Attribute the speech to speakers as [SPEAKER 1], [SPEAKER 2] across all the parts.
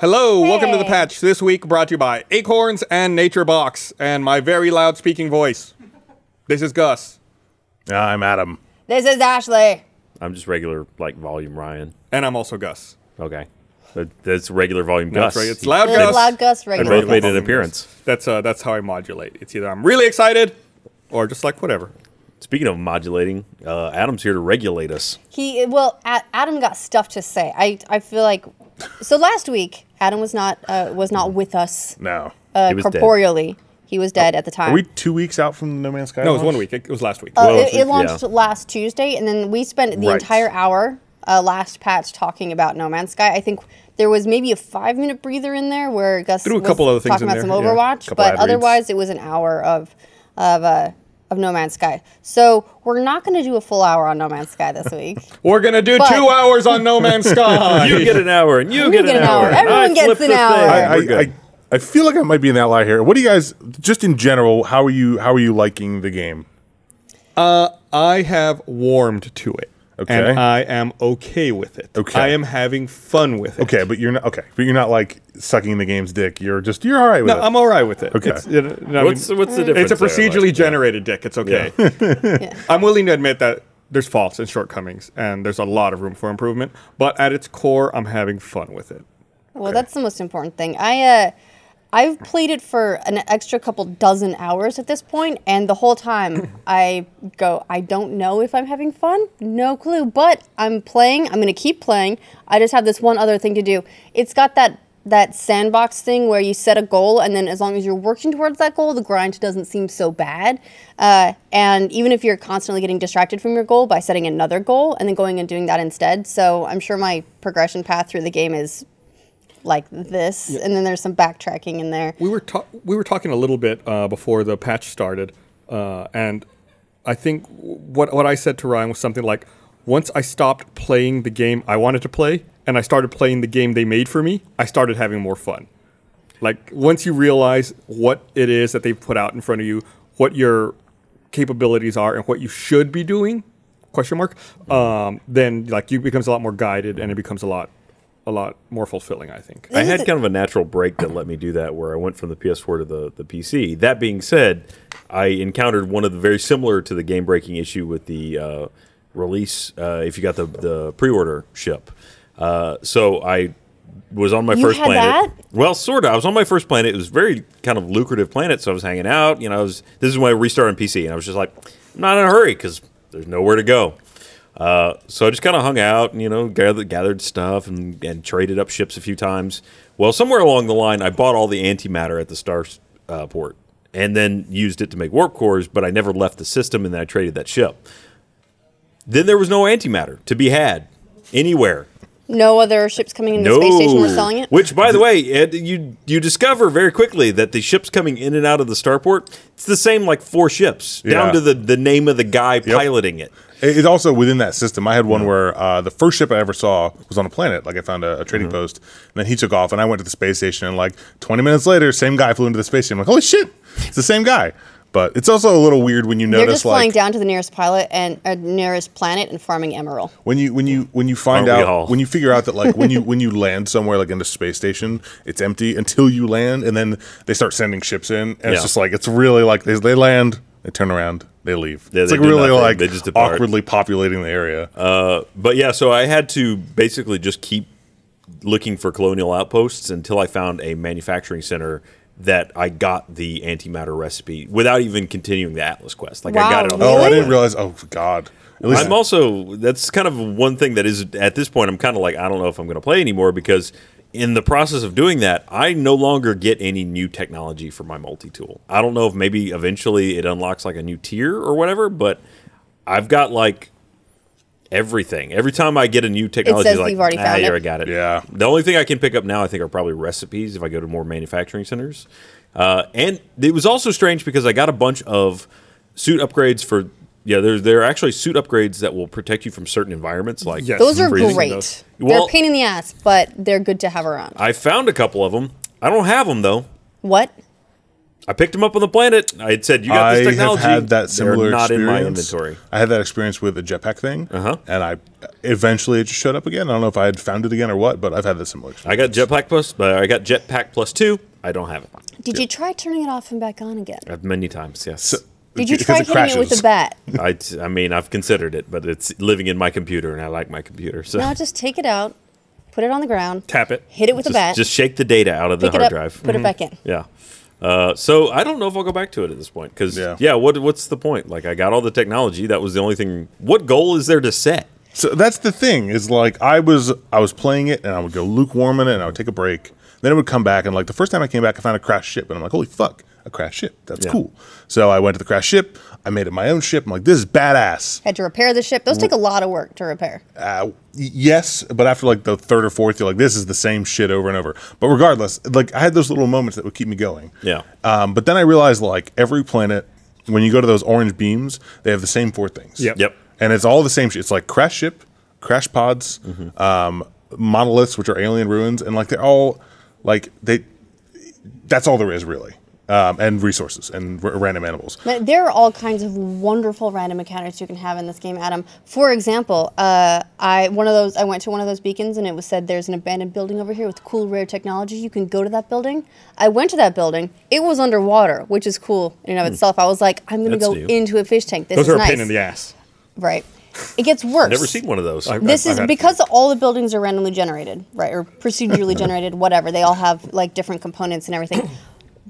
[SPEAKER 1] Hello, welcome to the patch. This week brought to you by Acorns and Nature Box and my very loud speaking voice. This is Gus.
[SPEAKER 2] Uh, I'm Adam.
[SPEAKER 3] This is Ashley.
[SPEAKER 2] I'm just regular, like volume Ryan.
[SPEAKER 1] And I'm also Gus.
[SPEAKER 2] Okay, That- that's regular volume
[SPEAKER 1] That's
[SPEAKER 2] Gus.
[SPEAKER 1] right. It's loud
[SPEAKER 3] Good
[SPEAKER 1] Gus.
[SPEAKER 3] Loud Gus
[SPEAKER 2] I
[SPEAKER 3] regular.
[SPEAKER 2] both made
[SPEAKER 3] Gus.
[SPEAKER 2] an appearance.
[SPEAKER 1] That's uh that's how I modulate. It's either I'm really excited or just like whatever.
[SPEAKER 2] Speaking of modulating, uh, Adam's here to regulate us.
[SPEAKER 3] He well, A- Adam got stuff to say. I I feel like so last week Adam was not uh, was not with us
[SPEAKER 2] No,
[SPEAKER 3] uh,
[SPEAKER 2] he was dead. Oh,
[SPEAKER 3] corporeally. He was dead at the time.
[SPEAKER 4] Are we two weeks out from No Man's Sky?
[SPEAKER 1] No, it was
[SPEAKER 4] launch?
[SPEAKER 1] one week. It, it was last week.
[SPEAKER 3] Uh,
[SPEAKER 2] Well,
[SPEAKER 3] it,
[SPEAKER 2] yeah.
[SPEAKER 3] it launched last Tuesday, and then we spent the
[SPEAKER 4] Right.
[SPEAKER 3] entire hour uh, last patch talking about No Man's Sky. I think there was maybe a five minute breather in there where Gus
[SPEAKER 1] Threw a
[SPEAKER 3] was
[SPEAKER 1] couple other things
[SPEAKER 3] talking
[SPEAKER 1] in
[SPEAKER 3] about
[SPEAKER 1] there,
[SPEAKER 3] some
[SPEAKER 1] yeah.
[SPEAKER 3] Overwatch,
[SPEAKER 4] Couple ad
[SPEAKER 3] but
[SPEAKER 4] reads.
[SPEAKER 3] otherwise it was an hour of of uh, of No Man's Sky. So we're not going to do a full hour on No Man's Sky this week.
[SPEAKER 1] We're gonna do
[SPEAKER 3] But-
[SPEAKER 1] two hours on No Man's Sky.
[SPEAKER 2] You get an hour, and you get,
[SPEAKER 3] get
[SPEAKER 2] an
[SPEAKER 3] an
[SPEAKER 2] hour.
[SPEAKER 3] hour. Everyone
[SPEAKER 2] I
[SPEAKER 3] gets
[SPEAKER 2] flipped
[SPEAKER 3] an
[SPEAKER 2] the thing.
[SPEAKER 3] hour.
[SPEAKER 4] I,
[SPEAKER 2] We're good.
[SPEAKER 4] I, I, I feel like I might be an outlier here. What do you guys, just in general, how are you? How are you liking the game?
[SPEAKER 1] I have warmed to it.
[SPEAKER 4] Okay.
[SPEAKER 1] And I am okay with it.
[SPEAKER 4] Okay.
[SPEAKER 1] I am having fun with it.
[SPEAKER 4] Okay, but you're not okay, but you're not like sucking the game's dick. You're just you're all right with
[SPEAKER 1] No,
[SPEAKER 4] it.
[SPEAKER 1] I'm all right with it.
[SPEAKER 4] Okay.
[SPEAKER 1] It's, you know, I mean,
[SPEAKER 2] what's, what's the difference?
[SPEAKER 1] it's a
[SPEAKER 2] there,
[SPEAKER 1] procedurally
[SPEAKER 2] like?
[SPEAKER 1] generated dick. It's okay. I'm willing to admit that there's faults and shortcomings, and there's a lot of room for improvement. But at its core, I'm having fun with it.
[SPEAKER 3] Well, that's the most important thing. I uh, I've played it for an extra couple dozen hours at this point, and the whole time I go, I don't know if I'm having fun, no clue. But I'm playing. I'm gonna keep playing. I just have this one other thing to do. It's got that that sandbox thing where you set a goal and then as long as you're working towards that goal the grind doesn't seem so bad uh, and even if you're constantly getting distracted from your goal by setting another goal and then going and doing that instead so i'm sure my progression path through the game is like this, and then there's some backtracking in there.
[SPEAKER 1] We were ta- we were talking a little bit uh, before the patch started, uh, and I think what what I said to Ryan was something like, once I stopped playing the game I wanted to play, and I started playing the game they made for me, I started having more fun. Like once you realize what it is that they put out in front of you, what your capabilities are, and what you should be doing, question mark, um, then like you becomes a lot more guided, and it becomes a lot, a lot more fulfilling. I think.
[SPEAKER 2] I had kind of a natural break that let me do that, where I went from the PS4 to the, the PC. That being said, I encountered one of the very similar to the game breaking issue with the uh, release. Uh, if you got the, the pre order ship, uh, so I was on my
[SPEAKER 3] You
[SPEAKER 2] first
[SPEAKER 3] had
[SPEAKER 2] planet.
[SPEAKER 3] that?
[SPEAKER 2] Well, sort of. I was on my first planet. It was very kind of lucrative planet, so I was hanging out. You know, I was this is when I restarted on PC, and I was just like, I'm not in a hurry because there's nowhere to go. Uh, so I just kind of hung out and you know gathered gathered stuff and, and traded up ships a few times. Well, somewhere along the line, I bought all the antimatter at the star uh, port and then used it to make warp cores, but I never left the system, and then I traded that ship. Then there was no antimatter to be had anywhere
[SPEAKER 3] No other ships coming into the space station were selling it.
[SPEAKER 2] which, by the way, Ed, you you discover very quickly that the ships coming in and out of the starport, it's the same like four ships down
[SPEAKER 4] Yeah.
[SPEAKER 2] to the the name of the guy piloting it.
[SPEAKER 4] It- It's also within that system. I had one where uh, the first ship I ever saw was on a planet. Like I found a, a trading
[SPEAKER 1] Mm-hmm.
[SPEAKER 4] post, and then he took off, and I went to the space station. And like 20 minutes later, same guy flew into the space station. I'm like, holy shit, it's the same guy. But it's also a little weird when you
[SPEAKER 3] They're
[SPEAKER 4] notice
[SPEAKER 3] just flying
[SPEAKER 4] like
[SPEAKER 3] down to the nearest pilot and uh, nearest planet and farming emerald.
[SPEAKER 4] when you when you when you find
[SPEAKER 2] Aren't we
[SPEAKER 4] out
[SPEAKER 2] all?
[SPEAKER 4] when you figure out that like when you when you land somewhere like in the space station it's empty until you land and then they start sending ships in and
[SPEAKER 2] Yeah.
[SPEAKER 4] it's just like it's really like they, they land they turn around they leave
[SPEAKER 2] Yeah,
[SPEAKER 4] it's
[SPEAKER 2] they
[SPEAKER 4] like
[SPEAKER 2] do
[SPEAKER 4] really
[SPEAKER 2] nothing.
[SPEAKER 4] like
[SPEAKER 2] They just depart. Uh,
[SPEAKER 4] awkwardly populating the area
[SPEAKER 2] But yeah, so I had to basically just keep looking for colonial outposts until I found a manufacturing center that I got the antimatter recipe without even continuing the Atlas quest. Like I got
[SPEAKER 3] Wow,
[SPEAKER 2] it. On the
[SPEAKER 4] oh
[SPEAKER 3] really?
[SPEAKER 4] I didn't realize oh god at least
[SPEAKER 2] I'm also that's kind of one thing that is at this point I'm kind of like I don't know if I'm going to play anymore because in the process of doing that I no longer get any new technology for my multi tool. I don't know if maybe eventually it unlocks like a new tier or whatever, but I've got like everything. Every time I get a new technology,
[SPEAKER 3] says
[SPEAKER 2] like
[SPEAKER 3] you've already
[SPEAKER 2] ah,
[SPEAKER 3] found
[SPEAKER 2] you
[SPEAKER 3] it."
[SPEAKER 2] already got it.
[SPEAKER 4] Yeah.
[SPEAKER 2] The only thing I can pick up now I think are probably recipes if I go to more manufacturing centers. Uh, and it was also strange because I got a bunch of suit upgrades for yeah, there there are actually suit upgrades that will protect you from certain environments like
[SPEAKER 1] Yes.
[SPEAKER 3] Those are
[SPEAKER 1] Breathing
[SPEAKER 3] great.
[SPEAKER 1] those.
[SPEAKER 3] they're
[SPEAKER 2] Well-
[SPEAKER 3] a pain in the ass, but they're good to have around.
[SPEAKER 2] I found a couple of them. I don't have them though.
[SPEAKER 3] what?
[SPEAKER 2] I picked them up on the planet. I had said, "You got this
[SPEAKER 4] I have
[SPEAKER 2] technology."
[SPEAKER 4] had that
[SPEAKER 2] They're
[SPEAKER 4] similar
[SPEAKER 2] not
[SPEAKER 4] experience.
[SPEAKER 2] in my inventory.
[SPEAKER 4] I had that experience with the jetpack thing,
[SPEAKER 2] Uh-huh.
[SPEAKER 4] and I eventually it just showed up again. I don't know if I had found it again or what, but I've had that similar. Experience.
[SPEAKER 2] I got Jetpack Plus, but I got Jetpack Plus two. I don't have it.
[SPEAKER 3] Did you try turning it off and back on again?
[SPEAKER 2] I've many times. Yes.
[SPEAKER 3] Did you
[SPEAKER 4] because
[SPEAKER 3] try
[SPEAKER 4] it
[SPEAKER 3] hitting it with
[SPEAKER 4] crashes.
[SPEAKER 3] a bat?
[SPEAKER 2] I, I mean, I've considered it, but it's living in my computer, and I like my computer. So
[SPEAKER 3] No, just take it out, put it on the ground,
[SPEAKER 1] Tap it.
[SPEAKER 3] hit it with
[SPEAKER 2] just,
[SPEAKER 3] a bat,
[SPEAKER 2] just shake the data out of the
[SPEAKER 3] pick
[SPEAKER 2] hard
[SPEAKER 3] it up,
[SPEAKER 2] drive. Mm-hmm.
[SPEAKER 3] put it back in.
[SPEAKER 2] Yeah. Uh, so I don't know if I'll go back to it at this point because yeah.
[SPEAKER 4] Yeah.
[SPEAKER 2] what what's the point? Like I got all the technology. That was the only thing. What goal is there to set?
[SPEAKER 4] So that's the thing is like I was I was playing it and I would go lukewarm in it and I would take a break. Then it would come back and like the first time I came back I found a crashed ship and I'm like holy fuck a crashed ship that's
[SPEAKER 2] Yeah.
[SPEAKER 4] cool. So I went to the crashed ship. I made it my own ship. I'm like this is badass.
[SPEAKER 3] Had to repair the ship. Those take a lot of work to repair.
[SPEAKER 4] Uh, y- yes, but after like the third or fourth, you're like this is the same shit over and over. But regardless, like I had those little moments that would keep me going.
[SPEAKER 2] Yeah.
[SPEAKER 4] Um, but then I realized like every planet when you go to those orange beams they have the same four things.
[SPEAKER 1] Yep.
[SPEAKER 2] Yep.
[SPEAKER 4] and it's all the same shit. It's like crash ship, crash pods,
[SPEAKER 2] Mm-hmm.
[SPEAKER 4] um, monoliths, which are alien ruins, and like they're all like they. That's all there is really, um, and resources and r- random animals.
[SPEAKER 3] But There are all kinds of wonderful random encounters you can have in this game, Adam. For example, uh, I one of those I went to one of those beacons and it was said there's an abandoned building over here with cool rare technology. You can go to that building. I went to that building. It was underwater, which is cool in and of itself. I was like, I'm gonna
[SPEAKER 2] That's
[SPEAKER 3] go
[SPEAKER 2] new.
[SPEAKER 3] into a fish tank. This
[SPEAKER 1] Hmm. Those
[SPEAKER 3] is
[SPEAKER 1] are
[SPEAKER 3] nice.
[SPEAKER 1] a pain in the ass.
[SPEAKER 3] Right. It gets worse.
[SPEAKER 2] Never seen one of those.
[SPEAKER 3] This
[SPEAKER 1] I've
[SPEAKER 3] is
[SPEAKER 1] had-
[SPEAKER 3] because all the buildings are randomly generated, right, or procedurally generated, whatever. They all have like different components and everything.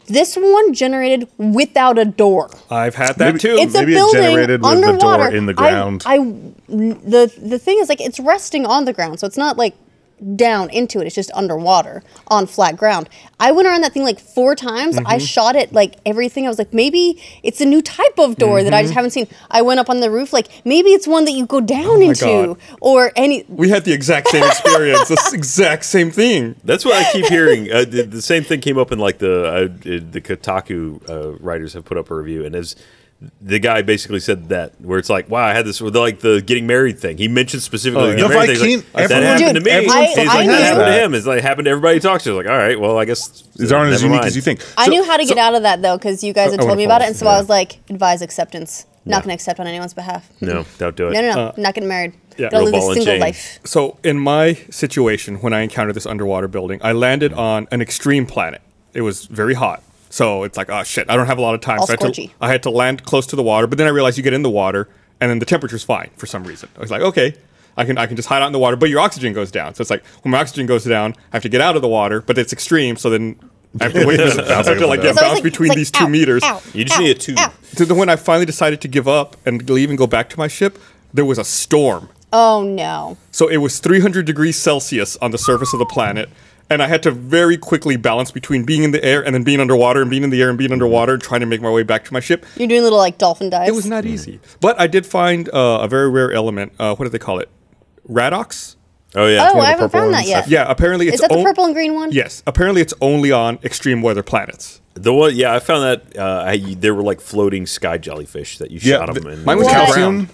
[SPEAKER 3] This one generated without a door.
[SPEAKER 1] I've had that
[SPEAKER 4] Maybe-
[SPEAKER 1] too.
[SPEAKER 3] It's
[SPEAKER 4] Maybe
[SPEAKER 3] a
[SPEAKER 4] it
[SPEAKER 3] building
[SPEAKER 4] generated with the door
[SPEAKER 3] underwater.
[SPEAKER 4] in the
[SPEAKER 3] I-
[SPEAKER 4] ground.
[SPEAKER 3] I, the the thing is like it's resting on the ground, so it's not like down into it. It's just underwater on flat ground. I went around that thing like four times.
[SPEAKER 4] Mm-hmm.
[SPEAKER 3] I shot it like everything. I was like, maybe it's a new type of door that
[SPEAKER 4] Mm-hmm.
[SPEAKER 3] I just haven't seen. I went up on the roof like maybe it's one that you go down
[SPEAKER 4] Oh
[SPEAKER 3] into
[SPEAKER 1] God.
[SPEAKER 3] or any.
[SPEAKER 1] we had the exact same experience. the exact same thing.
[SPEAKER 2] That's what I keep hearing. Uh, the, the same thing came up in like the uh, the Kotaku uh, writers have put up a review, and as the guy basically said that where it's like, wow, I had this with like the getting married thing. He mentioned specifically
[SPEAKER 1] Oh,
[SPEAKER 2] the
[SPEAKER 1] yeah.
[SPEAKER 2] getting married
[SPEAKER 4] If I
[SPEAKER 2] thing. He's
[SPEAKER 4] can't-
[SPEAKER 2] Like, that
[SPEAKER 4] everyone-
[SPEAKER 2] happened to me.
[SPEAKER 3] Dude,
[SPEAKER 2] He's
[SPEAKER 3] I-
[SPEAKER 2] like,
[SPEAKER 3] I
[SPEAKER 2] that
[SPEAKER 3] knew-
[SPEAKER 2] happened to him. It's like happened to everybody he talks to. It's like, all right, well, I guess
[SPEAKER 4] These aren't as
[SPEAKER 2] never
[SPEAKER 4] unique
[SPEAKER 2] mind.
[SPEAKER 4] as you think.
[SPEAKER 3] I
[SPEAKER 4] So-
[SPEAKER 3] knew how to get
[SPEAKER 4] so- Oh,
[SPEAKER 3] out of that though because you guys had told
[SPEAKER 1] wanna
[SPEAKER 3] me about
[SPEAKER 1] fall
[SPEAKER 3] it, and so I was like, advise acceptance. Not gonna accept on anyone's behalf.
[SPEAKER 2] No, don't do it.
[SPEAKER 3] No, no,
[SPEAKER 4] Uh,
[SPEAKER 3] no. not getting married.
[SPEAKER 1] yeah.
[SPEAKER 3] Gotta live
[SPEAKER 2] Real
[SPEAKER 3] a
[SPEAKER 2] ball and
[SPEAKER 3] single
[SPEAKER 2] chain.
[SPEAKER 3] life.
[SPEAKER 1] So in my situation, when I encountered this underwater building, I landed on an extreme planet. It was very hot. So it's like, oh shit, I don't have a lot of time.
[SPEAKER 3] All
[SPEAKER 1] so I had, to,
[SPEAKER 3] scorchy.
[SPEAKER 1] I had to land close to the water, but then I realized you get in the water and then the temperature's fine for some reason. I was like, okay, I can I can just hide out in the water, but your oxygen goes down. So it's like when my oxygen goes down, I have to get out of the water, but it's extreme, so then I have to wait.
[SPEAKER 4] Bounce
[SPEAKER 1] I have to like
[SPEAKER 4] up and
[SPEAKER 1] get
[SPEAKER 4] down.
[SPEAKER 3] It's always
[SPEAKER 1] bounced
[SPEAKER 3] like-
[SPEAKER 1] between
[SPEAKER 3] it's like,
[SPEAKER 1] these two
[SPEAKER 3] ow,
[SPEAKER 1] meters.
[SPEAKER 3] ow,
[SPEAKER 2] You just
[SPEAKER 3] ow,
[SPEAKER 2] need a tube.
[SPEAKER 3] ow.
[SPEAKER 1] So then when I finally decided to give up and leave and go back to my ship, there was a storm.
[SPEAKER 3] Oh no.
[SPEAKER 1] So it was 300 degrees Celsius on the surface of the planet. And I had to very quickly balance between being in the air and then being underwater and being in the air and being underwater and trying to make my way back to my ship.
[SPEAKER 3] You're doing little like dolphin dives.
[SPEAKER 1] It was not easy. But I did find uh, a very rare element. Uh, what do they call it? Radox?
[SPEAKER 2] Oh yeah.
[SPEAKER 3] Oh,
[SPEAKER 2] It's one of the
[SPEAKER 3] I haven't
[SPEAKER 2] purple
[SPEAKER 3] found that
[SPEAKER 2] ones.
[SPEAKER 3] yet.
[SPEAKER 1] Yeah, apparently it's
[SPEAKER 3] Is that the
[SPEAKER 1] on-
[SPEAKER 3] purple and green one?
[SPEAKER 1] Yes, apparently it's only on extreme weather planets.
[SPEAKER 2] The one, yeah, I found that uh, I, there were like floating sky jellyfish that you
[SPEAKER 4] Yeah,
[SPEAKER 2] shot
[SPEAKER 4] th-
[SPEAKER 2] them. And
[SPEAKER 1] mine was
[SPEAKER 3] What?
[SPEAKER 1] calcium.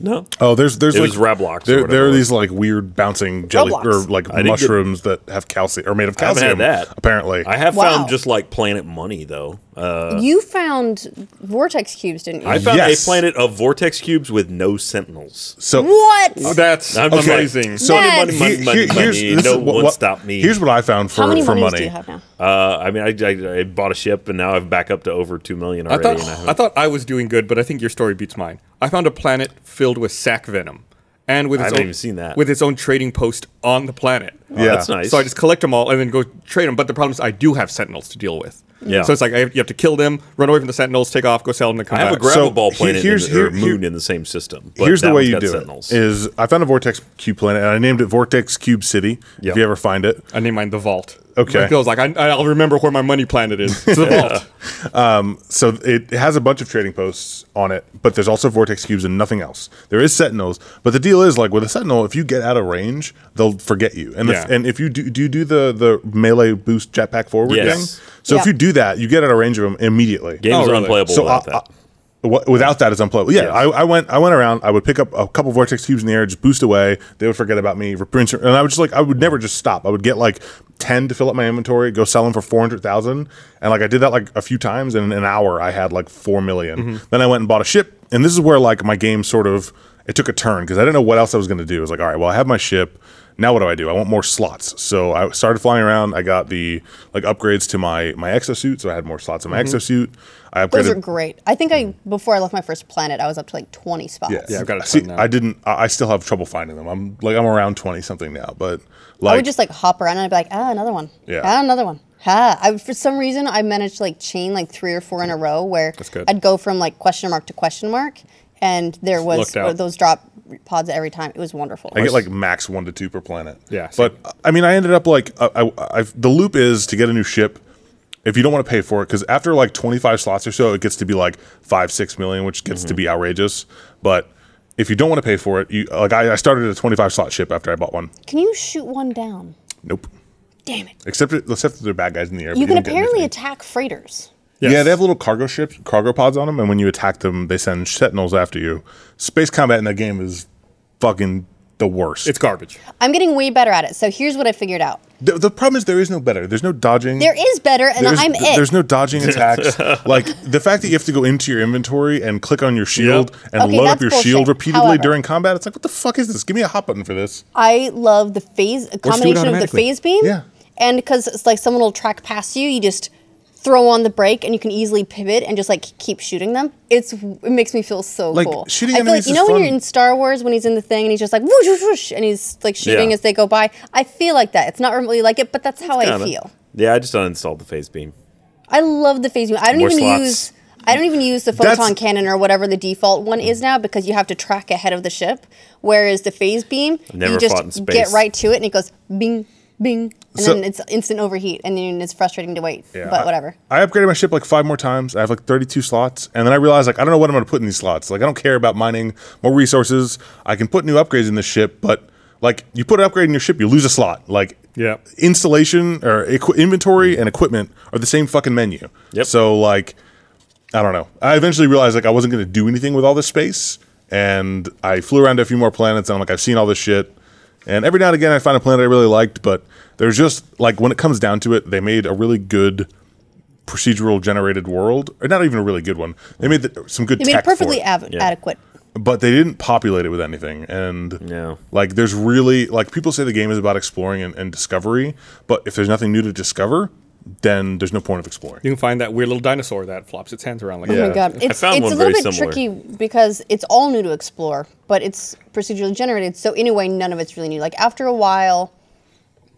[SPEAKER 2] no.
[SPEAKER 4] Oh, there's there's
[SPEAKER 2] It
[SPEAKER 4] like
[SPEAKER 2] was Rablox or
[SPEAKER 4] There, there
[SPEAKER 2] whatever.
[SPEAKER 4] are these like weird bouncing jelly
[SPEAKER 3] Roblox.
[SPEAKER 4] or like
[SPEAKER 2] I didn't get-
[SPEAKER 4] mushrooms that have calcium or made of
[SPEAKER 2] I haven't
[SPEAKER 4] calcium.
[SPEAKER 2] had that.
[SPEAKER 4] apparently.
[SPEAKER 2] I have
[SPEAKER 3] Wow.
[SPEAKER 2] found just like Planet Money though. Uh,
[SPEAKER 3] You found vortex cubes, didn't you?
[SPEAKER 2] I found
[SPEAKER 4] Yes.
[SPEAKER 2] a planet of vortex cubes with no sentinels.
[SPEAKER 4] so
[SPEAKER 3] what?
[SPEAKER 1] Oh, that's
[SPEAKER 2] I'm- I'm like-
[SPEAKER 1] amazing.
[SPEAKER 4] So
[SPEAKER 3] Money,
[SPEAKER 2] money, money, money, money.
[SPEAKER 4] this
[SPEAKER 2] No
[SPEAKER 4] is what-
[SPEAKER 2] one
[SPEAKER 4] what-
[SPEAKER 2] stop me.
[SPEAKER 4] Here's what I found for
[SPEAKER 3] How many
[SPEAKER 4] for
[SPEAKER 3] monies
[SPEAKER 4] money.
[SPEAKER 3] do you have now?
[SPEAKER 2] Uh, I mean, I, I, I bought a ship and now I'm back up to over two million
[SPEAKER 1] I
[SPEAKER 2] already.
[SPEAKER 1] thought
[SPEAKER 2] and I
[SPEAKER 1] I,
[SPEAKER 2] haven't-
[SPEAKER 1] thought I was doing good, but I think your story beats mine. I found a planet filled with sac venom, and with its
[SPEAKER 2] haven't
[SPEAKER 1] own,
[SPEAKER 2] even seen that.
[SPEAKER 1] with its own trading post on the planet.
[SPEAKER 2] Oh,
[SPEAKER 4] Yeah.
[SPEAKER 2] that's nice.
[SPEAKER 1] So I just collect them all and then go trade them. But the problem is I do have sentinels to deal with.
[SPEAKER 2] Yeah.
[SPEAKER 1] So it's like I have, you have to kill them, run away from the sentinels, take off, go sell them, and come
[SPEAKER 2] I have a
[SPEAKER 1] back.
[SPEAKER 2] gravel
[SPEAKER 4] So,
[SPEAKER 2] ball
[SPEAKER 4] he-
[SPEAKER 2] planet
[SPEAKER 4] here's-
[SPEAKER 2] in the, or
[SPEAKER 4] here- here-
[SPEAKER 2] moon in the same system. but
[SPEAKER 4] Here's the
[SPEAKER 2] that
[SPEAKER 4] way
[SPEAKER 2] one's
[SPEAKER 4] you
[SPEAKER 2] got
[SPEAKER 4] do
[SPEAKER 2] sentinels.
[SPEAKER 4] it. Is I found a vortex cube planet and I named it Vortex Cube City.
[SPEAKER 2] Yep.
[SPEAKER 4] If you ever find it,
[SPEAKER 1] I name mine the vault.
[SPEAKER 4] Okay.
[SPEAKER 1] Like, I was like, I, I'll remember where my money planet is. It's the vault.
[SPEAKER 4] Um, so it has a bunch of trading posts on it, but there's also vortex cubes and nothing else. There is sentinels, but the deal is like with a sentinel, if you get out of range, they'll forget you. And
[SPEAKER 1] Yeah.
[SPEAKER 4] if, and if you do do you do the the melee boost jetpack forward
[SPEAKER 2] Yes.
[SPEAKER 4] thing, so if
[SPEAKER 3] Yeah.
[SPEAKER 4] you do that, you get out of range of them immediately.
[SPEAKER 2] Games
[SPEAKER 1] Oh,
[SPEAKER 2] are
[SPEAKER 1] really?
[SPEAKER 2] unplayable
[SPEAKER 4] So
[SPEAKER 2] without
[SPEAKER 4] I-
[SPEAKER 2] that.
[SPEAKER 4] I- what- without that, it's unplayable. Yeah,
[SPEAKER 2] Yes.
[SPEAKER 4] I, I went. I went around. I would pick up a couple vortex cubes in the air, just boost away. They would forget about me. Rinse, and I would just like. I would never just stop. I would get like ten to fill up my inventory, go sell them for four hundred thousand, and like I did that like a few times, and in an hour I had like four million. Then I went and bought a ship, and this is where like my game sort of it took a turn because I didn't know what else I was going to do. I was like, all right, well I have my ship. Now what do I do? I want more slots, so I started flying around. I got the like upgrades to my my exosuit, so I had more slots in my exosuit. I upgraded.
[SPEAKER 3] Those are great. I think I before I left my first planet, I was up to like 20 spots.
[SPEAKER 1] Yeah, I've got a ton
[SPEAKER 4] See,
[SPEAKER 1] now.
[SPEAKER 4] I didn't. I I still have trouble finding them. I'm like I'm around twenty something now, but like
[SPEAKER 3] I would Oh, just like hop around and I'd be like, ah, another one.
[SPEAKER 4] Yeah.
[SPEAKER 3] Ah, another one. Ha. I, for some reason, I managed to like chain like three or four in a row where
[SPEAKER 1] good.
[SPEAKER 3] I'd go from like question mark to question mark, and there was
[SPEAKER 1] Looked out.
[SPEAKER 3] those drop pods every time. It was wonderful.
[SPEAKER 4] I get like max one to two per planet.
[SPEAKER 1] Yeah,
[SPEAKER 4] but I mean, I ended up like I, I, I've, the loop is to get a new ship. If you don't want to pay for it, because after like twenty five slots or so, it gets to be like five six million, which gets
[SPEAKER 1] Mm-hmm.
[SPEAKER 4] to be outrageous. But if you don't want to pay for it, you like I, I started a twenty five slot ship after I bought one.
[SPEAKER 3] Can you shoot one down?
[SPEAKER 4] Nope.
[SPEAKER 3] Damn it!
[SPEAKER 4] Except it- except that they're bad guys in the air. but
[SPEAKER 3] You can
[SPEAKER 4] don't get
[SPEAKER 3] apparently
[SPEAKER 4] anything.
[SPEAKER 3] attack freighters.
[SPEAKER 4] Yeah,
[SPEAKER 1] Yes.
[SPEAKER 4] they have little cargo ships, cargo pods on them, and when you attack them, they send sentinels after you. Space combat in that game is fucking the worst.
[SPEAKER 1] It's garbage.
[SPEAKER 3] I'm getting way better at it. So here's what I figured out.
[SPEAKER 4] the, the problem is there is no better. There's no dodging.
[SPEAKER 3] There is better, and
[SPEAKER 4] There's,
[SPEAKER 3] I'm
[SPEAKER 4] th-
[SPEAKER 3] it.
[SPEAKER 4] there's no dodging attacks. like the fact that you have to go into your inventory and click on your shield and
[SPEAKER 3] Okay,
[SPEAKER 4] load up
[SPEAKER 3] that's
[SPEAKER 4] your shield
[SPEAKER 3] bullshit.
[SPEAKER 4] repeatedly
[SPEAKER 3] However-
[SPEAKER 4] during combat, it's like what the fuck is this? Give me a hot button for this.
[SPEAKER 3] I love the phase a combination of the
[SPEAKER 1] automatically.
[SPEAKER 3] phase beam.
[SPEAKER 4] Yeah.
[SPEAKER 3] And because it's like someone will track past you, you just throw on the brake and you can easily pivot and just like keep shooting them. It's it makes me feel so
[SPEAKER 4] Like,
[SPEAKER 3] cool.
[SPEAKER 4] shooting
[SPEAKER 3] I feel
[SPEAKER 4] enemies
[SPEAKER 3] like you
[SPEAKER 4] is
[SPEAKER 3] know when you're
[SPEAKER 4] fun.
[SPEAKER 3] in Star Wars when he's in the thing and he's just like whoosh whoosh, whoosh and he's like shooting
[SPEAKER 2] Yeah.
[SPEAKER 3] as they go by. I feel like that. It's not really like it, but that's how I
[SPEAKER 2] Kinda.
[SPEAKER 3] feel.
[SPEAKER 2] Yeah, I just uninstalled the phase beam.
[SPEAKER 3] I love the phase beam. I don't
[SPEAKER 2] More
[SPEAKER 3] even
[SPEAKER 2] slots.
[SPEAKER 3] use. I don't even use the
[SPEAKER 4] That's-
[SPEAKER 3] photon cannon or whatever the default one is now because you have to track ahead of the ship. Whereas the phase beam,
[SPEAKER 2] never
[SPEAKER 3] you just
[SPEAKER 2] fought in space.
[SPEAKER 3] get right to it and it goes bing, bing, and
[SPEAKER 4] So-
[SPEAKER 3] then it's instant overheat and then it's frustrating to wait. But whatever.
[SPEAKER 4] I upgraded my ship like five more times. I have like 32 slots. And then I realized like I don't know what I'm going to put in these slots. Like I don't care about mining more resources. I can put new upgrades in this ship, but like you put an upgrade in your ship, you lose a slot. Like
[SPEAKER 1] Yeah.
[SPEAKER 4] installation or equi- inventory and equipment are the same fucking menu.
[SPEAKER 2] Yep.
[SPEAKER 4] So like I don't know. I eventually realized like I wasn't going to do anything with all this space, and I flew around to a few more planets, and I'm like, I've seen all this shit. And every now and again, I find a planet I really liked, but there's just like when it comes down to it, they made a really good procedural generated world, or not even a really good one. They made the, some good.
[SPEAKER 3] They made it
[SPEAKER 4] tech for
[SPEAKER 3] perfectly av-
[SPEAKER 2] Yeah.
[SPEAKER 3] adequate.
[SPEAKER 4] but they didn't populate it with anything. And
[SPEAKER 2] No.
[SPEAKER 4] like, there's really like people say the game is about exploring and, and discovery, but if there's nothing new to discover, then there's no point of exploring.
[SPEAKER 1] You can find that weird little dinosaur that flops its hands around like
[SPEAKER 3] Oh
[SPEAKER 1] that.
[SPEAKER 3] my god, it's,
[SPEAKER 2] found
[SPEAKER 3] it's
[SPEAKER 2] one
[SPEAKER 3] a
[SPEAKER 2] very
[SPEAKER 3] little bit
[SPEAKER 2] similar.
[SPEAKER 3] tricky because it's all new to explore, but it's procedurally generated. So anyway, none of it's really new. Like after a while,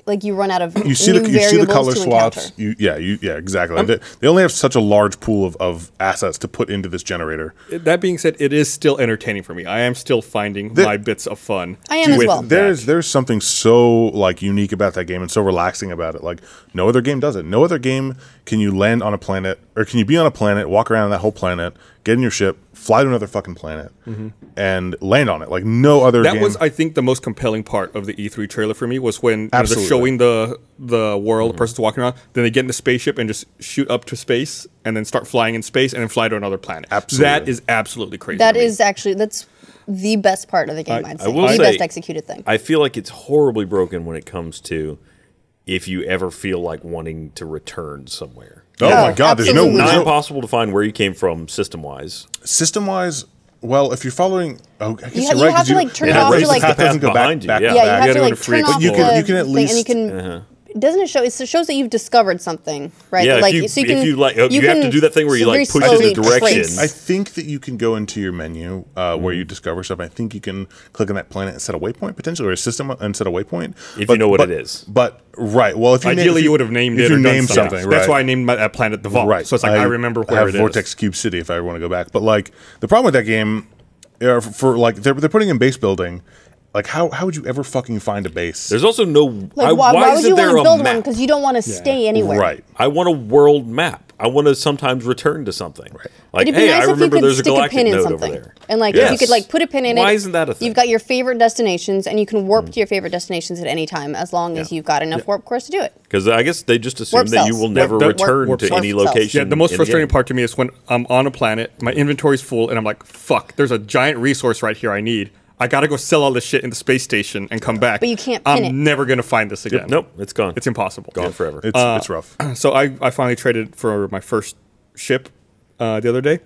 [SPEAKER 3] like you run out of
[SPEAKER 4] you see
[SPEAKER 3] new
[SPEAKER 4] the you see
[SPEAKER 3] variables
[SPEAKER 4] the color
[SPEAKER 3] to
[SPEAKER 4] swaps.
[SPEAKER 3] encounter.
[SPEAKER 4] You, yeah, you, yeah, exactly. they, they only have such a large pool of, of assets to put into this generator.
[SPEAKER 1] That being said, it is still entertaining for me. I am still finding my bits of fun.
[SPEAKER 3] I am as
[SPEAKER 1] with
[SPEAKER 3] well.
[SPEAKER 1] that.
[SPEAKER 4] There's there's something so like unique about that game and so relaxing about it. Like no other game does it. No other game can you land on a planet or can you be on a planet, walk around that whole planet, get in your ship, fly to another fucking planet,
[SPEAKER 3] Mm-hmm.
[SPEAKER 4] and land on it. Like no other.
[SPEAKER 1] That
[SPEAKER 4] game.
[SPEAKER 1] was, I think, the most compelling part of the E3 trailer for me was when you know, they're
[SPEAKER 4] Absolutely. Mm-hmm.
[SPEAKER 1] showing the the world, the person's walking around, then they get in the spaceship and just shoot up to space, and then start flying in space, and then fly to another planet. that
[SPEAKER 4] Absolutely.
[SPEAKER 1] is absolutely crazy.
[SPEAKER 3] That
[SPEAKER 1] to me.
[SPEAKER 3] is actually that's the best part of the game. I, would say.
[SPEAKER 2] will
[SPEAKER 3] the
[SPEAKER 2] say-
[SPEAKER 3] best executed thing.
[SPEAKER 2] I feel like it's horribly broken when it comes to if you ever feel like wanting to return somewhere.
[SPEAKER 4] Oh,
[SPEAKER 3] Yeah.
[SPEAKER 4] my god! There's no,
[SPEAKER 3] Absolutely.
[SPEAKER 2] Not
[SPEAKER 4] there's no
[SPEAKER 2] impossible to find where you came from system wise.
[SPEAKER 4] system wise. Well, if you're following, oh, I guess
[SPEAKER 3] You
[SPEAKER 4] you
[SPEAKER 3] ha- you
[SPEAKER 4] are right.
[SPEAKER 3] have
[SPEAKER 4] 'cause
[SPEAKER 3] to, like, turn
[SPEAKER 4] it
[SPEAKER 2] it off
[SPEAKER 4] erases
[SPEAKER 2] to, like-
[SPEAKER 4] the path doesn't go back,
[SPEAKER 2] Behind you,
[SPEAKER 4] back,
[SPEAKER 2] yeah.
[SPEAKER 4] back.
[SPEAKER 3] yeah,
[SPEAKER 1] back.
[SPEAKER 3] you
[SPEAKER 1] You
[SPEAKER 3] have to
[SPEAKER 1] gotta go
[SPEAKER 3] like
[SPEAKER 1] to free
[SPEAKER 3] turn off
[SPEAKER 1] explore.
[SPEAKER 4] But you
[SPEAKER 3] the
[SPEAKER 4] can- you can at
[SPEAKER 3] thing, and you
[SPEAKER 4] least-
[SPEAKER 3] can. Doesn't it show? It shows that you've discovered something, right?
[SPEAKER 2] Yeah, if
[SPEAKER 3] like
[SPEAKER 2] you- if you, like, you have to do that thing where you,
[SPEAKER 3] very
[SPEAKER 2] like, push in the
[SPEAKER 3] slowly
[SPEAKER 2] direction.
[SPEAKER 3] trace.
[SPEAKER 4] I think that you can go into your menu uh, where
[SPEAKER 1] Mm-hmm.
[SPEAKER 4] you discover stuff. I think you can click on that planet and set a waypoint potentially, or a system and set a waypoint.
[SPEAKER 2] If you know what it is.
[SPEAKER 4] But right, well, if you na-
[SPEAKER 1] Ideally,
[SPEAKER 4] if
[SPEAKER 1] you would have named
[SPEAKER 4] if
[SPEAKER 1] it
[SPEAKER 4] you
[SPEAKER 1] or done
[SPEAKER 4] named
[SPEAKER 1] something.
[SPEAKER 4] something.
[SPEAKER 1] That's
[SPEAKER 4] right.
[SPEAKER 1] why I named my, that planet the vault.
[SPEAKER 4] Right.
[SPEAKER 1] So it's like I, remember
[SPEAKER 4] I
[SPEAKER 1] where
[SPEAKER 4] have
[SPEAKER 1] it is.
[SPEAKER 4] Vortex Cube City if I want to go back. But like the problem with that game, uh, for, for like they're, they're putting in base building. Like how how would you ever fucking find a base?
[SPEAKER 2] There's also no.
[SPEAKER 3] Like,
[SPEAKER 2] I,
[SPEAKER 3] why, why would
[SPEAKER 2] isn't
[SPEAKER 3] you
[SPEAKER 2] there
[SPEAKER 3] want to
[SPEAKER 2] a
[SPEAKER 3] build
[SPEAKER 2] map?
[SPEAKER 3] one? Because you don't want to stay anywhere.
[SPEAKER 4] right.
[SPEAKER 2] I want a world map. I want to sometimes return to something. Like,
[SPEAKER 3] It'd be
[SPEAKER 2] hey,
[SPEAKER 3] nice
[SPEAKER 2] I
[SPEAKER 3] if you
[SPEAKER 2] remember
[SPEAKER 3] could
[SPEAKER 2] there's a
[SPEAKER 3] stick a,
[SPEAKER 2] galactic
[SPEAKER 3] pin in
[SPEAKER 2] node
[SPEAKER 3] something,
[SPEAKER 2] over there.
[SPEAKER 3] and like if you
[SPEAKER 2] Yes.
[SPEAKER 3] could like put a pin in it.
[SPEAKER 2] Why isn't that a thing?
[SPEAKER 3] You've got your favorite destinations, and you can warp to your favorite destinations at any time, as long as you've got enough warp cores to do it.
[SPEAKER 2] Because I guess they just assume
[SPEAKER 3] Warp
[SPEAKER 2] that you
[SPEAKER 3] cells.
[SPEAKER 2] will never
[SPEAKER 1] Warp- warp-
[SPEAKER 2] return
[SPEAKER 1] warp
[SPEAKER 2] to
[SPEAKER 1] cells.
[SPEAKER 2] any
[SPEAKER 3] Warp cells.
[SPEAKER 2] location.
[SPEAKER 1] Yeah, the most
[SPEAKER 2] in
[SPEAKER 1] frustrating
[SPEAKER 2] game.
[SPEAKER 1] part to me is when I'm on a planet, my inventory's full, and I'm like, fuck, there's a giant resource right here I need. I gotta go sell all this shit in the space station and come back.
[SPEAKER 3] But you can't
[SPEAKER 1] I'm
[SPEAKER 3] pin it.
[SPEAKER 1] never gonna find this again.
[SPEAKER 2] Nope, it's gone.
[SPEAKER 1] It's impossible.
[SPEAKER 2] gone forever.
[SPEAKER 4] It's, it's rough.
[SPEAKER 1] So Uh, I, I finally traded for my first ship uh, the other day,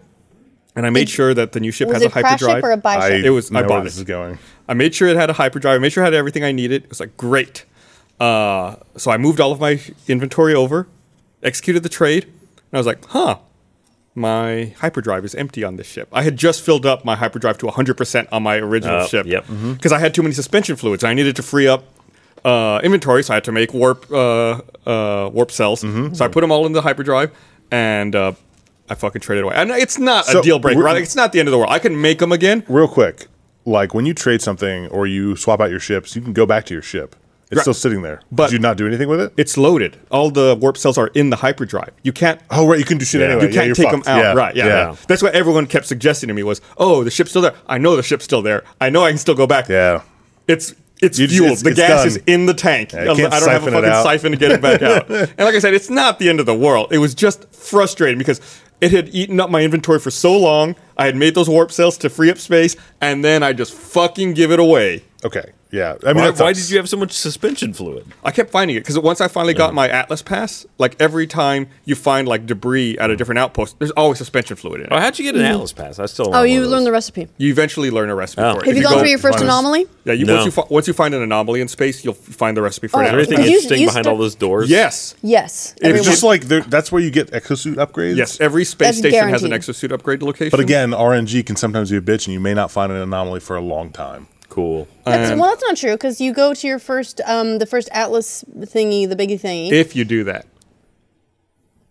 [SPEAKER 1] and I made sure that the new ship
[SPEAKER 3] Was
[SPEAKER 1] has a
[SPEAKER 3] it a crash
[SPEAKER 1] hyperdrive.
[SPEAKER 3] ship or a buy
[SPEAKER 4] I
[SPEAKER 3] ship?
[SPEAKER 1] it was- I
[SPEAKER 4] know
[SPEAKER 1] bought
[SPEAKER 4] where
[SPEAKER 1] it.
[SPEAKER 4] this is going.
[SPEAKER 1] I made sure it had a hyperdrive. I made sure it had everything I needed. It was like great. Uh, so I moved all of my inventory over, executed the trade, and I was like, huh, my hyperdrive is empty on this ship. I had just filled up my hyperdrive to 100% on my original
[SPEAKER 4] Oh,
[SPEAKER 2] Uh,
[SPEAKER 1] ship
[SPEAKER 2] yep.
[SPEAKER 1] because
[SPEAKER 4] mm-hmm.
[SPEAKER 1] I had too many suspension fluids. I needed to free up uh, inventory, so I had to make warp uh, uh, warp cells.
[SPEAKER 4] Mm-hmm.
[SPEAKER 1] So I put them all in the hyperdrive and. Uh, I fucking traded away. And it's not
[SPEAKER 4] So
[SPEAKER 1] a deal breaker.
[SPEAKER 4] we're-
[SPEAKER 1] right? It's not the end of the world. I can make them again.
[SPEAKER 4] Real quick, like when you trade something or you swap out your ships, you can go back to your ship. It's
[SPEAKER 1] Right.
[SPEAKER 4] still sitting there.
[SPEAKER 1] But-
[SPEAKER 4] Did you not do anything with it?
[SPEAKER 1] It's loaded. All the warp cells are in the hyperdrive. You can't.
[SPEAKER 4] oh right, you can do shit anyway.
[SPEAKER 1] You
[SPEAKER 4] Yeah,
[SPEAKER 1] can't
[SPEAKER 4] you're
[SPEAKER 1] take
[SPEAKER 4] fucked.
[SPEAKER 1] them out. Right. Yeah,
[SPEAKER 4] yeah.
[SPEAKER 1] That's what everyone kept suggesting to me was, "Oh, the ship's still there. I know the ship's still there. I know I can still go back.
[SPEAKER 4] Yeah.
[SPEAKER 1] It's it's
[SPEAKER 4] You-
[SPEAKER 1] fueled.
[SPEAKER 4] it's-
[SPEAKER 1] the
[SPEAKER 4] it's
[SPEAKER 1] gas
[SPEAKER 4] done.
[SPEAKER 1] is in the tank.
[SPEAKER 4] you can't
[SPEAKER 1] I don't have a
[SPEAKER 4] siphon it
[SPEAKER 1] fucking
[SPEAKER 4] out.
[SPEAKER 1] siphon to get it back out. And like I said, it's not the end of the world. It was just frustrating because it had eaten up my inventory for so long. I had made those warp cells to free up space, and then I just fucking give it away.
[SPEAKER 4] Okay. Yeah. I mean,
[SPEAKER 2] Why,
[SPEAKER 4] that
[SPEAKER 2] why
[SPEAKER 4] sucks.
[SPEAKER 2] did you have so much suspension fluid?
[SPEAKER 1] I kept finding it because once I finally got my Atlas pass, like every time you find like debris at a different outpost, there's always suspension fluid in it.
[SPEAKER 2] Oh, how'd you get an Atlas pass? I still
[SPEAKER 3] Mm-hmm. Oh, you learned the recipe.
[SPEAKER 1] You eventually learn a recipe
[SPEAKER 2] Oh. Have
[SPEAKER 1] for it. If
[SPEAKER 3] Have you gone
[SPEAKER 1] go-
[SPEAKER 3] through your first
[SPEAKER 4] minus-
[SPEAKER 3] anomalony?
[SPEAKER 1] Yeah, you,
[SPEAKER 2] No.
[SPEAKER 1] once you fi- once you find an anomaly in space, you'll f- find the recipe for
[SPEAKER 3] Oh,
[SPEAKER 1] it.
[SPEAKER 2] Is there anything
[SPEAKER 3] You-
[SPEAKER 2] interesting
[SPEAKER 3] you
[SPEAKER 2] behind
[SPEAKER 3] start-
[SPEAKER 2] all those doors?
[SPEAKER 1] Yes,
[SPEAKER 3] Yes.
[SPEAKER 4] It's
[SPEAKER 3] everyone.
[SPEAKER 4] just like there- that's where you get exosuit upgrades.
[SPEAKER 1] yes. Every space
[SPEAKER 3] That's
[SPEAKER 1] station has
[SPEAKER 3] guaranteed.
[SPEAKER 1] an exosuit upgrade location.
[SPEAKER 4] But again, RNG can sometimes be a bitch, and you may not find an anomaly for a long time.
[SPEAKER 2] Cool.
[SPEAKER 3] That's, well, that's not true because you go to your first, um, the first Atlas thingy, the biggie thingy.
[SPEAKER 1] if you do that,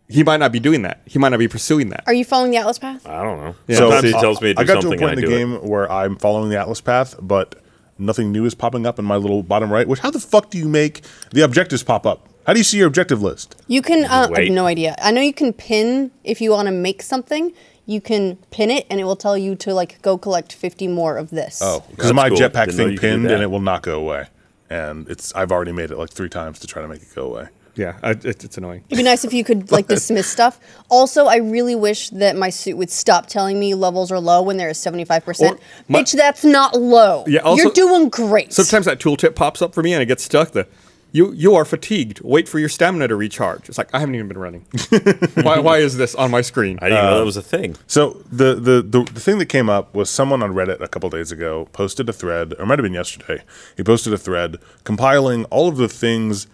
[SPEAKER 1] he might not be doing that. He might not be pursuing that.
[SPEAKER 3] Are you following the Atlas path?
[SPEAKER 2] I don't know.
[SPEAKER 1] Yeah.
[SPEAKER 2] Sometimes
[SPEAKER 1] See,
[SPEAKER 2] he tells me to do
[SPEAKER 4] uh, I got to a
[SPEAKER 2] something
[SPEAKER 4] point
[SPEAKER 2] and
[SPEAKER 4] in
[SPEAKER 2] I
[SPEAKER 4] the
[SPEAKER 2] do
[SPEAKER 4] game where I'm following the Atlas path, but nothing new is popping up in my little bottom right. Which how the fuck do you make the objectives pop up? How do you see your objective list?
[SPEAKER 3] You can. Uh, I
[SPEAKER 2] Wait.
[SPEAKER 3] have no idea. I know you can pin if you want to make something. You can pin it, and it will tell you to like go collect fifty more of this.
[SPEAKER 4] Oh, because
[SPEAKER 2] That's
[SPEAKER 4] my
[SPEAKER 2] cool.
[SPEAKER 4] jetpack
[SPEAKER 2] Didn't know
[SPEAKER 4] thing
[SPEAKER 2] you could do
[SPEAKER 4] pinned
[SPEAKER 2] that.
[SPEAKER 4] and it will not go away. And it's I've already made it like three times to try to make it go away.
[SPEAKER 1] yeah, I, it, it's annoying.
[SPEAKER 3] It'd be nice if you could like dismiss stuff. Also, I really wish that my suit would stop telling me levels are low when there is seventy five percent.
[SPEAKER 1] Or my-
[SPEAKER 3] Bitch, that's not low.
[SPEAKER 1] Yeah, also-
[SPEAKER 3] You're doing great.
[SPEAKER 1] Sometimes that tooltip pops up for me and it gets stuck. The you you are fatigued. Wait for your stamina to recharge. It's like I haven't even been running. why why is this on my screen?
[SPEAKER 2] I didn't even know that was a thing.
[SPEAKER 4] So the, the the the thing that came up was someone on Reddit a couple days ago posted a thread, or it might have been yesterday. He posted a thread compiling all of the things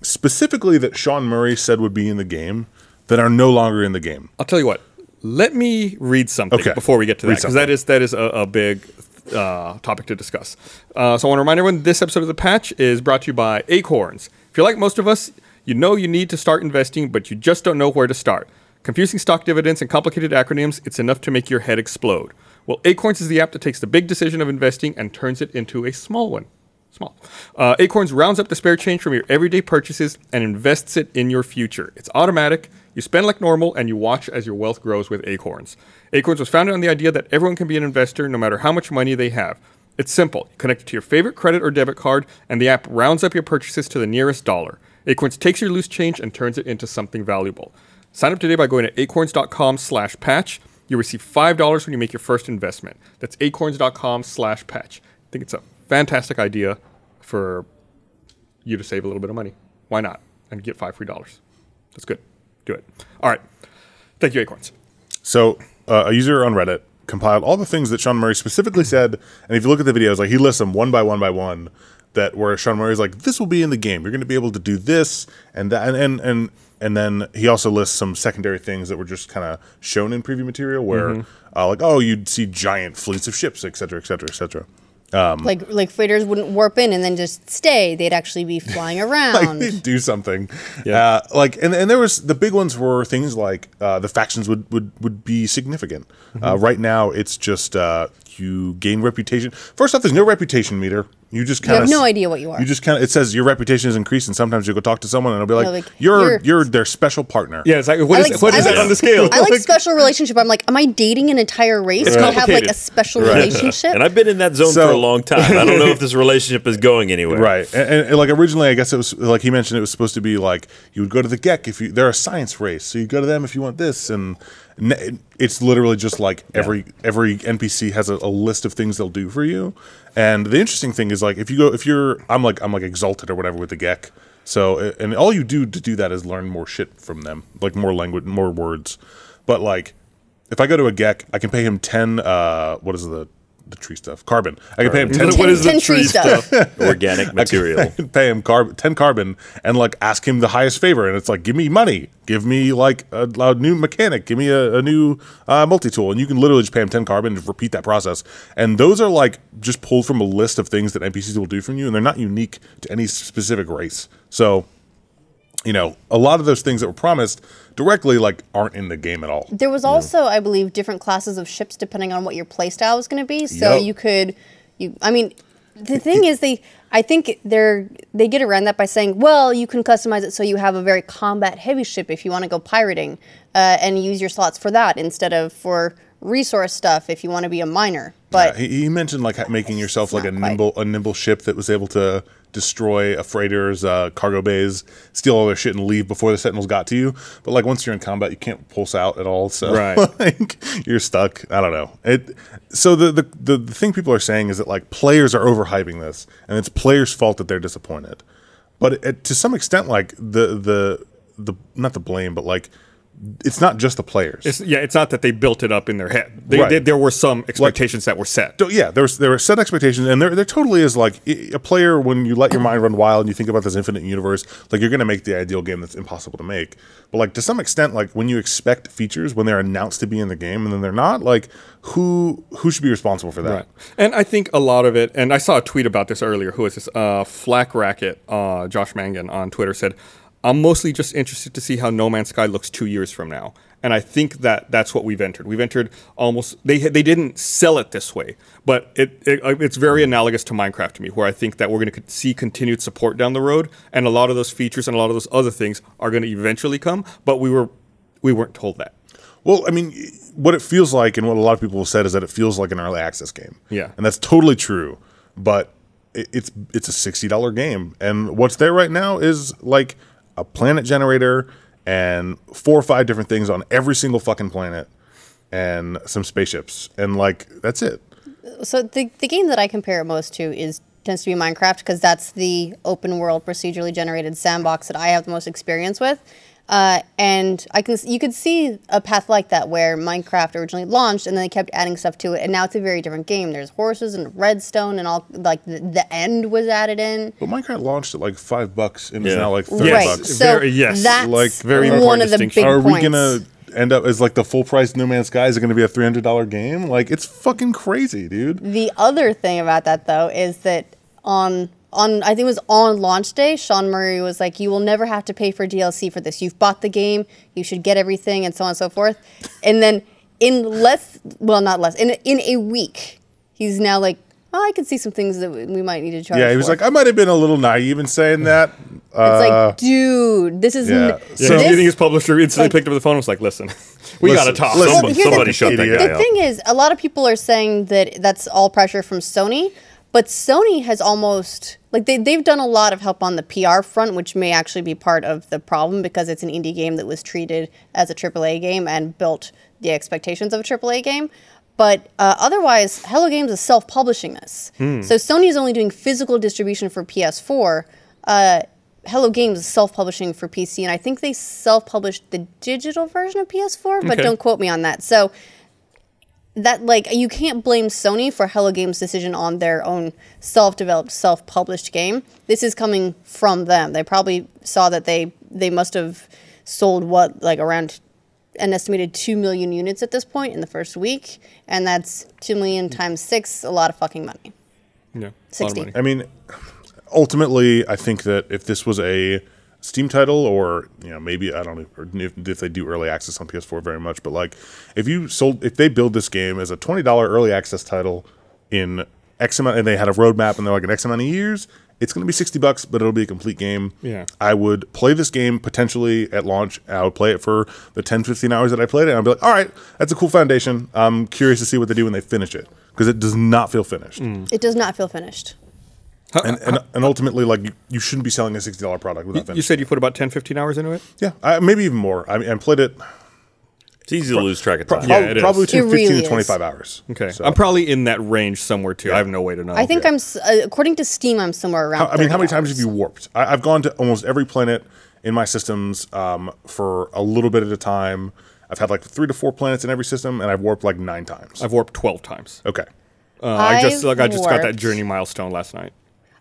[SPEAKER 4] specifically that Sean Murray said would be in the game that are no longer in the game.
[SPEAKER 1] I'll tell you what. Let me read something
[SPEAKER 4] Okay.
[SPEAKER 1] before we get to that
[SPEAKER 4] Read
[SPEAKER 1] because that
[SPEAKER 4] something.
[SPEAKER 1] is that is a, a big uh, topic to discuss. Uh, so I want to remind everyone this episode of the Patch is brought to you by Acorns. If you're like most of us, you know you need to start investing, but you just don't know where to start. Confusing stock dividends and complicated acronyms, it's enough to make your head explode. Well, Acorns is the app that takes the big decision of investing and turns it into a small one small. Uh, Acorns rounds up the spare change from your everyday purchases and invests it in your future. It's automatic. You spend like normal and you watch as your wealth grows with Acorns. Acorns was founded on the idea that everyone can be an investor no matter how much money they have. It's simple. You connect it to your favorite credit or debit card, and the app rounds up your purchases to the nearest dollar. Acorns takes your loose change and turns it into something valuable. Sign up today by going to acorns.com slash patch. You receive $5 when you make your first investment. That's acorns.com slash patch. I think it's a fantastic idea for you to save a little bit of money. Why not? And get five free dollars. That's good. Do it. All right. Thank you, Acorns.
[SPEAKER 4] So uh, a user on Reddit compiled all the things that Sean Murray specifically said, and if you look at the videos, like he lists them one by one by one. That where Sean Murray's like, this will be in the game. You're going to be able to do this and that, and and and, and then he also lists some secondary things that were just kind of shown in preview material, where uh, like, oh, you'd see giant fleets of ships, et cetera, et cetera, et cetera.
[SPEAKER 3] like like freighters wouldn't warp in and then just stay. They'd actually be flying
[SPEAKER 4] like
[SPEAKER 3] around.
[SPEAKER 4] they do something. Uh, like and, and there was the big ones were things like uh, the factions would would would be significant. Uh, right now, it's just uh, you gain reputation. First off, there's no reputation meter. You just kind of
[SPEAKER 3] have no idea what you are.
[SPEAKER 4] You just kind of it says your reputation is increased, and sometimes you go talk to someone and it'll be like,
[SPEAKER 3] like,
[SPEAKER 4] you're, you're
[SPEAKER 3] you're-
[SPEAKER 4] their special partner.
[SPEAKER 1] Yeah, it's like, what
[SPEAKER 3] I
[SPEAKER 1] is,
[SPEAKER 3] like-
[SPEAKER 1] what is
[SPEAKER 3] I
[SPEAKER 1] that
[SPEAKER 3] like-
[SPEAKER 1] on the scale?
[SPEAKER 3] I like special relationship. I'm like, am I dating an entire race?
[SPEAKER 1] It's
[SPEAKER 3] Do I have like
[SPEAKER 1] complicated.
[SPEAKER 3] a special relationship?
[SPEAKER 2] And I've been in that zone
[SPEAKER 4] So-
[SPEAKER 2] for a long time. I don't know if this relationship is going anywhere.
[SPEAKER 4] Right, and, and, and, like originally, I guess it was like he mentioned it was supposed to be like you would go to the Gek if you they're a science race, so you go to them if you want this, and n- it's literally just like every every NPC has a, a list of things they'll do for you. And the interesting thing is like if you go if you're I'm like I'm like exalted or whatever with the Gek. So a- and all you do to do that is learn more shit from them, like more language, more words. But like if I go to a Gek, I can pay him ten. Uh, what is the the tree stuff? Carbon. I can pay him ten.
[SPEAKER 1] What is the
[SPEAKER 3] Ten
[SPEAKER 1] tree
[SPEAKER 3] tree stuff.
[SPEAKER 2] organic material.
[SPEAKER 4] I can pay him carb- 10 carbon and like ask him the highest favor. And it's like, give me money, give me like a, a new mechanic, give me a, a new uh, multi tool. And you can literally just pay him 10 carbon and repeat that process. And those are like just pulled from a list of things that NPCs will do from you. And they're not unique to any specific race. So, you know, a lot of those things that were promised directly like aren't in the game at all.
[SPEAKER 3] There was also, I believe, different classes of ships depending on what your playstyle was going to be. So
[SPEAKER 4] Yep.
[SPEAKER 3] you could, you. I mean, the thing is, they. I think they're they get around that by saying, well, you can customize it so you have a very combat heavy ship if you want to go pirating, uh, and use your slots for that instead of for resource stuff if you want to be a miner. But
[SPEAKER 4] Yeah, he, he mentioned like ha- making yourself like a
[SPEAKER 3] not quite.
[SPEAKER 4] nimble a nimble ship that was able to destroy a freighter's uh, cargo bays, steal all their shit, and leave before the sentinels got to you. But like once you're in combat, you can't pulse out at all, so
[SPEAKER 1] Right.
[SPEAKER 4] like you're stuck. I don't know. It. So the, the the the thing people are saying is that like players are overhyping this, and it's players' fault that they're disappointed. But it, to some extent, like the the the not the blame, but like it's not just the players.
[SPEAKER 1] It's, yeah, it's not that they built it up in their head. They,
[SPEAKER 4] Right.
[SPEAKER 1] they- there were some expectations that were set.
[SPEAKER 4] So, yeah, there's there are set expectations, and there there totally is like i- a player when you let your mind run wild and you think about this infinite universe, like you're gonna make the ideal game that's impossible to make. But like to some extent, like when you expect features when they're announced to be in the game and then they're not, like who who should be responsible for that?
[SPEAKER 1] Right. And I think a lot of it, and I saw a tweet about this earlier. Who is this? Uh, Flack Racket, uh, Josh Mangan on Twitter said, I'm mostly just interested to see how No Man's Sky looks two years from now. And I think that that's what we've entered. We've entered almost, they, they didn't sell it this way, but it, it uh, it's very analogous to Minecraft to me, where I think that we're going to see continued support down the road. And a lot of those features and a lot of those other things are going to eventually come, but we, were, we weren't told that.
[SPEAKER 4] Well, I mean, what it feels like, and what a lot of people have said, is that it feels like an early access game.
[SPEAKER 1] Yeah.
[SPEAKER 4] and that's totally true. But it, it's it's a sixty dollar game, and what's there right now is like a planet generator and four or five different things on every single fucking planet, and some spaceships, and like that's it.
[SPEAKER 3] so the, the game that I compare it most to is tends to be Minecraft because that's the open world procedurally generated sandbox that I have the most experience with. Uh, and I can s- you could see a path like that where Minecraft originally launched and then they kept adding stuff to it and now it's a very different game. There's horses and redstone and all like the, the end was added in.
[SPEAKER 4] But Minecraft launched at like five bucks, and it's
[SPEAKER 2] Yeah.
[SPEAKER 4] now like thirty
[SPEAKER 1] Yes,
[SPEAKER 4] bucks.
[SPEAKER 3] So
[SPEAKER 1] very- yes,
[SPEAKER 3] that's
[SPEAKER 4] like, very
[SPEAKER 3] one
[SPEAKER 1] important
[SPEAKER 3] of the big
[SPEAKER 1] distinction.
[SPEAKER 4] Are we
[SPEAKER 3] points.
[SPEAKER 4] gonna end up as like the full price No Man's Sky? Is it gonna be a three hundred dollar game? Like it's fucking crazy, dude.
[SPEAKER 3] The other thing about that though is that on on I think it was on launch day, Sean Murray was like, "You will never have to pay for DLC for this. You've bought the game. You should get everything, and so on and so forth." And then in less, well, not less, in in a week, he's now like, "Oh, I could see some things that we might need to charge."
[SPEAKER 4] Yeah, he was
[SPEAKER 3] for."
[SPEAKER 4] like, I might have been a little naive in saying that. Uh,
[SPEAKER 3] "It's like, dude, this is
[SPEAKER 4] yeah.
[SPEAKER 3] n-
[SPEAKER 4] Yeah,
[SPEAKER 1] So,
[SPEAKER 4] So-
[SPEAKER 1] do you
[SPEAKER 3] this-
[SPEAKER 1] think his publisher instantly
[SPEAKER 3] like-
[SPEAKER 1] picked up the phone and was like, listen, we got to
[SPEAKER 4] Listen,
[SPEAKER 1] talk.
[SPEAKER 4] listen.
[SPEAKER 3] Well, here's the
[SPEAKER 2] somebody
[SPEAKER 3] thing.
[SPEAKER 2] shut that
[SPEAKER 4] Idiot.
[SPEAKER 2] guy
[SPEAKER 3] the
[SPEAKER 2] up.
[SPEAKER 3] thing is, a lot of people are saying that that's all pressure from Sony, but Sony has almost like they they've done a lot of help on the PR front, which may actually be part of the problem because it's an indie game that was treated as a AAA game and built the expectations of a AAA game. But uh, otherwise, Hello Games is self-publishing this, so Sony is only doing physical distribution for PS4. Uh, Hello Games is self-publishing for PC, and I think they self-published the digital version of PS4, but
[SPEAKER 1] Okay.
[SPEAKER 3] don't quote me on that. So that like you can't blame Sony for Hello Games' decision on their own self-developed, self-published game. This is coming from them. They probably saw that they they must have sold what like around an estimated 2 million units at this point in the first week, and that's 2 million times 6, a lot of fucking money.
[SPEAKER 1] Yeah,
[SPEAKER 3] 60.
[SPEAKER 4] I mean, ultimately, I think that if this was a Steam title, or you know, maybe I don't know or if, if they do early access on PS4 very much, but like if you sold, if they build this game as a twenty dollar early access title in X amount, and they had a roadmap, and they're like an X amount of years. It's going to be sixty bucks, but it'll be a complete game.
[SPEAKER 1] Yeah.
[SPEAKER 4] I would play this game potentially at launch. I would play it for the 10, 15 hours that I played it. And I'd be like, all right, that's a cool foundation. I'm curious to see what they do when they finish it because it does not feel finished
[SPEAKER 3] It does not feel finished.
[SPEAKER 4] and, and, and ultimately, like you, you shouldn't be selling a sixty dollar product without
[SPEAKER 1] You
[SPEAKER 4] finishing.
[SPEAKER 1] said you put about 10, 15 hours into it?
[SPEAKER 4] yeah, I, maybe even more. I mean, I played it.
[SPEAKER 2] It's easy to lose track of
[SPEAKER 4] Pro-
[SPEAKER 2] time. Oh,
[SPEAKER 1] Yeah,
[SPEAKER 4] prob-
[SPEAKER 1] it is.
[SPEAKER 4] probably between
[SPEAKER 3] It
[SPEAKER 4] 15
[SPEAKER 3] really
[SPEAKER 4] to 25
[SPEAKER 3] is.
[SPEAKER 4] hours.
[SPEAKER 1] Okay,
[SPEAKER 4] So-
[SPEAKER 1] I'm probably in that range somewhere too. I have no way to know.
[SPEAKER 3] I think I'm, s- uh, according to Steam, I'm somewhere around.
[SPEAKER 4] How- I mean, how
[SPEAKER 3] 30
[SPEAKER 4] many times have
[SPEAKER 3] hours.
[SPEAKER 4] you warped? I, I've gone to almost every planet in my systems um, for a little bit at a time. I've had like three to four planets in every system, and I've warped like nine times.
[SPEAKER 1] I've warped twelve times.
[SPEAKER 4] okay.
[SPEAKER 1] Uh, I just
[SPEAKER 3] I've
[SPEAKER 1] like I just got that
[SPEAKER 3] warped-
[SPEAKER 1] journey milestone last night.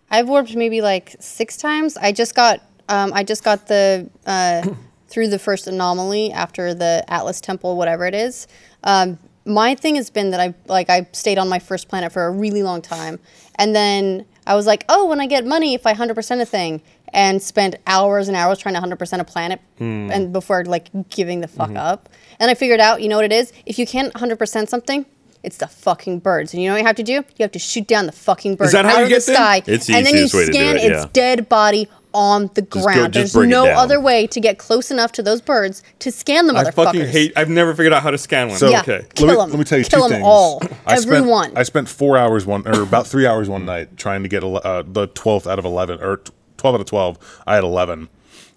[SPEAKER 3] I've warped maybe like six times. I just got um, I just got the uh, through the first anomaly after the Atlas Temple, whatever it is. Um, my thing has been that I like I stayed on my first planet for a really long time, and then I was like, oh, when I get money, if I hundred percent a thing, and spent hours and hours trying to hundred percent a planet,
[SPEAKER 1] Hmm.
[SPEAKER 3] and before like giving the
[SPEAKER 1] Mm-hmm.
[SPEAKER 3] fuck up. And I figured out, you know what it is? If you can't hundred percent something. It's the fucking birds, and you know what you have to do? You have to shoot down the fucking birds
[SPEAKER 1] that how
[SPEAKER 3] out
[SPEAKER 1] you
[SPEAKER 3] of
[SPEAKER 1] get
[SPEAKER 3] the
[SPEAKER 1] them?
[SPEAKER 3] sky,
[SPEAKER 2] It's the
[SPEAKER 3] and then you
[SPEAKER 2] easiest way to do
[SPEAKER 3] scan
[SPEAKER 2] it,
[SPEAKER 3] its
[SPEAKER 2] yeah.
[SPEAKER 3] dead body on the
[SPEAKER 2] go- just
[SPEAKER 3] ground. There's
[SPEAKER 2] bring it
[SPEAKER 3] no
[SPEAKER 2] down.
[SPEAKER 3] other way to get close enough to those birds to scan the motherfuckers.
[SPEAKER 1] I fucking hate. I've never figured out how to scan one.
[SPEAKER 4] So
[SPEAKER 3] Yeah.
[SPEAKER 1] okay,
[SPEAKER 3] Kill
[SPEAKER 4] let, me,
[SPEAKER 3] 'em.
[SPEAKER 4] let me tell you
[SPEAKER 3] Kill
[SPEAKER 4] two
[SPEAKER 3] 'em
[SPEAKER 4] things.
[SPEAKER 3] all.
[SPEAKER 4] I spent,
[SPEAKER 3] Everyone.
[SPEAKER 4] I spent four hours one, or about three hours one night trying to get ele- uh, the 12th out of 11, or t- 12 out of 12. I had 11.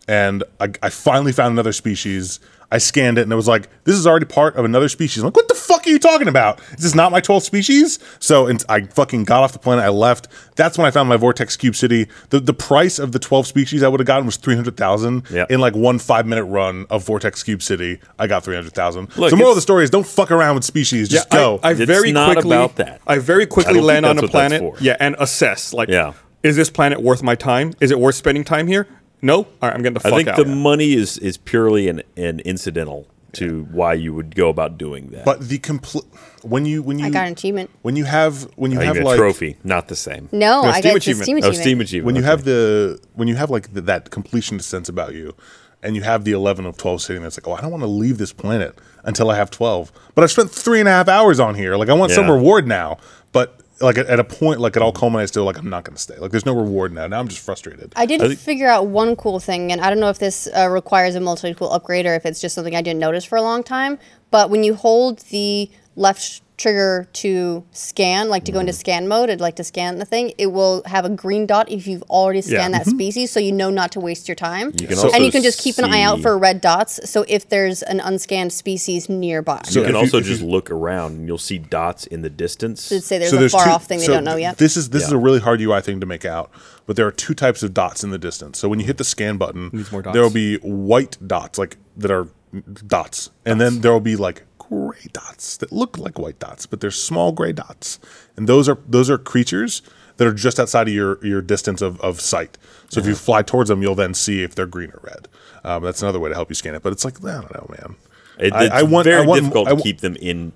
[SPEAKER 4] And I, I finally found another species. I scanned it and it was like, this is already part of another species. I'm like, what the fuck are you talking about? Is this not my 12th species? So and I fucking got off the planet. I left. That's when I found my Vortex Cube City. The, the price of the 12 species I would have gotten was 300,000.
[SPEAKER 2] Yeah.
[SPEAKER 4] In like one five minute run of Vortex Cube City, I got 300,000.
[SPEAKER 2] Look,
[SPEAKER 4] so, moral
[SPEAKER 2] it's-
[SPEAKER 4] of the story is don't fuck around with species. Just
[SPEAKER 1] Yeah,
[SPEAKER 4] go.
[SPEAKER 1] I, I
[SPEAKER 2] It's
[SPEAKER 1] very
[SPEAKER 2] not
[SPEAKER 1] quickly
[SPEAKER 2] about that.
[SPEAKER 1] I very
[SPEAKER 2] I
[SPEAKER 1] quickly
[SPEAKER 2] don't think
[SPEAKER 1] land on
[SPEAKER 2] that's
[SPEAKER 1] a
[SPEAKER 2] what that's
[SPEAKER 1] planet.
[SPEAKER 2] for.
[SPEAKER 1] Yeah, and assess like,
[SPEAKER 2] Yeah.
[SPEAKER 1] is this planet worth my time? Is it worth spending time here? No. All right, I'm getting the
[SPEAKER 2] I
[SPEAKER 1] fuck
[SPEAKER 2] think
[SPEAKER 1] out.
[SPEAKER 2] the money is is purely an, an incidental to why you would go about doing that.
[SPEAKER 4] but the complete when you when you
[SPEAKER 3] I got an achievement.
[SPEAKER 4] when you have when you
[SPEAKER 2] I
[SPEAKER 4] have
[SPEAKER 2] get a
[SPEAKER 4] like
[SPEAKER 2] trophy, not the same.
[SPEAKER 3] No,
[SPEAKER 1] No,
[SPEAKER 3] I
[SPEAKER 1] Steam
[SPEAKER 3] got the
[SPEAKER 1] achievement.
[SPEAKER 3] Steam
[SPEAKER 2] Oh,
[SPEAKER 3] achievement.
[SPEAKER 2] Steam achievement.
[SPEAKER 4] when you
[SPEAKER 2] okay.
[SPEAKER 4] have the when you have like th- that completion sense about you, and you have the eleven of twelve sitting there, it's like oh I don't want to leave this planet until I have twelve. But I spent three and a half hours on here. Like I want some
[SPEAKER 2] Yeah.
[SPEAKER 4] reward now, but. Like at, at a point, like it all culminates to like I'm not going to stay. Like there's no reward now. Now I'm just frustrated.
[SPEAKER 3] I did
[SPEAKER 2] I think-
[SPEAKER 3] figure out one cool thing, and I don't know if this uh, requires a multi tool upgrade or if it's just something I didn't notice for a long time. But when you hold the left trigger to scan, like to go into scan mode, and like to scan the thing, it will have a green dot if you've already scanned that species, so you know not to waste your time.
[SPEAKER 2] You can
[SPEAKER 4] So-
[SPEAKER 2] also
[SPEAKER 3] and you can just keep an eye out
[SPEAKER 2] see-
[SPEAKER 3] for red dots. So if there's an unscanned species nearby,
[SPEAKER 2] You
[SPEAKER 4] So
[SPEAKER 2] can
[SPEAKER 4] if you-
[SPEAKER 2] also
[SPEAKER 4] if you-
[SPEAKER 2] just look around and you'll see dots in the distance.
[SPEAKER 3] I'd say there's a far off thing they
[SPEAKER 4] so
[SPEAKER 3] don't know yet.
[SPEAKER 4] This is this is
[SPEAKER 2] Yeah.
[SPEAKER 4] a really hard UI thing to make out, but there are two types of dots in the distance. So when you hit the scan button,
[SPEAKER 1] more dots.
[SPEAKER 4] there will be white dots like that are dots, and then there will be like gray dots that look like white dots, but they're small gray dots, and those are those are creatures that are just outside of your your distance of, of sight. So if you fly towards them, you'll then see if they're green or red. Um, that's another way to help you scan it, but it's like I don't know, man.
[SPEAKER 2] It-
[SPEAKER 4] I-
[SPEAKER 2] it's
[SPEAKER 4] I want-
[SPEAKER 2] very
[SPEAKER 4] I want-
[SPEAKER 2] difficult
[SPEAKER 4] I
[SPEAKER 2] to
[SPEAKER 4] w-
[SPEAKER 2] keep them in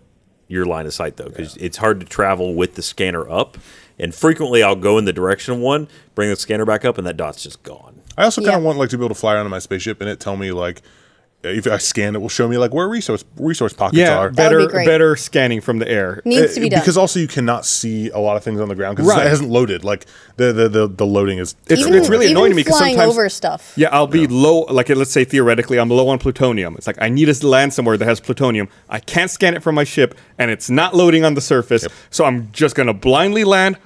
[SPEAKER 2] your line of sight though, because it's hard to travel with the scanner up. And frequently, I'll go in the direction of one, bring the scanner back up, and that dot's just gone.
[SPEAKER 4] I also kind of
[SPEAKER 3] Yeah.
[SPEAKER 4] want like to be able to fly around in my spaceship and it tell me like if I scan it will show me like where resource resource pockets
[SPEAKER 1] yeah,
[SPEAKER 4] are.
[SPEAKER 3] That would be
[SPEAKER 1] better
[SPEAKER 3] great.
[SPEAKER 1] better scanning from the air.
[SPEAKER 3] Oh, needs to
[SPEAKER 4] Uh,
[SPEAKER 3] be done.
[SPEAKER 4] Because also you cannot see a lot of things on the ground because
[SPEAKER 1] Right.
[SPEAKER 4] it hasn't loaded. Like the the the, the loading is
[SPEAKER 1] It's-
[SPEAKER 3] even,
[SPEAKER 1] it's really
[SPEAKER 3] even
[SPEAKER 1] annoying to me 'cause
[SPEAKER 3] flying
[SPEAKER 1] sometimes-
[SPEAKER 3] over stuff.
[SPEAKER 1] Yeah, I'll be low. Like let's say theoretically, I'm low on plutonium. It's like I need to land somewhere that has plutonium. I can't scan it from my ship, and it's not loading on the surface. So I'm just gonna blindly land.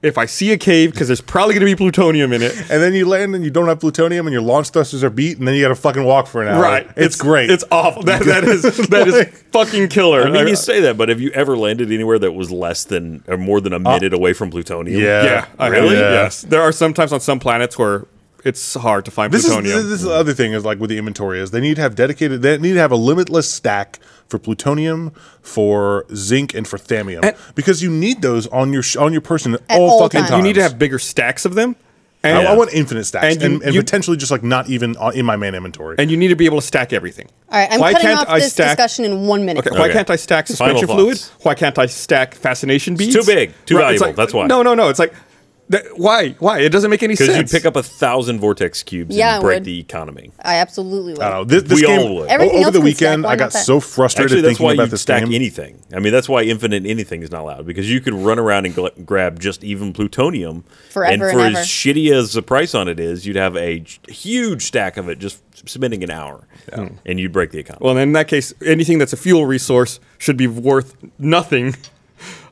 [SPEAKER 1] If I see a cave, because there's probably gonna be plutonium in it.
[SPEAKER 4] and then you land and you don't have plutonium and your launch thrusters are beat and then you got to fucking walk for an hour.
[SPEAKER 1] Right,
[SPEAKER 4] It's, great.
[SPEAKER 1] It's awful. That, that is that is fucking killer.
[SPEAKER 2] I mean, you say that, but have you ever landed anywhere that was less than or more than a minute away from plutonium?
[SPEAKER 4] Uh, yeah.
[SPEAKER 1] yeah, I have.
[SPEAKER 2] Really?
[SPEAKER 4] Yeah.
[SPEAKER 1] Yes. There are sometimes on some planets where it's hard to find
[SPEAKER 4] This is,
[SPEAKER 1] plutonium.
[SPEAKER 4] this is the other thing is like with the inventory is they need to have dedicated they need to have a limitless stack for plutonium, for zinc, and for thammium because you need those on your sh- on your person at, all,
[SPEAKER 3] all
[SPEAKER 4] fucking
[SPEAKER 3] times.
[SPEAKER 4] times.
[SPEAKER 1] you need to have bigger stacks of them, and
[SPEAKER 4] I, I want infinite stacks
[SPEAKER 1] And
[SPEAKER 4] and,
[SPEAKER 1] you-
[SPEAKER 4] and,
[SPEAKER 1] you-
[SPEAKER 4] potentially just like not even on- in my main inventory.
[SPEAKER 1] and you need to be able to stack everything.
[SPEAKER 3] All right, I'm
[SPEAKER 1] Why
[SPEAKER 3] cutting
[SPEAKER 1] can't
[SPEAKER 3] off
[SPEAKER 1] I
[SPEAKER 3] this
[SPEAKER 1] stack-
[SPEAKER 3] discussion in one minute.
[SPEAKER 1] Okay, why
[SPEAKER 2] Okay.
[SPEAKER 1] can't I stack
[SPEAKER 2] Final
[SPEAKER 1] suspension
[SPEAKER 2] thoughts.
[SPEAKER 1] fluid? Why can't I stack fascination beads?
[SPEAKER 2] too big, too
[SPEAKER 1] it's
[SPEAKER 2] valuable,
[SPEAKER 1] like-
[SPEAKER 2] that's why.
[SPEAKER 1] No, no, no. It's like, that, why? Why? It doesn't make any
[SPEAKER 2] Because
[SPEAKER 1] sense.
[SPEAKER 2] you pick up a thousand vortex cubes
[SPEAKER 3] Yeah, I
[SPEAKER 2] and break
[SPEAKER 3] would.
[SPEAKER 2] the economy.
[SPEAKER 3] I absolutely will.
[SPEAKER 4] I don't know. This, this
[SPEAKER 2] We
[SPEAKER 4] game,
[SPEAKER 2] all would.
[SPEAKER 4] o-
[SPEAKER 3] Everything
[SPEAKER 4] over
[SPEAKER 3] else
[SPEAKER 4] the
[SPEAKER 3] can stack,
[SPEAKER 4] weekend,
[SPEAKER 3] why
[SPEAKER 4] I
[SPEAKER 3] not
[SPEAKER 4] got
[SPEAKER 3] that?
[SPEAKER 4] so frustrated
[SPEAKER 2] Actually, that's
[SPEAKER 4] thinking
[SPEAKER 2] why
[SPEAKER 4] about
[SPEAKER 2] you
[SPEAKER 4] this
[SPEAKER 2] stack
[SPEAKER 4] game.
[SPEAKER 2] anything. I mean, that's why infinite anything is not allowed because you could run around and gl- grab just even plutonium
[SPEAKER 3] Forever
[SPEAKER 2] and
[SPEAKER 3] and
[SPEAKER 2] for
[SPEAKER 3] ever.
[SPEAKER 2] as shitty as the price on it is, you'd have a j- huge stack of it just spending an hour, and you'd break the economy.
[SPEAKER 1] well, in that case, anything that's a fuel resource should be worth nothing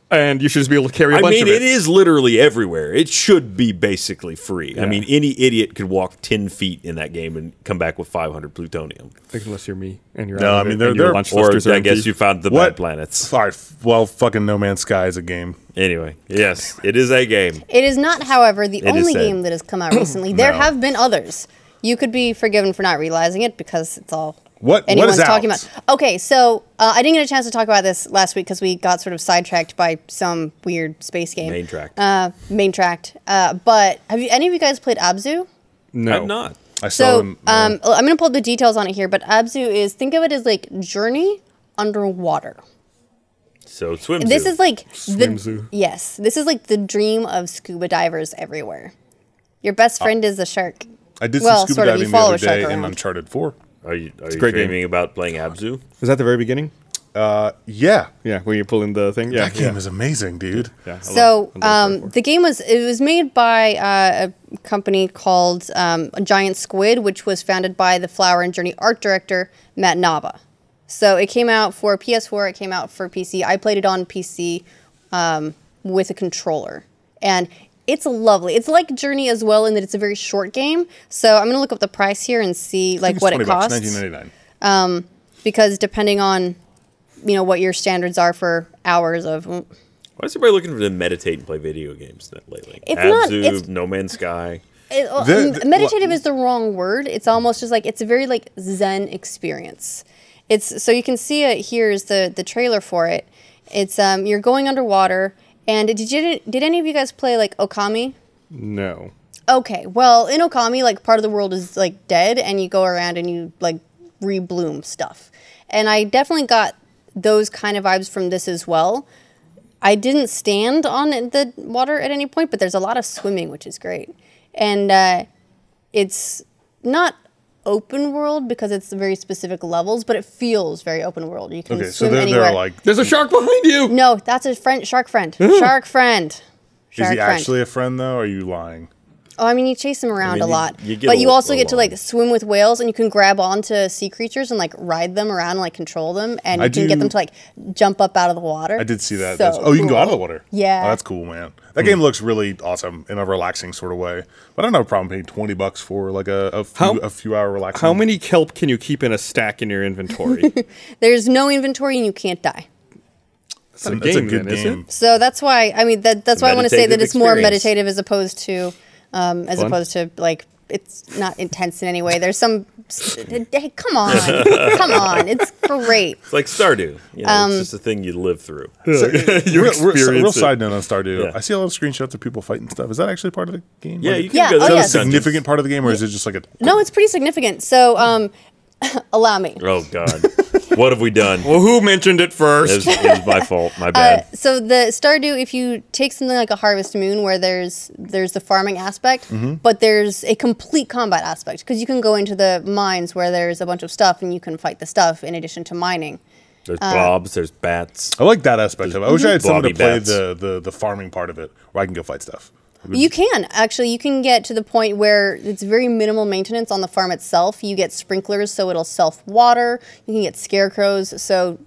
[SPEAKER 1] and you should just be able to carry a
[SPEAKER 2] I
[SPEAKER 1] bunch
[SPEAKER 2] mean,
[SPEAKER 1] of it.
[SPEAKER 2] it is literally everywhere. It should be basically free. I mean, any idiot could walk ten feet in that game and come back with five hundred plutonium.
[SPEAKER 1] Unless you're me and you're
[SPEAKER 4] No,
[SPEAKER 1] out
[SPEAKER 4] I
[SPEAKER 1] of
[SPEAKER 4] mean,
[SPEAKER 1] it
[SPEAKER 4] they're-
[SPEAKER 1] and your
[SPEAKER 4] they're-
[SPEAKER 1] lunch
[SPEAKER 2] Or
[SPEAKER 1] listers are
[SPEAKER 2] I guess
[SPEAKER 1] empty.
[SPEAKER 2] you found the
[SPEAKER 4] What
[SPEAKER 2] bad planets.
[SPEAKER 4] All right, f- well, fucking No Man's Sky is a game.
[SPEAKER 2] Anyway, yes, it is a game.
[SPEAKER 3] It is not, however, the
[SPEAKER 2] is
[SPEAKER 3] only
[SPEAKER 2] sad.
[SPEAKER 3] game that has come out recently. There
[SPEAKER 4] No.
[SPEAKER 3] have been others. You could be forgiven for not realizing it because it's all
[SPEAKER 4] What- what
[SPEAKER 3] anyone's
[SPEAKER 4] is out?
[SPEAKER 3] talking about. Okay, so uh, I didn't get a chance to talk about this last week because we got sort of sidetracked by some weird space game.
[SPEAKER 2] Main tracked.
[SPEAKER 3] Uh, main tracked. Uh, but have you, any of you guys played Abzu?
[SPEAKER 1] no.
[SPEAKER 2] I'm not.
[SPEAKER 4] I saw uh,
[SPEAKER 3] So
[SPEAKER 4] them.
[SPEAKER 3] um, I'm going to pull up the details on it here, but Abzu is think of it as like Journey underwater.
[SPEAKER 2] So swim.
[SPEAKER 3] This
[SPEAKER 2] zoo.
[SPEAKER 3] is like
[SPEAKER 1] Swim
[SPEAKER 3] the,
[SPEAKER 1] zoo.
[SPEAKER 3] Yes, this is like the dream of scuba divers everywhere. Your best friend is a shark.
[SPEAKER 4] I did
[SPEAKER 3] well,
[SPEAKER 4] some scuba
[SPEAKER 3] sort of, you
[SPEAKER 4] diving the
[SPEAKER 3] follow
[SPEAKER 4] other
[SPEAKER 3] a shark
[SPEAKER 4] day in
[SPEAKER 3] around.
[SPEAKER 4] Uncharted 4.
[SPEAKER 2] Are you, are you
[SPEAKER 1] great game.
[SPEAKER 2] dreaming about playing Abzu?
[SPEAKER 1] Is that the very beginning?
[SPEAKER 4] Yeah.
[SPEAKER 1] Yeah, when you pull in the thing. Yeah.
[SPEAKER 4] That game is amazing, dude.
[SPEAKER 1] yeah. I
[SPEAKER 3] So
[SPEAKER 1] love- I love
[SPEAKER 3] um, the game was it was made by uh, a company called um, Giant Squid, which was founded by the Flower and Journey art director Matt Naba. So it came out for PS4. It came out for PC. I played it on PC um, with a controller, and it's lovely. It's like Journey as well in that it's a very short game. So I'm gonna look up the price here and see like
[SPEAKER 4] It's
[SPEAKER 3] what
[SPEAKER 4] 20
[SPEAKER 3] it
[SPEAKER 4] bucks,
[SPEAKER 3] costs
[SPEAKER 4] 1999.
[SPEAKER 3] because depending on you know what your standards are for hours of
[SPEAKER 2] Why is everybody looking for to meditate and play video games that lately?
[SPEAKER 3] It's
[SPEAKER 2] Abzu,
[SPEAKER 3] not- it's-
[SPEAKER 2] No Man's Sky.
[SPEAKER 3] It, uh,
[SPEAKER 4] The-
[SPEAKER 3] m-
[SPEAKER 4] the-
[SPEAKER 3] meditative is the wrong word. It's almost just like it's a very like Zen experience. It's so you can see it here is the the trailer for it. It's um you're going underwater. And did you did any of you guys play like Okami?
[SPEAKER 1] no.
[SPEAKER 3] Okay, well in Okami like part of the world is like dead, and you go around and you like rebloom stuff. And I definitely got those kind of vibes from this as well. I didn't stand on the water at any point, but there's a lot of swimming, which is great. And uh, it's not open world because it's very specific levels, but it feels very open world. You can
[SPEAKER 4] Okay, so
[SPEAKER 3] swim
[SPEAKER 4] they're,
[SPEAKER 3] anywhere.
[SPEAKER 4] they're like,
[SPEAKER 1] There's a shark behind you.
[SPEAKER 3] no, that's a friend, shark friend, shark friend,
[SPEAKER 4] is
[SPEAKER 3] shark
[SPEAKER 4] he
[SPEAKER 3] friend.
[SPEAKER 4] actually a friend, though? Or are you lying?
[SPEAKER 3] Oh, I mean, you chase them around
[SPEAKER 2] mean,
[SPEAKER 3] a
[SPEAKER 2] you-
[SPEAKER 3] lot,
[SPEAKER 2] you get
[SPEAKER 3] but
[SPEAKER 2] a
[SPEAKER 3] you
[SPEAKER 2] l-
[SPEAKER 3] also
[SPEAKER 2] a
[SPEAKER 3] get to
[SPEAKER 2] lot.
[SPEAKER 3] like swim with whales, and you can grab onto sea creatures and like ride them around and like control them, and
[SPEAKER 4] I
[SPEAKER 3] you can get them
[SPEAKER 4] do-
[SPEAKER 3] to like jump up out of the water.
[SPEAKER 4] I did see that.
[SPEAKER 3] So
[SPEAKER 4] That's- oh, you can go
[SPEAKER 3] cool.
[SPEAKER 4] out of the water.
[SPEAKER 3] Yeah.
[SPEAKER 4] Oh, that's cool, man. That game looks really awesome in a relaxing sort of way. But I don't have a problem paying 20 bucks for like a, a, few,
[SPEAKER 1] How-
[SPEAKER 4] a few hour relaxing.
[SPEAKER 1] How many kelp can you keep in a stack in your inventory?
[SPEAKER 3] There's no inventory, and you can't die.
[SPEAKER 1] It's a
[SPEAKER 4] It's a good
[SPEAKER 1] then, isn't
[SPEAKER 4] game.
[SPEAKER 1] it?
[SPEAKER 3] So that's why I mean that that's why I want to say that
[SPEAKER 2] meditative
[SPEAKER 3] it's more
[SPEAKER 2] experience.
[SPEAKER 3] meditative as opposed to um, as
[SPEAKER 1] Fun.
[SPEAKER 3] opposed to like it's not intense in any way. There's some hey, come on, come on, it's great.
[SPEAKER 2] It's like Stardew. You know,
[SPEAKER 3] Um,
[SPEAKER 2] it's just a thing you live through.
[SPEAKER 4] you real, real-
[SPEAKER 1] experience
[SPEAKER 4] real
[SPEAKER 1] it.
[SPEAKER 4] side note on Stardew.
[SPEAKER 2] Yeah.
[SPEAKER 4] I see a lot of screenshots of people fighting stuff. Is that actually part of the game?
[SPEAKER 2] Yeah,
[SPEAKER 4] Like,
[SPEAKER 2] you can
[SPEAKER 3] Yeah,
[SPEAKER 2] go.
[SPEAKER 3] oh,
[SPEAKER 2] to
[SPEAKER 4] is that
[SPEAKER 2] the
[SPEAKER 4] a
[SPEAKER 3] yes.
[SPEAKER 2] dungeons.
[SPEAKER 4] significant part of the game, or is it just like a?
[SPEAKER 3] No, it's pretty significant. So um, allow me.
[SPEAKER 2] Oh God, what have we done? It
[SPEAKER 1] Well, who mentioned it
[SPEAKER 2] was,
[SPEAKER 1] first?
[SPEAKER 2] it was my fault. My bad.
[SPEAKER 3] Uh, So the Stardew, if you take something like a Harvest Moon, where there's there's the farming aspect, but there's a complete combat aspect because you can go into the mines where there's a bunch of stuff and you can fight the stuff in addition to mining.
[SPEAKER 2] there's blobs. There's bats.
[SPEAKER 4] I like that aspect of it. I wish I had someone to
[SPEAKER 2] Blobby
[SPEAKER 4] play
[SPEAKER 2] bats.
[SPEAKER 4] the, the the farming part of it, where I can go fight stuff.
[SPEAKER 3] You can actually. You can get to the point where it's very minimal maintenance on the farm itself. You get sprinklers, so it'll self water. You can get scarecrows, so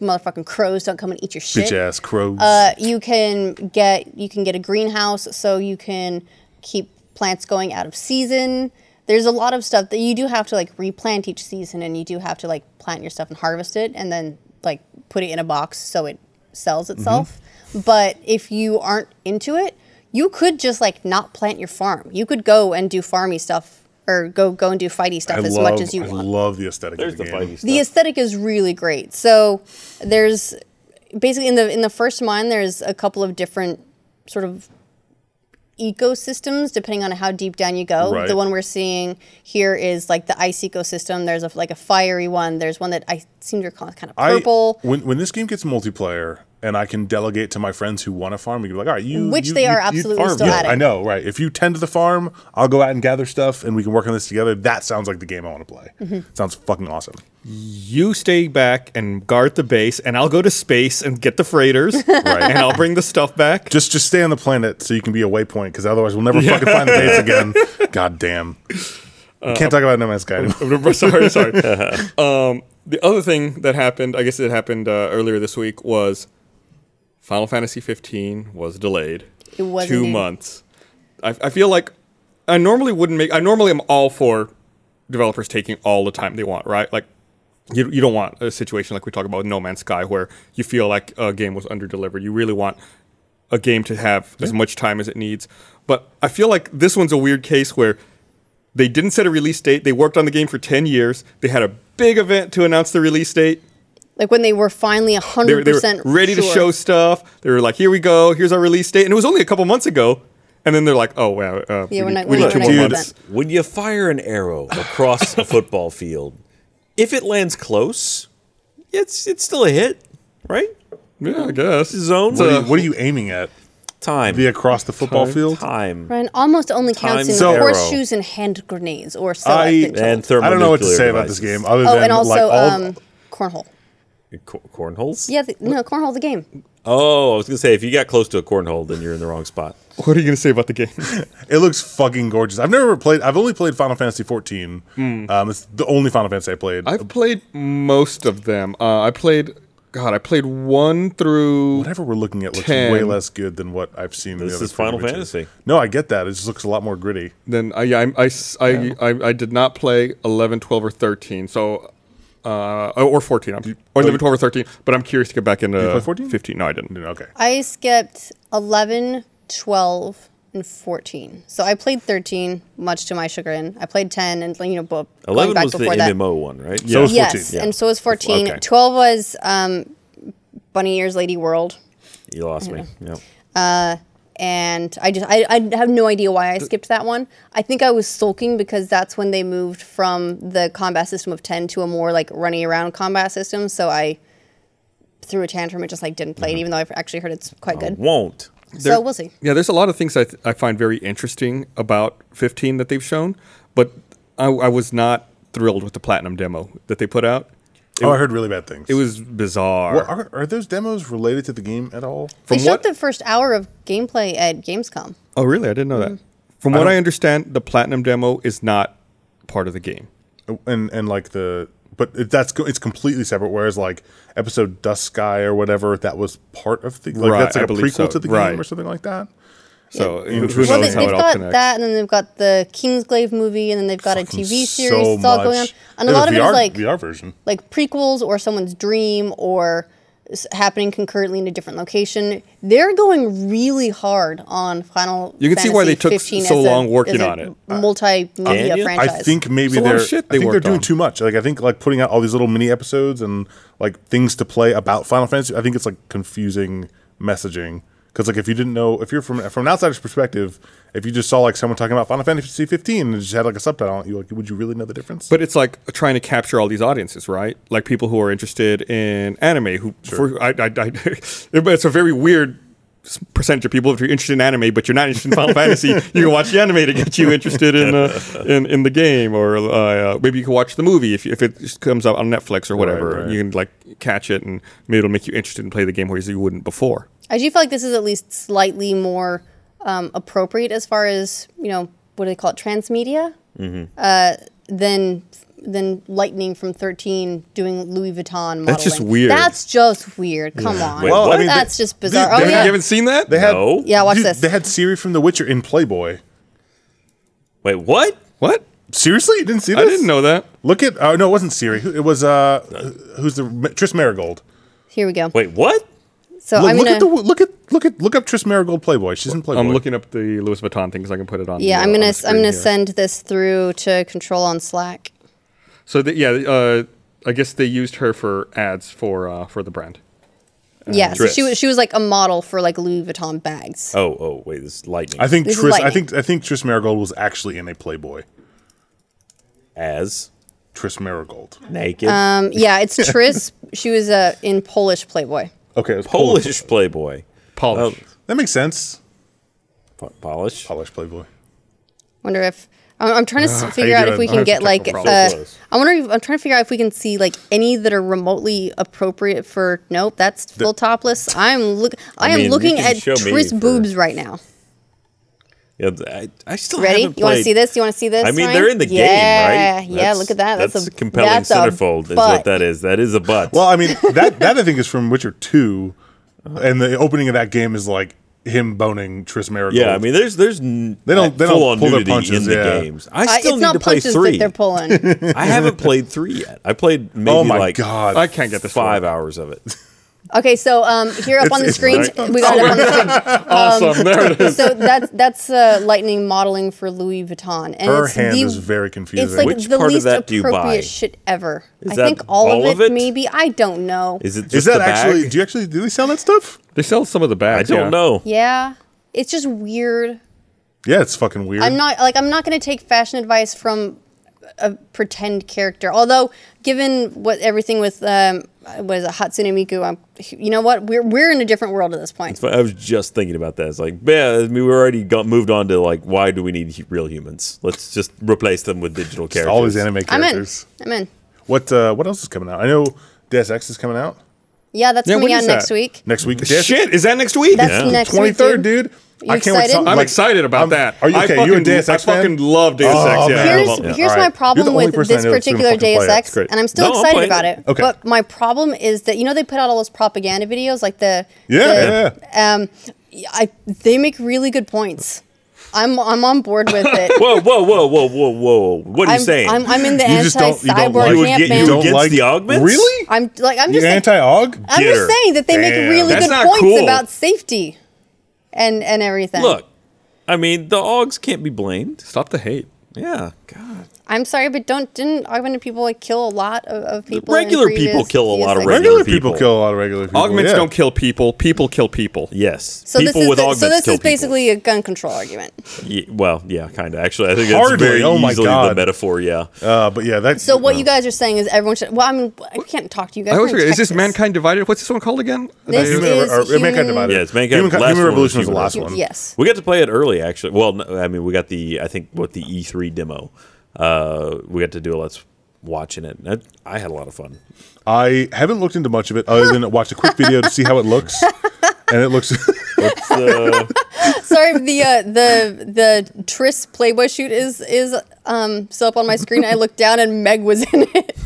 [SPEAKER 3] motherfucking crows don't come and eat your shit.
[SPEAKER 4] Bitch ass crows.
[SPEAKER 3] Uh, you can get you can get a greenhouse, so you can keep plants going out of season. There's a lot of stuff that you do have to like replant each season, and you do have to like plant your stuff and harvest it, and then like put it in a box so it sells itself.
[SPEAKER 4] Mm-hmm.
[SPEAKER 3] But if you aren't into it, you could just like not plant your farm. You could go and do farmy stuff, or go go and do fighty stuff
[SPEAKER 4] I
[SPEAKER 3] as
[SPEAKER 4] love,
[SPEAKER 3] much as you
[SPEAKER 4] I
[SPEAKER 3] want
[SPEAKER 4] love the aesthetic.
[SPEAKER 2] There's
[SPEAKER 4] of
[SPEAKER 2] the
[SPEAKER 4] the,
[SPEAKER 2] fighty
[SPEAKER 4] game.
[SPEAKER 2] stuff.
[SPEAKER 3] the aesthetic is really great. So there's basically in the in the first mine there's a couple of different sort of ecosystems depending on how deep down you go.
[SPEAKER 4] Right.
[SPEAKER 3] The one we're seeing here is like the ice ecosystem. There's a like a fiery one. There's one that I seem to recall is kind of
[SPEAKER 4] I-
[SPEAKER 3] purple.
[SPEAKER 4] when when this game gets multiplayer and I can delegate to my friends who want to farm, we can be like, all right, you
[SPEAKER 3] Which
[SPEAKER 4] you-
[SPEAKER 3] they
[SPEAKER 4] you-
[SPEAKER 3] are
[SPEAKER 4] you
[SPEAKER 3] absolutely
[SPEAKER 4] farm."
[SPEAKER 3] still
[SPEAKER 4] Yeah,
[SPEAKER 3] at it.
[SPEAKER 4] I know, right? If you tend to the farm, I'll go out and gather stuff, and we can work on this together. That sounds like the game I want to play.
[SPEAKER 3] Mm-hmm.
[SPEAKER 4] Sounds fucking awesome.
[SPEAKER 1] You stay back and guard the base, and I'll go to space and get the freighters, and I'll bring the stuff back.
[SPEAKER 4] Just just stay on the planet so you can be a waypoint, because otherwise we'll never fucking find the base again. God damn. We can't talk about No Man's Sky anymore.
[SPEAKER 1] sorry, sorry. um, the other thing that happened, I guess it happened uh, earlier this week, was Final Fantasy 15 was delayed.
[SPEAKER 3] It was
[SPEAKER 1] two
[SPEAKER 3] indeed.
[SPEAKER 1] months. I, I feel like I normally wouldn't make. I normally am all for developers taking all the time they want, right? Like you, you don't want a situation like we talk about with No Man's Sky where you feel like a game was underdelivered. You really want a game to have as much time as it needs. But I feel like this one's a weird case where they didn't set a release date. They worked on the game for 10 years. They had a big event to announce the release date.
[SPEAKER 3] Like when they were finally
[SPEAKER 1] They were,
[SPEAKER 3] 100%
[SPEAKER 1] they were ready to
[SPEAKER 3] sure.
[SPEAKER 1] show stuff. They were like, here we go. Here's our release date. And it was only a couple months ago. And then they're like, oh, wow. Uh,
[SPEAKER 3] Yeah,
[SPEAKER 1] we
[SPEAKER 3] we're
[SPEAKER 1] need,
[SPEAKER 3] not-
[SPEAKER 1] we
[SPEAKER 3] we're
[SPEAKER 1] need
[SPEAKER 3] not
[SPEAKER 1] two
[SPEAKER 3] gonna
[SPEAKER 1] more
[SPEAKER 3] do
[SPEAKER 1] months.
[SPEAKER 3] that.
[SPEAKER 2] Dude, when you fire an arrow across a football field, if it lands close, it's it's still a hit, right?
[SPEAKER 1] Yeah, I guess.
[SPEAKER 2] Zone
[SPEAKER 1] It's
[SPEAKER 4] What
[SPEAKER 1] a-
[SPEAKER 4] are you, what are you aiming at?
[SPEAKER 2] time.
[SPEAKER 4] The across the football field?
[SPEAKER 2] time.
[SPEAKER 3] Ryan almost only counts in
[SPEAKER 2] So-
[SPEAKER 4] arrow.
[SPEAKER 3] horseshoes and hand grenades or
[SPEAKER 4] I,
[SPEAKER 3] select
[SPEAKER 2] And
[SPEAKER 3] and
[SPEAKER 2] thermonuclear
[SPEAKER 4] I don't know what to say about this
[SPEAKER 2] devices.
[SPEAKER 4] game other
[SPEAKER 3] Oh,
[SPEAKER 4] than
[SPEAKER 3] and also
[SPEAKER 4] like all
[SPEAKER 3] um, cornhole.
[SPEAKER 2] Co- cornholes?
[SPEAKER 3] Yeah, the, no, cornhole the game.
[SPEAKER 2] Oh, I was gonna say if you got close to a cornhole, then you're in the wrong spot.
[SPEAKER 1] What are you going to say about the game?
[SPEAKER 4] It looks fucking gorgeous. I've never played. I've only played Final Fantasy 14. Um, it's the only Final Fantasy I played.
[SPEAKER 1] Hmm. I've played most of them. Uh, I played, God, I played one through.
[SPEAKER 4] Whatever we're looking at looks
[SPEAKER 1] 10.
[SPEAKER 4] way less good than what I've seen. in the
[SPEAKER 2] This
[SPEAKER 4] other
[SPEAKER 2] is Final
[SPEAKER 4] three, which
[SPEAKER 2] Fantasy.
[SPEAKER 4] No, I get that. It just looks a lot more gritty.
[SPEAKER 1] Then I, yeah, I, I, s- I- I- I did not play 11, 12, or 13. So, uh, oh, or 14. I'm, or 11, 12, or 13. But I'm curious to get back into
[SPEAKER 4] play 14?
[SPEAKER 1] 15. No, I didn't.
[SPEAKER 4] Okay.
[SPEAKER 3] I skipped 11, 12, and 14. So I played 13, much to my chagrin. I played 10, and you know, bo- going
[SPEAKER 2] Eleven
[SPEAKER 3] back
[SPEAKER 2] was the
[SPEAKER 3] before that.
[SPEAKER 2] MMO one, right?
[SPEAKER 4] So it's 14.
[SPEAKER 3] Yes,
[SPEAKER 4] Yeah.
[SPEAKER 3] and so was 14.
[SPEAKER 2] Okay.
[SPEAKER 3] 12 was um, Bunny Ears Lady World.
[SPEAKER 2] You lost me. Yep.
[SPEAKER 3] and I just I, I have no idea why I skipped that one. I think I was sulking because that's when they moved from the combat system of ten to a more like running around combat system. So I threw a tantrum and just like didn't
[SPEAKER 2] Mm-hmm.
[SPEAKER 3] play it, even though I've actually heard it's
[SPEAKER 2] Uh,
[SPEAKER 3] quite good.
[SPEAKER 2] Won't.
[SPEAKER 3] So we'll see.
[SPEAKER 1] Yeah, there's a lot of things I, th- I find very interesting about 15 that they've shown. But I, I was not thrilled with the Platinum demo that they put out.
[SPEAKER 4] oh, I heard really bad things.
[SPEAKER 1] It was bizarre.
[SPEAKER 4] Well, are, are those demos related to the game at all?
[SPEAKER 3] They
[SPEAKER 1] From
[SPEAKER 3] showed
[SPEAKER 1] what-
[SPEAKER 3] the first hour of gameplay at Gamescom.
[SPEAKER 1] Oh, really? I didn't know that. From what I understand, the Platinum demo is not part of the game.
[SPEAKER 4] and and like the but it, that's co- it's completely separate. Whereas like episode Dust Sky or whatever that was part of the like
[SPEAKER 1] Right,
[SPEAKER 4] that's
[SPEAKER 1] I
[SPEAKER 4] like a
[SPEAKER 1] believe
[SPEAKER 4] prequel
[SPEAKER 1] so.
[SPEAKER 4] to the
[SPEAKER 1] Right.
[SPEAKER 4] game or something like that.
[SPEAKER 1] So who- who knows
[SPEAKER 4] Well,
[SPEAKER 3] they,
[SPEAKER 1] how
[SPEAKER 3] they've
[SPEAKER 1] it all
[SPEAKER 3] got
[SPEAKER 1] connects.
[SPEAKER 3] that, and then they've got the Kingsglaive movie, and then they've got a TV series.
[SPEAKER 4] So
[SPEAKER 3] it's all going on,
[SPEAKER 4] much.
[SPEAKER 3] and a
[SPEAKER 4] There's
[SPEAKER 3] lot of it
[SPEAKER 4] VR
[SPEAKER 3] is like
[SPEAKER 4] VR version.
[SPEAKER 3] like prequels or someone's dream or s- happening concurrently in a different location. They're going really hard on Final.
[SPEAKER 1] You can see why they
[SPEAKER 3] Fantasy
[SPEAKER 1] took s-
[SPEAKER 3] 15
[SPEAKER 1] so
[SPEAKER 3] as a-
[SPEAKER 1] long working
[SPEAKER 3] as a
[SPEAKER 1] on it.
[SPEAKER 3] Multimedia
[SPEAKER 2] Daniel? I
[SPEAKER 4] I
[SPEAKER 3] franchise.
[SPEAKER 4] think maybe
[SPEAKER 1] It's a lot
[SPEAKER 4] they're
[SPEAKER 1] of shit
[SPEAKER 4] I
[SPEAKER 1] they
[SPEAKER 4] think they're
[SPEAKER 1] worked
[SPEAKER 4] doing
[SPEAKER 1] on.
[SPEAKER 4] too much. Like I think like putting out all these little mini episodes and like things to play about Final Fantasy. I think it's like confusing messaging because like if you didn't know if you're from from an outsider's perspective, if you just saw like someone talking about Final Fantasy 15 and it just had like a subtitle, on it, you like would you really know the difference?
[SPEAKER 1] But it's like trying to capture all these audiences, right? Like people who are interested in anime. Who for, I, I, I, but it's a very weird s- percentage of people. If you're interested in anime, but you're not interested in Final Fantasy, you can watch the anime to get you interested in uh, in, in the game, or uh, uh, maybe you can watch the movie if, you- if it just comes out on Netflix or whatever.
[SPEAKER 4] right.
[SPEAKER 1] You can like catch it, and maybe it'll make you interested in play the game, whereas you wouldn't before.
[SPEAKER 3] I do feel like this is at least slightly more um, appropriate as far as you know what do they call it transmedia mm-hmm. uh, than than Lightning from Thirteen doing Louis Vuitton modeling.
[SPEAKER 1] That's just weird.
[SPEAKER 3] That's just weird. Come on,
[SPEAKER 2] Wait, Well, I what? mean,
[SPEAKER 3] that's
[SPEAKER 4] they-
[SPEAKER 3] just bizarre.
[SPEAKER 4] they-
[SPEAKER 3] oh
[SPEAKER 4] they-
[SPEAKER 1] You
[SPEAKER 3] yeah,
[SPEAKER 1] haven't seen that?
[SPEAKER 4] they had
[SPEAKER 2] No.
[SPEAKER 3] Yeah, watch this.
[SPEAKER 4] They had Siri from The Witcher in Playboy.
[SPEAKER 2] Wait, what?
[SPEAKER 1] what?
[SPEAKER 4] Seriously, you didn't see
[SPEAKER 1] I
[SPEAKER 4] this?
[SPEAKER 1] didn't know that.
[SPEAKER 4] Look at oh no, it wasn't Siri. Who- It was uh, who's the Tris Marigold.
[SPEAKER 3] here we go.
[SPEAKER 2] Wait, what?
[SPEAKER 3] so
[SPEAKER 4] Look,
[SPEAKER 3] I'm
[SPEAKER 4] look
[SPEAKER 3] gonna
[SPEAKER 4] at the look at look at look up Tris Marigold Playboy. She's in Playboy.
[SPEAKER 1] I'm looking up the Louis Vuitton things. I can put it on.
[SPEAKER 3] Yeah,
[SPEAKER 1] the,
[SPEAKER 3] I'm
[SPEAKER 1] uh,
[SPEAKER 3] gonna
[SPEAKER 1] on the
[SPEAKER 3] s- I'm
[SPEAKER 1] screen
[SPEAKER 3] gonna
[SPEAKER 1] here.
[SPEAKER 3] send this through to control on Slack.
[SPEAKER 1] So the, yeah, uh, I guess they used her for ads for uh, for the brand.
[SPEAKER 3] yeah, so she
[SPEAKER 2] Dress.
[SPEAKER 3] was she was like a model for like Louis Vuitton bags.
[SPEAKER 2] Oh, oh, wait, this is lightning.
[SPEAKER 4] I think
[SPEAKER 3] This is
[SPEAKER 4] Tris. I
[SPEAKER 3] lightning.
[SPEAKER 4] think I think Tris Marigold was actually in a Playboy.
[SPEAKER 2] As
[SPEAKER 4] Tris Marigold.
[SPEAKER 2] naked
[SPEAKER 3] Um, yeah, it's Tris. she was uh, in Polish Playboy.
[SPEAKER 4] Okay, it was
[SPEAKER 2] Polish Playboy. Oh,
[SPEAKER 1] Polish.
[SPEAKER 4] That makes sense.
[SPEAKER 2] Po- Polish.
[SPEAKER 4] Polish Playboy.
[SPEAKER 3] Wonder if I'm, I'm trying to s figure
[SPEAKER 4] you
[SPEAKER 3] out if
[SPEAKER 4] doing?
[SPEAKER 3] we
[SPEAKER 4] I
[SPEAKER 3] can
[SPEAKER 1] have
[SPEAKER 3] get
[SPEAKER 1] some
[SPEAKER 3] like
[SPEAKER 1] technical
[SPEAKER 3] uh,
[SPEAKER 1] problems.
[SPEAKER 2] So close.
[SPEAKER 3] I wonder if I'm trying to figure out if we can see like any that are remotely appropriate for. Nope, that's full topless. I'm look I, am
[SPEAKER 2] mean, you
[SPEAKER 3] looking
[SPEAKER 2] can
[SPEAKER 3] at
[SPEAKER 2] show me
[SPEAKER 3] Tris
[SPEAKER 2] for-
[SPEAKER 3] boobs right now.
[SPEAKER 2] Yeah, th- I, I still
[SPEAKER 3] Ready?
[SPEAKER 2] haven't
[SPEAKER 3] You want to
[SPEAKER 2] played-
[SPEAKER 3] see this? You want to see this?
[SPEAKER 2] I mean,
[SPEAKER 3] Ryan?
[SPEAKER 2] they're in the game,
[SPEAKER 3] yeah,
[SPEAKER 2] right?
[SPEAKER 3] Yeah, look at that. That's, a
[SPEAKER 2] compelling
[SPEAKER 3] that's a
[SPEAKER 2] centerfold. Is
[SPEAKER 3] butt.
[SPEAKER 2] what that is. That is a butt.
[SPEAKER 4] Well, I mean that that I think is from Witcher Two, And the opening of that game is like him boning Tris Marigold.
[SPEAKER 2] Yeah, I mean, there's there's n-
[SPEAKER 4] They don't- they don't
[SPEAKER 2] full-on
[SPEAKER 4] pull their
[SPEAKER 2] nudity
[SPEAKER 4] punches,
[SPEAKER 2] in the
[SPEAKER 4] yeah.
[SPEAKER 2] games. I
[SPEAKER 3] Uh,
[SPEAKER 2] still
[SPEAKER 3] it's
[SPEAKER 2] need to
[SPEAKER 3] not
[SPEAKER 2] play
[SPEAKER 3] punches
[SPEAKER 2] three.
[SPEAKER 3] that they're pulling.
[SPEAKER 2] I haven't played three yet. I played maybe
[SPEAKER 4] oh my
[SPEAKER 2] like
[SPEAKER 4] god,
[SPEAKER 1] I can't get this to
[SPEAKER 2] five
[SPEAKER 3] Um,
[SPEAKER 1] work.
[SPEAKER 2] hours of it.
[SPEAKER 3] okay, so um, here up on the
[SPEAKER 4] It's-
[SPEAKER 3] screen,
[SPEAKER 4] it's
[SPEAKER 3] we got it up on the screen.
[SPEAKER 1] Awesome. there it is.
[SPEAKER 3] so that's that's uh, lightning modeling for Louis Vuitton, and
[SPEAKER 4] her
[SPEAKER 3] it's
[SPEAKER 4] hand
[SPEAKER 3] the,
[SPEAKER 4] is very confusing.
[SPEAKER 3] It's like
[SPEAKER 2] Which
[SPEAKER 3] the
[SPEAKER 2] part of
[SPEAKER 3] least
[SPEAKER 2] that do you buy?
[SPEAKER 3] appropriate shit ever.
[SPEAKER 2] Is
[SPEAKER 3] I
[SPEAKER 2] that
[SPEAKER 3] think all,
[SPEAKER 2] all
[SPEAKER 3] of
[SPEAKER 2] of
[SPEAKER 3] it,
[SPEAKER 2] it?
[SPEAKER 3] maybe. I don't know.
[SPEAKER 2] Is it just
[SPEAKER 4] is that
[SPEAKER 2] the bag?
[SPEAKER 4] actually? Do you actually do they sell that stuff?
[SPEAKER 1] They sell some of the
[SPEAKER 2] I
[SPEAKER 1] bags.
[SPEAKER 2] don't
[SPEAKER 1] yeah.
[SPEAKER 2] know.
[SPEAKER 3] yeah, it's just weird.
[SPEAKER 4] Yeah, it's fucking weird.
[SPEAKER 3] I'm not like I'm not gonna take fashion advice from a pretend character. Although, given what everything with um, what is it, Hatsune Miku? I'm, you know what? We're we're in a different world at this point.
[SPEAKER 2] But I was just thinking about that. It's like, yeah, I mean, we already got moved on to like, why do we need hu- real humans? Let's just replace them with digital characters.
[SPEAKER 4] All these anime
[SPEAKER 3] I'm in.
[SPEAKER 4] characters.
[SPEAKER 3] I'm in.
[SPEAKER 4] What uh, what else is coming out? I know Deus Ex is coming out
[SPEAKER 3] Yeah, that's
[SPEAKER 1] Yeah,
[SPEAKER 3] coming
[SPEAKER 1] when
[SPEAKER 3] out
[SPEAKER 1] is
[SPEAKER 3] next
[SPEAKER 1] that?
[SPEAKER 3] week.
[SPEAKER 4] next week.
[SPEAKER 1] Shit, is that next week?
[SPEAKER 3] That's
[SPEAKER 2] Yeah.
[SPEAKER 3] next
[SPEAKER 4] twenty
[SPEAKER 3] week.
[SPEAKER 4] third, dude.
[SPEAKER 3] You
[SPEAKER 4] wait.
[SPEAKER 3] excited?
[SPEAKER 4] to-
[SPEAKER 1] I'm
[SPEAKER 4] like,
[SPEAKER 1] excited about
[SPEAKER 4] I'm-
[SPEAKER 1] that.
[SPEAKER 4] Are you
[SPEAKER 1] I
[SPEAKER 4] okay?
[SPEAKER 1] Fucking,
[SPEAKER 4] you a Deus Ex
[SPEAKER 1] I fucking
[SPEAKER 4] fan?
[SPEAKER 1] love Deus
[SPEAKER 4] Oh,
[SPEAKER 1] Ex. Yeah.
[SPEAKER 4] man.
[SPEAKER 1] I
[SPEAKER 3] Here's,
[SPEAKER 1] love it.
[SPEAKER 4] Yeah.
[SPEAKER 3] here's
[SPEAKER 4] All
[SPEAKER 3] my
[SPEAKER 4] right. You're
[SPEAKER 3] problem
[SPEAKER 4] the only
[SPEAKER 3] with
[SPEAKER 4] person I
[SPEAKER 3] this
[SPEAKER 4] know that's gonna
[SPEAKER 3] particular
[SPEAKER 4] fucking play
[SPEAKER 3] Deus
[SPEAKER 4] it. That's
[SPEAKER 3] Ex,
[SPEAKER 4] great.
[SPEAKER 3] and I'm still
[SPEAKER 2] No, I'll play
[SPEAKER 3] excited
[SPEAKER 2] it.
[SPEAKER 3] about it.
[SPEAKER 4] Okay.
[SPEAKER 3] But my problem is that you know they put out all those propaganda videos, like the
[SPEAKER 4] Yeah,
[SPEAKER 3] the- Um, I they make really good points. I'm I'm on board with it.
[SPEAKER 2] Whoa, whoa, whoa, whoa, whoa, whoa! What are
[SPEAKER 3] I'm,
[SPEAKER 2] you saying?
[SPEAKER 3] I'm I'm in the
[SPEAKER 4] You just
[SPEAKER 3] anti
[SPEAKER 4] don't- you don't
[SPEAKER 3] cyborg
[SPEAKER 4] like-
[SPEAKER 2] you would
[SPEAKER 3] camp,
[SPEAKER 2] get
[SPEAKER 3] man.
[SPEAKER 2] you
[SPEAKER 4] Don't
[SPEAKER 2] against
[SPEAKER 4] like-
[SPEAKER 2] the augments?
[SPEAKER 4] Really?
[SPEAKER 3] I'm like I'm
[SPEAKER 4] You
[SPEAKER 3] just like,
[SPEAKER 4] anti og?
[SPEAKER 3] I'm
[SPEAKER 2] Get
[SPEAKER 3] just
[SPEAKER 2] her.
[SPEAKER 3] saying that they
[SPEAKER 4] Damn.
[SPEAKER 3] make really
[SPEAKER 2] That's
[SPEAKER 3] good
[SPEAKER 2] not
[SPEAKER 3] points
[SPEAKER 2] cool.
[SPEAKER 3] about safety and and everything.
[SPEAKER 2] Look, I mean, the augs can't be blamed.
[SPEAKER 1] Stop the hate.
[SPEAKER 2] Yeah, God.
[SPEAKER 3] I'm sorry, but don't didn't augmented people like kill a lot of, of people? in
[SPEAKER 2] regular people
[SPEAKER 3] previous
[SPEAKER 2] kill a lot of
[SPEAKER 3] DSX?
[SPEAKER 2] regular
[SPEAKER 4] Regular people.
[SPEAKER 2] people.
[SPEAKER 4] kill a lot of regular people.
[SPEAKER 1] Augments
[SPEAKER 4] yeah.
[SPEAKER 1] don't kill people. People kill people.
[SPEAKER 2] Yes.
[SPEAKER 3] So
[SPEAKER 2] people
[SPEAKER 3] this is
[SPEAKER 2] with
[SPEAKER 3] the-
[SPEAKER 2] augments
[SPEAKER 3] so this
[SPEAKER 2] kill
[SPEAKER 3] is basically a gun control argument.
[SPEAKER 2] People. Ye- well, yeah, kind of. Actually, I think that's
[SPEAKER 4] Hardly.
[SPEAKER 2] very
[SPEAKER 4] Oh my
[SPEAKER 2] easily the
[SPEAKER 4] God.
[SPEAKER 2] metaphor. Yeah.
[SPEAKER 4] Uh, but yeah, that's
[SPEAKER 3] So what
[SPEAKER 2] Oh.
[SPEAKER 3] you guys are saying is everyone should. Well, I mean, I can't talk to you guys.
[SPEAKER 1] I always
[SPEAKER 3] We're in
[SPEAKER 1] forget. Is this
[SPEAKER 3] Texas.
[SPEAKER 1] mankind divided? What's this one called again?
[SPEAKER 3] This
[SPEAKER 1] They-
[SPEAKER 4] Human,
[SPEAKER 3] is
[SPEAKER 4] or, or
[SPEAKER 3] human-
[SPEAKER 4] mankind divided.
[SPEAKER 2] Yeah, it's Mankind-
[SPEAKER 4] Human,
[SPEAKER 2] last
[SPEAKER 4] Human
[SPEAKER 2] one was
[SPEAKER 4] revolution was the
[SPEAKER 2] Human
[SPEAKER 4] last
[SPEAKER 2] Revolution.
[SPEAKER 4] one.
[SPEAKER 3] Yes.
[SPEAKER 2] We got to play it early, actually. Well, no, I mean, we got the I think what the E3 demo. Uh, we got to do a let's watching it. I, I had a lot of fun.
[SPEAKER 4] I haven't looked into much of it other than watch a quick video to see how it looks, and it looks.
[SPEAKER 2] So,
[SPEAKER 3] Sorry, the uh, the the Tris Playboy shoot is is um still up on my screen. I looked down and Meg was in it.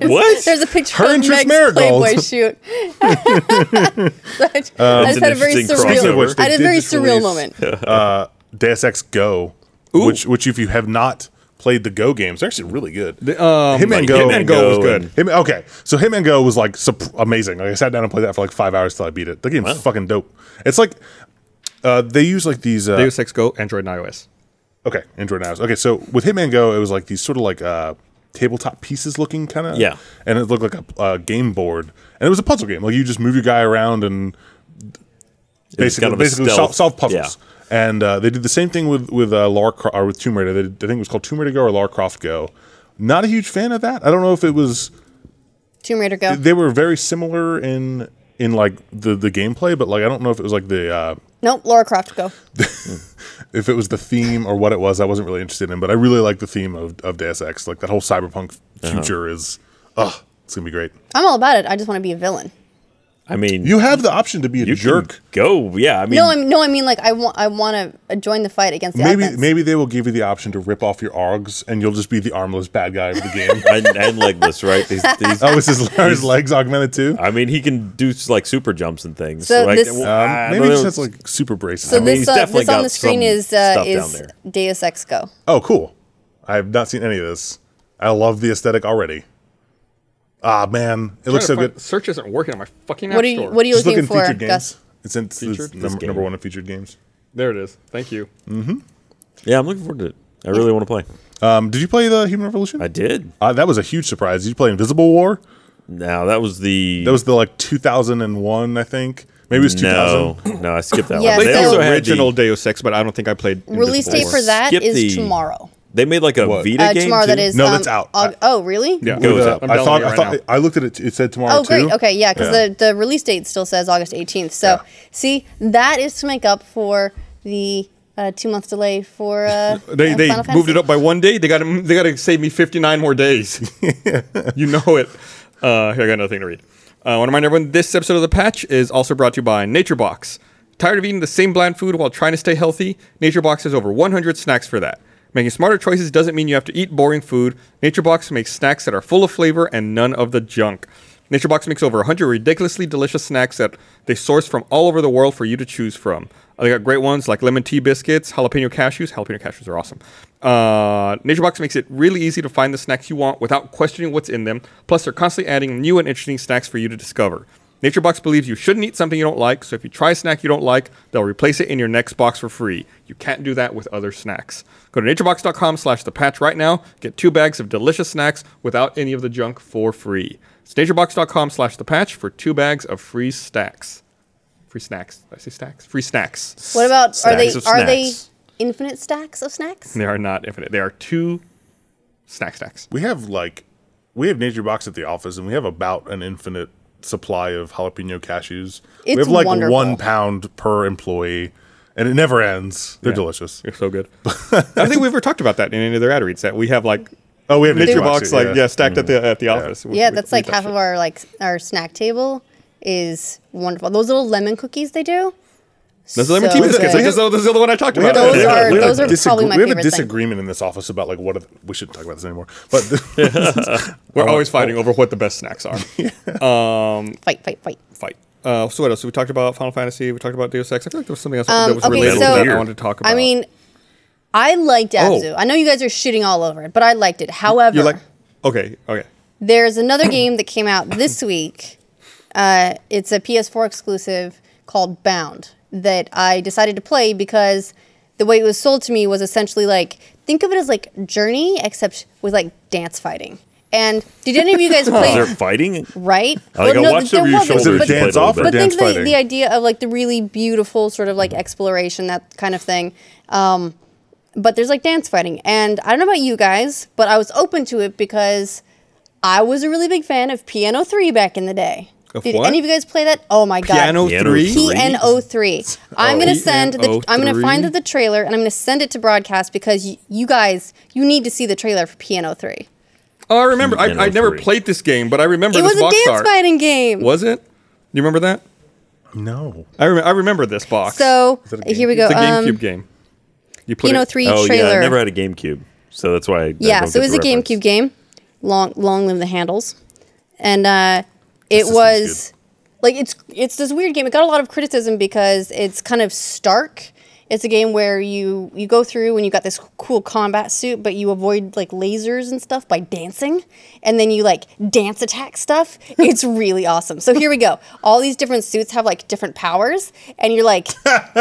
[SPEAKER 2] what?
[SPEAKER 3] There's a picture
[SPEAKER 4] Her
[SPEAKER 3] of
[SPEAKER 4] and Tris
[SPEAKER 3] Meg's
[SPEAKER 4] Marigold.
[SPEAKER 3] Playboy shoot. So I, I
[SPEAKER 2] That's
[SPEAKER 3] just
[SPEAKER 2] an
[SPEAKER 3] had a very
[SPEAKER 2] interesting
[SPEAKER 3] surreal.
[SPEAKER 2] crossover. Speaking of
[SPEAKER 4] which, they
[SPEAKER 3] I had a
[SPEAKER 4] did
[SPEAKER 3] very
[SPEAKER 4] just
[SPEAKER 3] surreal
[SPEAKER 4] release-
[SPEAKER 3] moment.
[SPEAKER 4] uh, Deus Ex Go, which which if you have not played the Go games, they're actually really good.
[SPEAKER 2] uh,
[SPEAKER 1] um,
[SPEAKER 4] Hitman
[SPEAKER 1] like,
[SPEAKER 4] Go-
[SPEAKER 1] Hitman Go was
[SPEAKER 2] Go
[SPEAKER 1] good.
[SPEAKER 2] and-
[SPEAKER 4] Hitman- okay, so Hitman Go was like sup- amazing. Like I sat down and played that for like five hours till I beat it. The game's fucking dope. It's like uh, they use like these. Uh,
[SPEAKER 1] Deus Ex Go, Android and iOS.
[SPEAKER 4] Okay, Android now. Okay, so with Hitman Go, it was like these sort of like uh, tabletop pieces looking kind of.
[SPEAKER 2] Yeah.
[SPEAKER 4] And it looked like a uh, game board, and it was a puzzle game. Like you just move your guy around and basically
[SPEAKER 2] kind of a
[SPEAKER 4] basically
[SPEAKER 2] stealth.
[SPEAKER 4] solve, solve puzzles. And uh, they did the same thing with with uh, Lara Cro- or with Tomb Raider. They did, I think it was called Tomb Raider Go or Lara Croft Go. Not a huge fan of that. I don't know if it was.
[SPEAKER 3] Tomb Raider Go.
[SPEAKER 4] They were very similar in in like the the gameplay, but like I don't know if it was like the. Uh,
[SPEAKER 3] Nope, Laura Croft Go.
[SPEAKER 4] if it was the theme or what it was, I wasn't really interested in. But I really like the theme of, of Deus Ex. Like that whole cyberpunk
[SPEAKER 2] Uh-huh.
[SPEAKER 4] future is, ugh, it's gonna be great.
[SPEAKER 3] I'm all about it. I just want to be a villain.
[SPEAKER 2] I mean,
[SPEAKER 4] You have the option to be a
[SPEAKER 2] you can
[SPEAKER 4] jerk.
[SPEAKER 2] Go. Yeah. I mean,
[SPEAKER 3] No, I'm no, I mean like I want I want to join the fight against the
[SPEAKER 4] Maybe
[SPEAKER 3] Advents.
[SPEAKER 4] maybe they will give you the option to rip off your args and you'll just be the armless bad guy of the game.
[SPEAKER 2] and, and legless, right? These, these,
[SPEAKER 4] oh, is his, are his legs augmented too?
[SPEAKER 2] I mean, he can do like super jumps and things.
[SPEAKER 3] So
[SPEAKER 2] like,
[SPEAKER 3] this-
[SPEAKER 2] well, Uh, I
[SPEAKER 4] Um, maybe he
[SPEAKER 2] don't
[SPEAKER 4] just
[SPEAKER 2] know.
[SPEAKER 4] has like super braces.
[SPEAKER 3] So
[SPEAKER 4] I mean-
[SPEAKER 2] he's
[SPEAKER 3] this, uh,
[SPEAKER 2] definitely
[SPEAKER 3] this on
[SPEAKER 2] got
[SPEAKER 3] the screen
[SPEAKER 2] some
[SPEAKER 3] is uh,
[SPEAKER 2] stuff down
[SPEAKER 3] is
[SPEAKER 2] there.
[SPEAKER 3] Deus Ex Go.
[SPEAKER 4] oh, cool. I have not seen any of this. I love the aesthetic already. Ah, man, it looks so
[SPEAKER 1] Trying to
[SPEAKER 4] good.
[SPEAKER 1] find- Search isn't working on my fucking app
[SPEAKER 3] What are you
[SPEAKER 1] store.
[SPEAKER 3] What are you
[SPEAKER 4] Just look
[SPEAKER 3] looking
[SPEAKER 4] in
[SPEAKER 3] for,
[SPEAKER 4] featured games.
[SPEAKER 3] Gus?
[SPEAKER 4] It's in it's
[SPEAKER 1] Featured? This
[SPEAKER 4] number,
[SPEAKER 2] game.
[SPEAKER 4] number one in featured games.
[SPEAKER 1] there it is. Thank you.
[SPEAKER 2] yeah, I'm looking forward to it. I really want to play.
[SPEAKER 4] Um, did you play the Human Revolution?
[SPEAKER 2] I did.
[SPEAKER 4] Uh, that was a huge surprise. Did you play Invisible War?
[SPEAKER 2] Now that was the
[SPEAKER 4] That was the like 2001, I think. Maybe it was 2000.
[SPEAKER 2] no, no. I skipped that
[SPEAKER 3] Yeah,
[SPEAKER 2] one.
[SPEAKER 1] They
[SPEAKER 3] They so- also
[SPEAKER 1] also
[SPEAKER 2] had the-
[SPEAKER 1] original Deus Ex, but I don't think I played.
[SPEAKER 3] Release
[SPEAKER 1] Invisible
[SPEAKER 3] date for
[SPEAKER 1] War.
[SPEAKER 3] that
[SPEAKER 2] Skip
[SPEAKER 3] is
[SPEAKER 2] the-
[SPEAKER 3] tomorrow.
[SPEAKER 2] They made like a
[SPEAKER 4] What?
[SPEAKER 2] Vita
[SPEAKER 3] Uh,
[SPEAKER 2] game
[SPEAKER 3] tomorrow
[SPEAKER 2] too?
[SPEAKER 3] that is.
[SPEAKER 4] No,
[SPEAKER 3] um,
[SPEAKER 4] that's out.
[SPEAKER 3] Aug- oh, really?
[SPEAKER 1] Yeah.
[SPEAKER 2] Goes
[SPEAKER 4] With, uh,
[SPEAKER 2] up.
[SPEAKER 1] I'm
[SPEAKER 4] I
[SPEAKER 1] downloading
[SPEAKER 4] thought,
[SPEAKER 1] it
[SPEAKER 4] I,
[SPEAKER 1] right
[SPEAKER 4] thought
[SPEAKER 1] now.
[SPEAKER 4] I looked at it. It said tomorrow
[SPEAKER 3] Oh, great.
[SPEAKER 4] too.
[SPEAKER 3] Okay, yeah, because
[SPEAKER 4] Yeah.
[SPEAKER 3] the, the release date still says August 18th. So, see, that is to make up for the uh, two month delay for. Uh,
[SPEAKER 1] They,
[SPEAKER 3] uh,
[SPEAKER 1] they
[SPEAKER 3] Final
[SPEAKER 1] moved it
[SPEAKER 3] Fantasy.
[SPEAKER 1] up by one day. They got to they got to save me 59 more days. you know it. Uh, here I got nothing to read. Uh, I want to remind everyone this episode of the Patch is also brought to you by Nature Box. Tired of eating the same bland food while trying to stay healthy? Nature Box has over 100 snacks for that. Making smarter choices doesn't mean you have to eat boring food. Nature Box makes snacks that are full of flavor and none of the junk. NatureBox makes over 100 ridiculously delicious snacks that they source from all over the world for you to choose from. Uh, They got great ones like lemon tea biscuits, jalapeno cashews. Jalapeno cashews are awesome. Uh, NatureBox makes it really easy to find the snacks you want without questioning what's in them. Plus, they're constantly adding new and interesting snacks for you to discover. NatureBox believes you shouldn't eat something you don't like, so if you try a snack you don't like, they'll replace it in your next box for free. You can't do that with other snacks. Go to naturebox.com slash the patch right now. Get two bags of delicious snacks without any of the junk for free. It's naturebox.com slash the patch for two bags of free stacks. Free snacks. Did I say stacks? Free snacks.
[SPEAKER 3] What about are they
[SPEAKER 2] Stacks of
[SPEAKER 3] are they
[SPEAKER 2] snacks.
[SPEAKER 3] infinite stacks of snacks?
[SPEAKER 1] They are not infinite. They are two snack stacks.
[SPEAKER 4] We have like we have Nature Box at the office, and we have about an infinite supply of jalapeno cashews. we
[SPEAKER 3] It's
[SPEAKER 4] have like
[SPEAKER 3] wonderful.
[SPEAKER 4] one pound per employee, and it never ends. They're
[SPEAKER 1] Yeah.
[SPEAKER 4] delicious.
[SPEAKER 1] They're so good. I don't think we ever taltalked about that in any of their ad reads that we have like
[SPEAKER 4] Oh, we have Nature
[SPEAKER 1] NatureBox
[SPEAKER 4] Box. Mm.
[SPEAKER 1] like yeah, stacked at the at the office. We-
[SPEAKER 3] Yeah,
[SPEAKER 1] we
[SPEAKER 3] that's
[SPEAKER 1] eat
[SPEAKER 3] like
[SPEAKER 1] that
[SPEAKER 3] half
[SPEAKER 1] shit.
[SPEAKER 3] of our like our snack table is wonderful. Those little lemon cookies they do.
[SPEAKER 1] Those lemon
[SPEAKER 3] so
[SPEAKER 1] tea biscuits.
[SPEAKER 3] good.
[SPEAKER 1] I just, those are the one I talked about.
[SPEAKER 3] have Those
[SPEAKER 4] we have
[SPEAKER 3] are-
[SPEAKER 4] we have
[SPEAKER 3] those are
[SPEAKER 4] disagre-
[SPEAKER 3] probably my
[SPEAKER 4] We have a
[SPEAKER 3] favorite thing.
[SPEAKER 4] disagreement in this office about like what are the, we shouldn't talk about this anymore. But
[SPEAKER 1] We're always fighting over what the best snacks are.
[SPEAKER 3] Fight, fight, fight.
[SPEAKER 1] Fight. Uh, so what else? So we talked about Final Fantasy. We talked about Deus Ex. I feel like there was something else that
[SPEAKER 3] Um,
[SPEAKER 1] was
[SPEAKER 3] okay,
[SPEAKER 1] related
[SPEAKER 3] so
[SPEAKER 1] to that I wanted to talk about.
[SPEAKER 3] I mean, I liked
[SPEAKER 1] Oh.
[SPEAKER 3] Abzu. I know you guys are shitting all over it, but I liked it. However,
[SPEAKER 1] you like? Okay, okay.
[SPEAKER 3] There's another game that came out this week. Uh, it's a PS4 exclusive called Bound that I decided to play because the way it was sold to me was essentially like think of it as like Journey except with like dance fighting. And did any of you guys
[SPEAKER 2] They're
[SPEAKER 3] play?
[SPEAKER 2] fighting.
[SPEAKER 3] right?
[SPEAKER 2] I think
[SPEAKER 3] Well,
[SPEAKER 2] I
[SPEAKER 3] no,
[SPEAKER 2] watched
[SPEAKER 3] there
[SPEAKER 2] over your
[SPEAKER 3] wasn't,
[SPEAKER 2] shoulder.
[SPEAKER 4] Was it
[SPEAKER 2] as you
[SPEAKER 4] dance
[SPEAKER 2] played a little
[SPEAKER 4] off or
[SPEAKER 2] bit.
[SPEAKER 3] but
[SPEAKER 4] dance
[SPEAKER 3] think the,
[SPEAKER 4] fighting.
[SPEAKER 3] the idea of like the really beautiful sort of like exploration that kind of thing um, but there's like dance fighting and i don't know about you guys but i was open to it because i was a really big fan of piano 3 back in the day
[SPEAKER 1] Of
[SPEAKER 3] did
[SPEAKER 1] what?
[SPEAKER 3] any of you guys play that oh my
[SPEAKER 1] Piano
[SPEAKER 3] god
[SPEAKER 2] Piano
[SPEAKER 1] three. Oh,
[SPEAKER 2] Three?
[SPEAKER 3] PNO three. I'm gonna send the. I'm gonna find
[SPEAKER 1] PNO3?
[SPEAKER 3] the trailer and I'm gonna send it to broadcast because y- you guys you need to see the trailer for PNO three.
[SPEAKER 1] Oh, I remember. I, I never
[SPEAKER 2] PNO3.
[SPEAKER 1] played this game, but I remember
[SPEAKER 3] It
[SPEAKER 1] this
[SPEAKER 3] was a
[SPEAKER 1] box
[SPEAKER 3] dance
[SPEAKER 1] art.
[SPEAKER 3] fighting game.
[SPEAKER 1] Was it? You remember that?
[SPEAKER 4] no,
[SPEAKER 1] I, rem- I remember this box.
[SPEAKER 3] So
[SPEAKER 4] Is that a
[SPEAKER 3] here we
[SPEAKER 4] GameCube?
[SPEAKER 3] go.
[SPEAKER 1] it's a GameCube
[SPEAKER 3] um,
[SPEAKER 1] game. You put
[SPEAKER 3] Piano
[SPEAKER 1] it-
[SPEAKER 3] three
[SPEAKER 2] Oh
[SPEAKER 3] trailer.
[SPEAKER 2] yeah, I never had a GameCube, so that's why. I, I
[SPEAKER 3] Yeah,
[SPEAKER 2] don't
[SPEAKER 3] so it
[SPEAKER 2] get
[SPEAKER 3] was a
[SPEAKER 2] the reference.
[SPEAKER 3] GameCube game. Long, long live the handles, and uh, it
[SPEAKER 4] system's
[SPEAKER 3] was like it's it's this weird game. It got a lot of criticism because it's kind of stark. It's a game where you you go through and you got this cool combat suit, but you avoid like lasers and stuff by dancing, and then you like dance attack stuff. It's really awesome. So here we go. All these different suits have like different powers, and you're like,
[SPEAKER 2] Wow.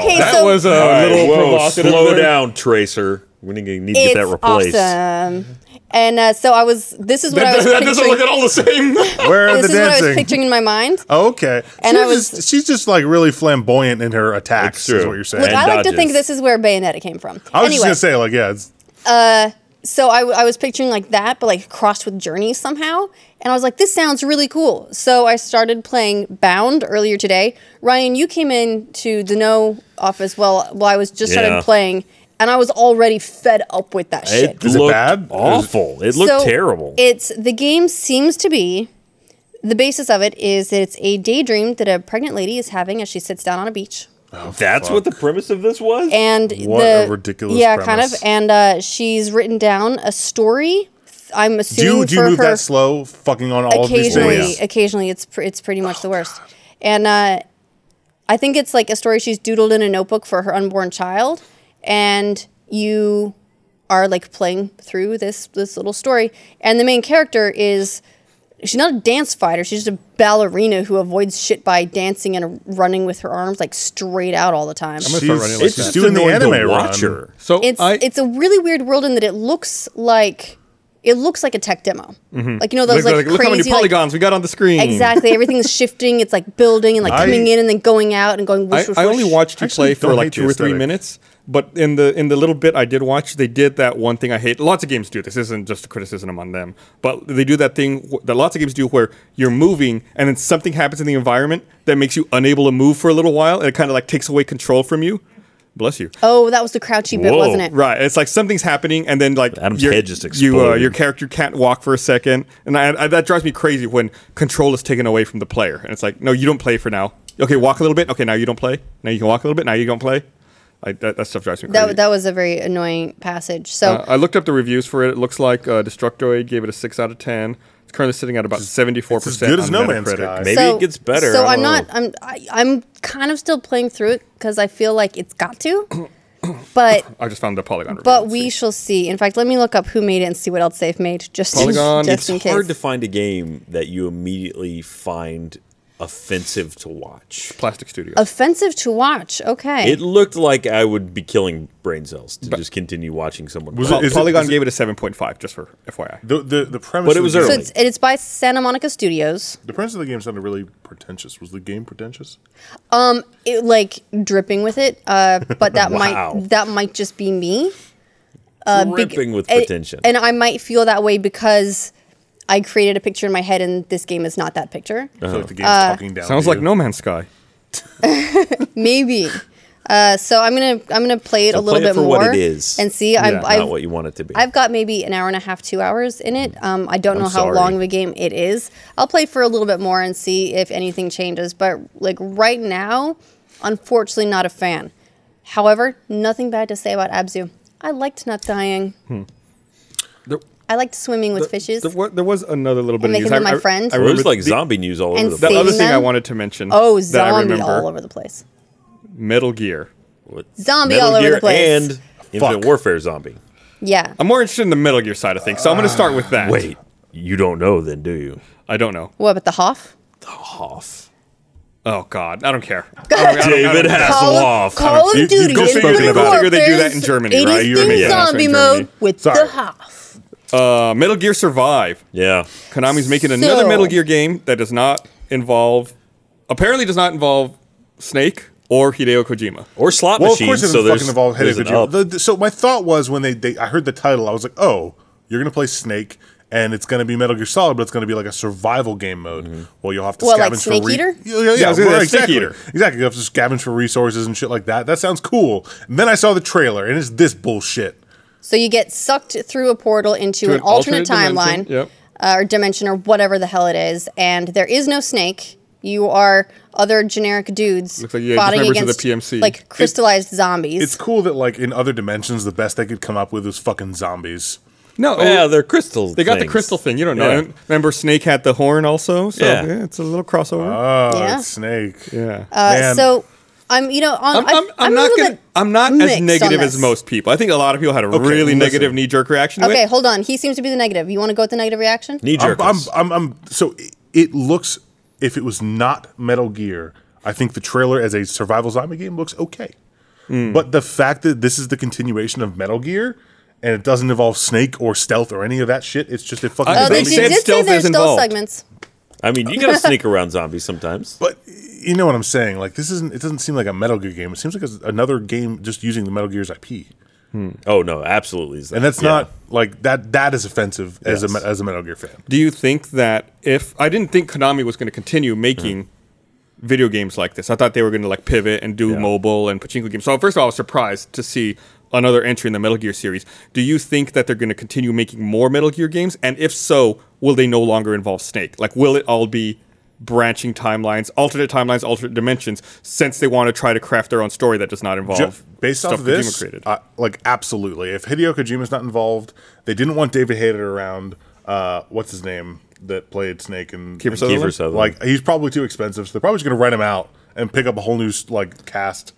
[SPEAKER 3] okay,
[SPEAKER 1] That
[SPEAKER 3] so
[SPEAKER 1] was a
[SPEAKER 2] All right,
[SPEAKER 1] little
[SPEAKER 2] whoa,
[SPEAKER 1] provocative.
[SPEAKER 2] slow
[SPEAKER 1] there.
[SPEAKER 2] down, Tracer. We need to need to
[SPEAKER 3] it's
[SPEAKER 2] get that replaced.
[SPEAKER 3] awesome. And uh, so I was. This is what I
[SPEAKER 1] That,
[SPEAKER 3] was.
[SPEAKER 1] that doesn't
[SPEAKER 3] picturing.
[SPEAKER 1] look at all the same.
[SPEAKER 4] where are
[SPEAKER 3] this
[SPEAKER 4] the
[SPEAKER 3] is what I was
[SPEAKER 4] dancing?
[SPEAKER 3] picturing in my mind.
[SPEAKER 4] Oh, okay,
[SPEAKER 3] And
[SPEAKER 4] She
[SPEAKER 3] I was-
[SPEAKER 4] just, she's just like really flamboyant in her attacks.
[SPEAKER 2] It's true.
[SPEAKER 4] Is what you're saying?
[SPEAKER 3] Look,
[SPEAKER 2] and
[SPEAKER 3] I like to
[SPEAKER 2] dodges.
[SPEAKER 3] think this is where Bayonetta came from.
[SPEAKER 4] I
[SPEAKER 3] anyway,
[SPEAKER 4] was just gonna say like yeah, it's,
[SPEAKER 3] so I, w- I was picturing like that, but like crossed with Journey somehow. And I was like, this sounds really cool. So I started playing Bound earlier today. Ryan, you came in to the No office while while I was just
[SPEAKER 2] Yeah.
[SPEAKER 3] started playing, and I was already fed up with that shit.
[SPEAKER 2] It
[SPEAKER 4] Is it
[SPEAKER 2] looked
[SPEAKER 4] bad?
[SPEAKER 2] awful. It looked
[SPEAKER 3] So,
[SPEAKER 2] terrible.
[SPEAKER 3] It's the game seems to be the basis of it is that it's a daydream that a pregnant lady is having as she sits down on a beach.
[SPEAKER 4] Oh,
[SPEAKER 2] That's what the premise of this was.
[SPEAKER 3] and
[SPEAKER 4] What
[SPEAKER 3] the,
[SPEAKER 4] a ridiculous
[SPEAKER 3] yeah kind
[SPEAKER 4] premise.
[SPEAKER 3] of and uh, she's written down a story i'm
[SPEAKER 4] do
[SPEAKER 3] assuming
[SPEAKER 4] you, do you
[SPEAKER 3] for
[SPEAKER 4] move
[SPEAKER 3] her
[SPEAKER 4] that slow? Fucking on all of these
[SPEAKER 3] occasionally
[SPEAKER 4] things.
[SPEAKER 3] occasionally it's pr- it's pretty much the worst and uh, i think it's like a story she's doodled in a notebook for her unborn child and you are like playing through this this little story and the main character is she's not a dance fighter she's just a ballerina who avoids shit by dancing and running with her arms like straight out all the time
[SPEAKER 1] gonna start running
[SPEAKER 4] She's,
[SPEAKER 1] like
[SPEAKER 4] it's
[SPEAKER 1] that.
[SPEAKER 4] just doing the
[SPEAKER 2] annoying to
[SPEAKER 4] anime
[SPEAKER 2] watch
[SPEAKER 4] run.
[SPEAKER 2] her.
[SPEAKER 1] So
[SPEAKER 3] it's
[SPEAKER 1] I,
[SPEAKER 3] it's a really weird world in that it looks like it looks like a tech demo. Like you know those
[SPEAKER 1] like, like,
[SPEAKER 3] like,
[SPEAKER 1] Mm-hmm.
[SPEAKER 3] crazy
[SPEAKER 1] look how many
[SPEAKER 3] like-
[SPEAKER 1] polygons we got on the screen.
[SPEAKER 3] exactly everything's shifting. It's like building and like
[SPEAKER 4] I-
[SPEAKER 3] coming in and then going out and going.
[SPEAKER 1] I,
[SPEAKER 3] Whoosh, whoosh,
[SPEAKER 1] I only
[SPEAKER 3] whoosh.
[SPEAKER 1] watched you
[SPEAKER 4] Actually,
[SPEAKER 1] play for
[SPEAKER 4] don't
[SPEAKER 1] like
[SPEAKER 4] hate
[SPEAKER 1] two
[SPEAKER 4] the
[SPEAKER 1] or three
[SPEAKER 4] aesthetic.
[SPEAKER 1] minutes, but in the in the little bit I did watch, they did that one thing I hate. Lots of games do this. This isn't just a criticism on them, but they do that thing wh- that lots of games do where you're moving and then something happens in the environment that makes you unable to move for a little while, and it kind of like takes away control from you. Bless you.
[SPEAKER 3] Oh, that was the crouchy bit,
[SPEAKER 2] Whoa,
[SPEAKER 3] wasn't it?
[SPEAKER 1] Right, it's like something's happening, and then like
[SPEAKER 2] Adam's
[SPEAKER 1] your-
[SPEAKER 2] head just
[SPEAKER 1] You, uh,
[SPEAKER 2] exploded.
[SPEAKER 1] your character can't walk for a second, and I, I, that drives me crazy when control is taken away from the player, and it's like, no, you don't play for now. Okay, walk a little bit. Okay, now you don't play. Now you can walk a little bit. Now you don't play. I, that, that stuff drives me crazy.
[SPEAKER 3] That that was a very annoying passage. So
[SPEAKER 1] Uh, I looked up the reviews for it. It looks like uh, Destructoid gave it a six out of ten. It's currently sitting at about seventy four
[SPEAKER 4] it's as
[SPEAKER 1] percent.
[SPEAKER 4] good as No Man's Sky.
[SPEAKER 2] Maybe it gets better,
[SPEAKER 3] So
[SPEAKER 2] I don't
[SPEAKER 3] I'm not. I'm. I, I'm kind of still playing through it because I feel like it's got to. But
[SPEAKER 1] I just found the Polygon.
[SPEAKER 3] but
[SPEAKER 1] review.
[SPEAKER 3] we shall see. In fact, let me look up who made it and see what else they've made. Just
[SPEAKER 1] Polygon,
[SPEAKER 3] in, just in
[SPEAKER 2] it's
[SPEAKER 3] case.
[SPEAKER 2] hard to find a game that you immediately find offensive to watch.
[SPEAKER 1] Plastic Studio.
[SPEAKER 3] Offensive to watch. Okay.
[SPEAKER 2] It looked like I would be killing brain cells to just continue watching someone.
[SPEAKER 4] Was
[SPEAKER 2] play.
[SPEAKER 4] it- is
[SPEAKER 1] Polygon
[SPEAKER 4] is
[SPEAKER 1] gave it a seven point five, just for FYI.
[SPEAKER 4] The the, the premise.
[SPEAKER 2] But it
[SPEAKER 4] of
[SPEAKER 2] was
[SPEAKER 4] the game-
[SPEAKER 3] so
[SPEAKER 2] early.
[SPEAKER 3] it's it's by Santa Monica Studios.
[SPEAKER 4] The premise of the game sounded really pretentious. Was the game pretentious?
[SPEAKER 3] It, like dripping with it. Uh, but that
[SPEAKER 2] Wow.
[SPEAKER 3] might that might just be me. Uh, big-
[SPEAKER 2] Dripping with
[SPEAKER 3] and-
[SPEAKER 2] potential.
[SPEAKER 3] And I might feel that way because I created a picture in my head and this game is not that picture.
[SPEAKER 2] Uh-huh.
[SPEAKER 4] I feel like the game's
[SPEAKER 3] Uh,
[SPEAKER 4] talking down.
[SPEAKER 1] Sounds
[SPEAKER 4] to
[SPEAKER 1] like
[SPEAKER 4] you.
[SPEAKER 1] No Man's Sky.
[SPEAKER 3] Maybe. Uh, so I'm gonna I'm gonna play it
[SPEAKER 2] So
[SPEAKER 3] a little
[SPEAKER 2] play it
[SPEAKER 3] bit
[SPEAKER 2] for
[SPEAKER 3] more
[SPEAKER 2] what it is,
[SPEAKER 3] and see.
[SPEAKER 1] Yeah.
[SPEAKER 3] I've,
[SPEAKER 1] Not
[SPEAKER 2] not
[SPEAKER 3] I've,
[SPEAKER 2] what you want it to be.
[SPEAKER 3] I've got maybe an hour and a half, two hours in it. Um, I don't know how
[SPEAKER 1] sorry.
[SPEAKER 3] long of a game it is. I'll play for a little bit more and see if anything changes. But like right now, unfortunately, not a fan. However, nothing bad to say about Abzu. I liked not dying.
[SPEAKER 1] There,
[SPEAKER 3] I liked swimming with fishes.
[SPEAKER 1] there, wa- there was another little bit.
[SPEAKER 3] And
[SPEAKER 1] of news.
[SPEAKER 3] making them
[SPEAKER 1] I-
[SPEAKER 3] my
[SPEAKER 1] I-
[SPEAKER 3] friend.
[SPEAKER 1] I
[SPEAKER 2] Well, there's
[SPEAKER 1] remember
[SPEAKER 2] like
[SPEAKER 1] the-
[SPEAKER 2] zombie news all
[SPEAKER 3] and
[SPEAKER 2] over the
[SPEAKER 1] The
[SPEAKER 3] seeing
[SPEAKER 1] other
[SPEAKER 2] place.
[SPEAKER 1] thing I
[SPEAKER 3] them.
[SPEAKER 1] wanted to mention.
[SPEAKER 3] Oh,
[SPEAKER 1] that I
[SPEAKER 3] zombie
[SPEAKER 1] remember,
[SPEAKER 3] all over the place.
[SPEAKER 1] Metal Gear.
[SPEAKER 3] Zombie
[SPEAKER 2] Metal
[SPEAKER 3] all over
[SPEAKER 2] Gear
[SPEAKER 3] the place.
[SPEAKER 2] and Infinite Warfare zombie.
[SPEAKER 3] yeah.
[SPEAKER 1] I'm more interested in the Metal Gear side of things, so I'm going to start with that.
[SPEAKER 2] Wait, you don't know then, do you?
[SPEAKER 1] I don't know.
[SPEAKER 3] what about the Hoff?
[SPEAKER 2] Hoff.
[SPEAKER 1] Oh God, I don't care. I don't- I don't- I don't
[SPEAKER 2] David
[SPEAKER 1] care.
[SPEAKER 2] Hasselhoff.
[SPEAKER 3] Call,
[SPEAKER 2] off.
[SPEAKER 3] of- Call of
[SPEAKER 4] You- you've
[SPEAKER 3] Duty.
[SPEAKER 4] just
[SPEAKER 3] Infinite
[SPEAKER 4] spoken about it.
[SPEAKER 1] Figure they do that in
[SPEAKER 3] Warfare's-
[SPEAKER 1] Germany,
[SPEAKER 3] it
[SPEAKER 1] right?
[SPEAKER 3] is
[SPEAKER 1] You're
[SPEAKER 3] through
[SPEAKER 1] making that
[SPEAKER 3] zombie
[SPEAKER 1] in
[SPEAKER 3] mode
[SPEAKER 1] Germany.
[SPEAKER 3] with
[SPEAKER 4] Sorry.
[SPEAKER 3] the Hoff.
[SPEAKER 1] Uh, Metal Gear Survive.
[SPEAKER 2] Yeah.
[SPEAKER 1] Konami's making another
[SPEAKER 3] So-
[SPEAKER 1] Metal Gear game that does not involve, apparently, does not involve Snake or Hideo Kojima.
[SPEAKER 2] Or slot
[SPEAKER 4] Well, of
[SPEAKER 2] machines.
[SPEAKER 4] course, it
[SPEAKER 2] so
[SPEAKER 4] doesn't
[SPEAKER 2] there's,
[SPEAKER 4] fucking involve
[SPEAKER 2] there's
[SPEAKER 4] Hideo
[SPEAKER 2] an up.
[SPEAKER 4] Kojima. The- the- So my thought was when they, they I heard the title, I was like, oh, you're gonna play Snake, and it's gonna be Metal Gear Solid, but it's gonna be like a survival game mode.
[SPEAKER 2] Mm-hmm.
[SPEAKER 4] Well, you'll have to
[SPEAKER 3] What,
[SPEAKER 4] scavenge
[SPEAKER 3] like
[SPEAKER 4] for
[SPEAKER 3] Snake
[SPEAKER 4] re-
[SPEAKER 3] Eater?
[SPEAKER 4] Yeah, yeah, yeah,
[SPEAKER 1] I was gonna say
[SPEAKER 4] right,
[SPEAKER 1] Snake
[SPEAKER 4] exactly.
[SPEAKER 1] Eater.
[SPEAKER 4] Exactly, you have to scavenge for resources and shit like that. That sounds cool. And then I saw the trailer, and it's this bullshit.
[SPEAKER 3] So you get sucked through a portal into
[SPEAKER 1] To
[SPEAKER 3] an,
[SPEAKER 1] an alternate
[SPEAKER 3] alternate,
[SPEAKER 1] dimension,
[SPEAKER 3] timeline
[SPEAKER 1] yep.
[SPEAKER 3] uh, or dimension or whatever the hell it is, and there is no snake. You are other generic dudes
[SPEAKER 1] Looks like, yeah, just members of the PMC.
[SPEAKER 3] like crystallized zombies.
[SPEAKER 4] It's cool that like in other dimensions, the best they could come up with was fucking zombies.
[SPEAKER 1] No,
[SPEAKER 2] Oh, Yeah, they're crystal.
[SPEAKER 1] they got the
[SPEAKER 2] things.
[SPEAKER 1] crystal thing. You don't know.
[SPEAKER 2] Yeah.
[SPEAKER 1] And Remember, Snake had the horn also. So
[SPEAKER 2] Yeah.
[SPEAKER 1] yeah, it's a little crossover.
[SPEAKER 4] Oh,
[SPEAKER 3] Yeah.
[SPEAKER 4] it's Snake.
[SPEAKER 1] yeah.
[SPEAKER 3] Uh,
[SPEAKER 4] Man.
[SPEAKER 3] so I'm, you know, on,
[SPEAKER 1] I'm, I'm, I'm
[SPEAKER 3] a
[SPEAKER 1] not
[SPEAKER 3] little
[SPEAKER 1] gonna,
[SPEAKER 3] bit
[SPEAKER 1] I'm not
[SPEAKER 3] mixed
[SPEAKER 1] as
[SPEAKER 3] on
[SPEAKER 1] negative as
[SPEAKER 3] this.
[SPEAKER 1] most people. I think a lot of people had a really
[SPEAKER 4] listen.
[SPEAKER 1] negative knee jerk reaction. to
[SPEAKER 3] Okay,
[SPEAKER 1] it.
[SPEAKER 3] hold on. He seems to be the negative. You want to go with the negative reaction?
[SPEAKER 2] Knee
[SPEAKER 4] I'm,
[SPEAKER 2] jerk.
[SPEAKER 4] I'm, I'm, I'm, so i- it looks, if it was not Metal Gear, I think the trailer as a survival zombie game looks okay. But the fact that this is the continuation of Metal Gear and it doesn't involve Snake or stealth or any of that shit, it's just a fucking.
[SPEAKER 1] Uh,
[SPEAKER 3] Oh, they
[SPEAKER 1] They
[SPEAKER 3] did,
[SPEAKER 4] zombie
[SPEAKER 1] said
[SPEAKER 4] game.
[SPEAKER 3] did say
[SPEAKER 1] stealth
[SPEAKER 3] there's
[SPEAKER 1] is
[SPEAKER 3] still
[SPEAKER 1] involved.
[SPEAKER 3] segments.
[SPEAKER 2] I mean, you got to sneak around zombies sometimes.
[SPEAKER 4] But you know what I'm saying? Like, this isn't, it doesn't seem like a Metal Gear game. It seems like it's another game just using the Metal Gear's IP.
[SPEAKER 2] Oh no, absolutely.
[SPEAKER 4] And that's not like that. That is offensive as a
[SPEAKER 2] Yes.
[SPEAKER 4] me- as a Metal Gear fan.
[SPEAKER 1] Do you think that if I didn't think Konami was going to continue making video games like this, I thought they were going to like pivot and do
[SPEAKER 2] Yeah.
[SPEAKER 1] mobile and pachinko games. So first of all, I was surprised to see another entry in the Metal Gear series. Do you think that they're going to continue making more Metal Gear games? And if so, will they no longer involve Snake? Like, will it all be branching timelines, alternate timelines, alternate dimensions? Since they want to try to craft their own story that does not involve
[SPEAKER 4] Ju- based
[SPEAKER 1] stuff
[SPEAKER 4] off of this,
[SPEAKER 1] Kojima created.
[SPEAKER 4] uh, like absolutely. If Hideo Kojima's not involved, they didn't want David Hayter around. Uh, what's his name that played Snake and
[SPEAKER 1] Kiefer
[SPEAKER 4] and
[SPEAKER 1] Sutherland?
[SPEAKER 2] Kiefer Sutherland.
[SPEAKER 4] Like he's probably too expensive, so they're probably just gonna rent him out and pick up a whole new like cast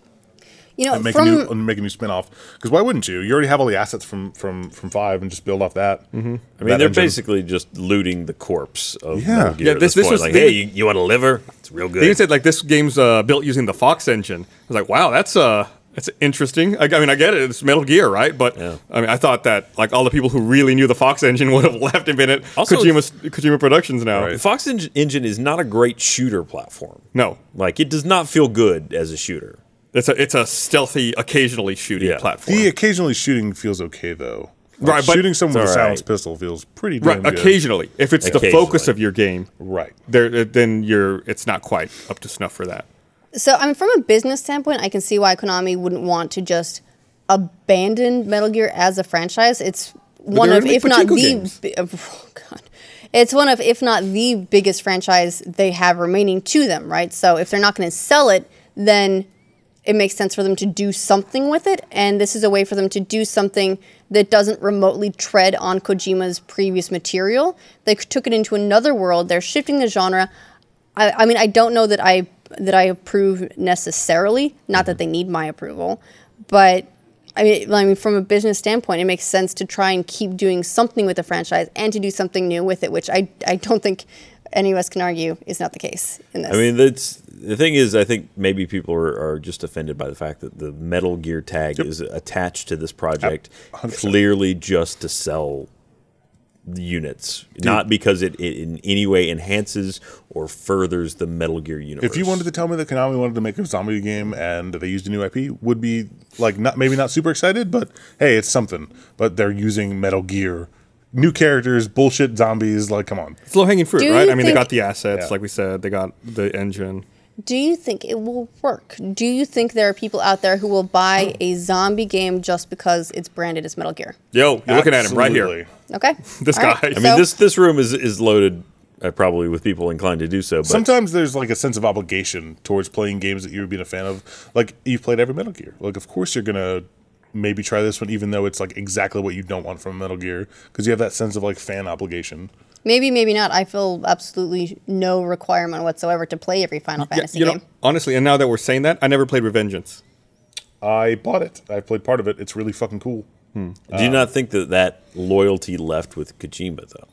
[SPEAKER 3] You know,
[SPEAKER 4] and make
[SPEAKER 3] Uh, from
[SPEAKER 4] a new and make a new spinoff. Because why wouldn't you? You already have all the assets from from from Five and just build off that. Mm-hmm.
[SPEAKER 2] I mean, they're basically just looting the corpse of
[SPEAKER 4] Yeah.
[SPEAKER 2] Metal Gear
[SPEAKER 1] Yeah,
[SPEAKER 2] at this,
[SPEAKER 1] this- this
[SPEAKER 2] point.
[SPEAKER 1] was-
[SPEAKER 2] like,
[SPEAKER 1] they-
[SPEAKER 2] hey, you, you want a liver? It's real good.
[SPEAKER 1] They even said like this game's uh, built using the Fox engine. I was like, wow, that's uh, that's interesting. I, I mean, I get it. It's Metal Gear, right? But
[SPEAKER 2] Yeah.
[SPEAKER 1] I mean, I thought that like all the people who really knew the Fox engine would have left and been at
[SPEAKER 2] Also-
[SPEAKER 1] Kojima's, Kojima Productions now.
[SPEAKER 2] The Fox Eng- Engine is not a great shooter platform.
[SPEAKER 1] No,
[SPEAKER 2] Like, it does not feel good as a shooter.
[SPEAKER 1] it's a it's a stealthy, occasionally shooting
[SPEAKER 2] Yeah.
[SPEAKER 1] platform.
[SPEAKER 4] The occasionally shooting feels okay though. Like,
[SPEAKER 1] Right, but-
[SPEAKER 4] shooting someone
[SPEAKER 2] it's
[SPEAKER 4] with a
[SPEAKER 2] all right.
[SPEAKER 4] silenced pistol feels pretty damn
[SPEAKER 1] right,
[SPEAKER 4] good.
[SPEAKER 1] occasionally, if it's the
[SPEAKER 2] Occasionally.
[SPEAKER 1] focus of your game,
[SPEAKER 4] Right.
[SPEAKER 1] there uh, then you're it's not quite up to snuff for that.
[SPEAKER 3] so I mean, from a business standpoint, I can see why Konami wouldn't want to just abandon Metal Gear as a franchise. It's one
[SPEAKER 1] they're
[SPEAKER 3] of,
[SPEAKER 1] gonna make
[SPEAKER 3] if not
[SPEAKER 1] pachinko
[SPEAKER 3] the,
[SPEAKER 1] games.
[SPEAKER 3] bi- oh god, it's one of, if not the biggest franchise they have remaining to them, right? So if they're not going to sell it, then it makes sense for them to do something with it. And this is a way for them to do something that doesn't remotely tread on Kojima's previous material. They took it into another world. They're shifting the genre. I, I mean, I don't know that I that I approve necessarily. Not that they need my approval, but I mean, I mean, from a business standpoint, it makes sense to try and keep doing something with the franchise and to do something new with it, which I I don't think any of us can argue is not the case in this.
[SPEAKER 2] I mean, that's the thing is, I think maybe people are, are just offended by the fact that the Metal Gear tag is attached to this project, clearly just to sell the units, not because it, it in any way enhances or furthers the Metal Gear universe.
[SPEAKER 4] If you wanted to tell me that Konami wanted to make a zombie game and they used a new IP, would be like not maybe not super excited, but hey, it's something. But they're using Metal Gear, new characters, bullshit zombies. Like, come on,
[SPEAKER 1] It's low hanging fruit,
[SPEAKER 3] Do
[SPEAKER 1] right?
[SPEAKER 3] you
[SPEAKER 1] I mean, they
[SPEAKER 3] think-
[SPEAKER 1] got the assets,
[SPEAKER 4] Yeah.
[SPEAKER 1] like we said. They got the engine.
[SPEAKER 3] Do you think it will work? Do you think there are people out there who will buy a zombie game just because it's branded as Metal Gear?
[SPEAKER 1] Yo, you're looking at him right here.
[SPEAKER 4] Absolutely.
[SPEAKER 3] Okay.
[SPEAKER 1] This
[SPEAKER 3] All right,
[SPEAKER 1] guy. I
[SPEAKER 2] I
[SPEAKER 1] mean,
[SPEAKER 2] mean,
[SPEAKER 3] so-
[SPEAKER 2] this this room is is loaded uh, probably with people inclined to do so, but
[SPEAKER 4] Sometimes there's like a sense of obligation towards playing games that you've been a fan of. Like you've played every Metal Gear. Like of course you're gonna maybe try this one, even though it's like exactly what you don't want from a Metal Gear, because you have that sense of like fan obligation.
[SPEAKER 3] Maybe, maybe not. I feel absolutely no requirement whatsoever to play every Final
[SPEAKER 1] yeah,
[SPEAKER 3] Fantasy
[SPEAKER 1] you know,
[SPEAKER 3] game.
[SPEAKER 1] honestly, and now that we're saying that, I never played Revengeance.
[SPEAKER 4] I bought it. I played part of it. It's really fucking cool.
[SPEAKER 2] do you not think that that loyalty left with Kojima though?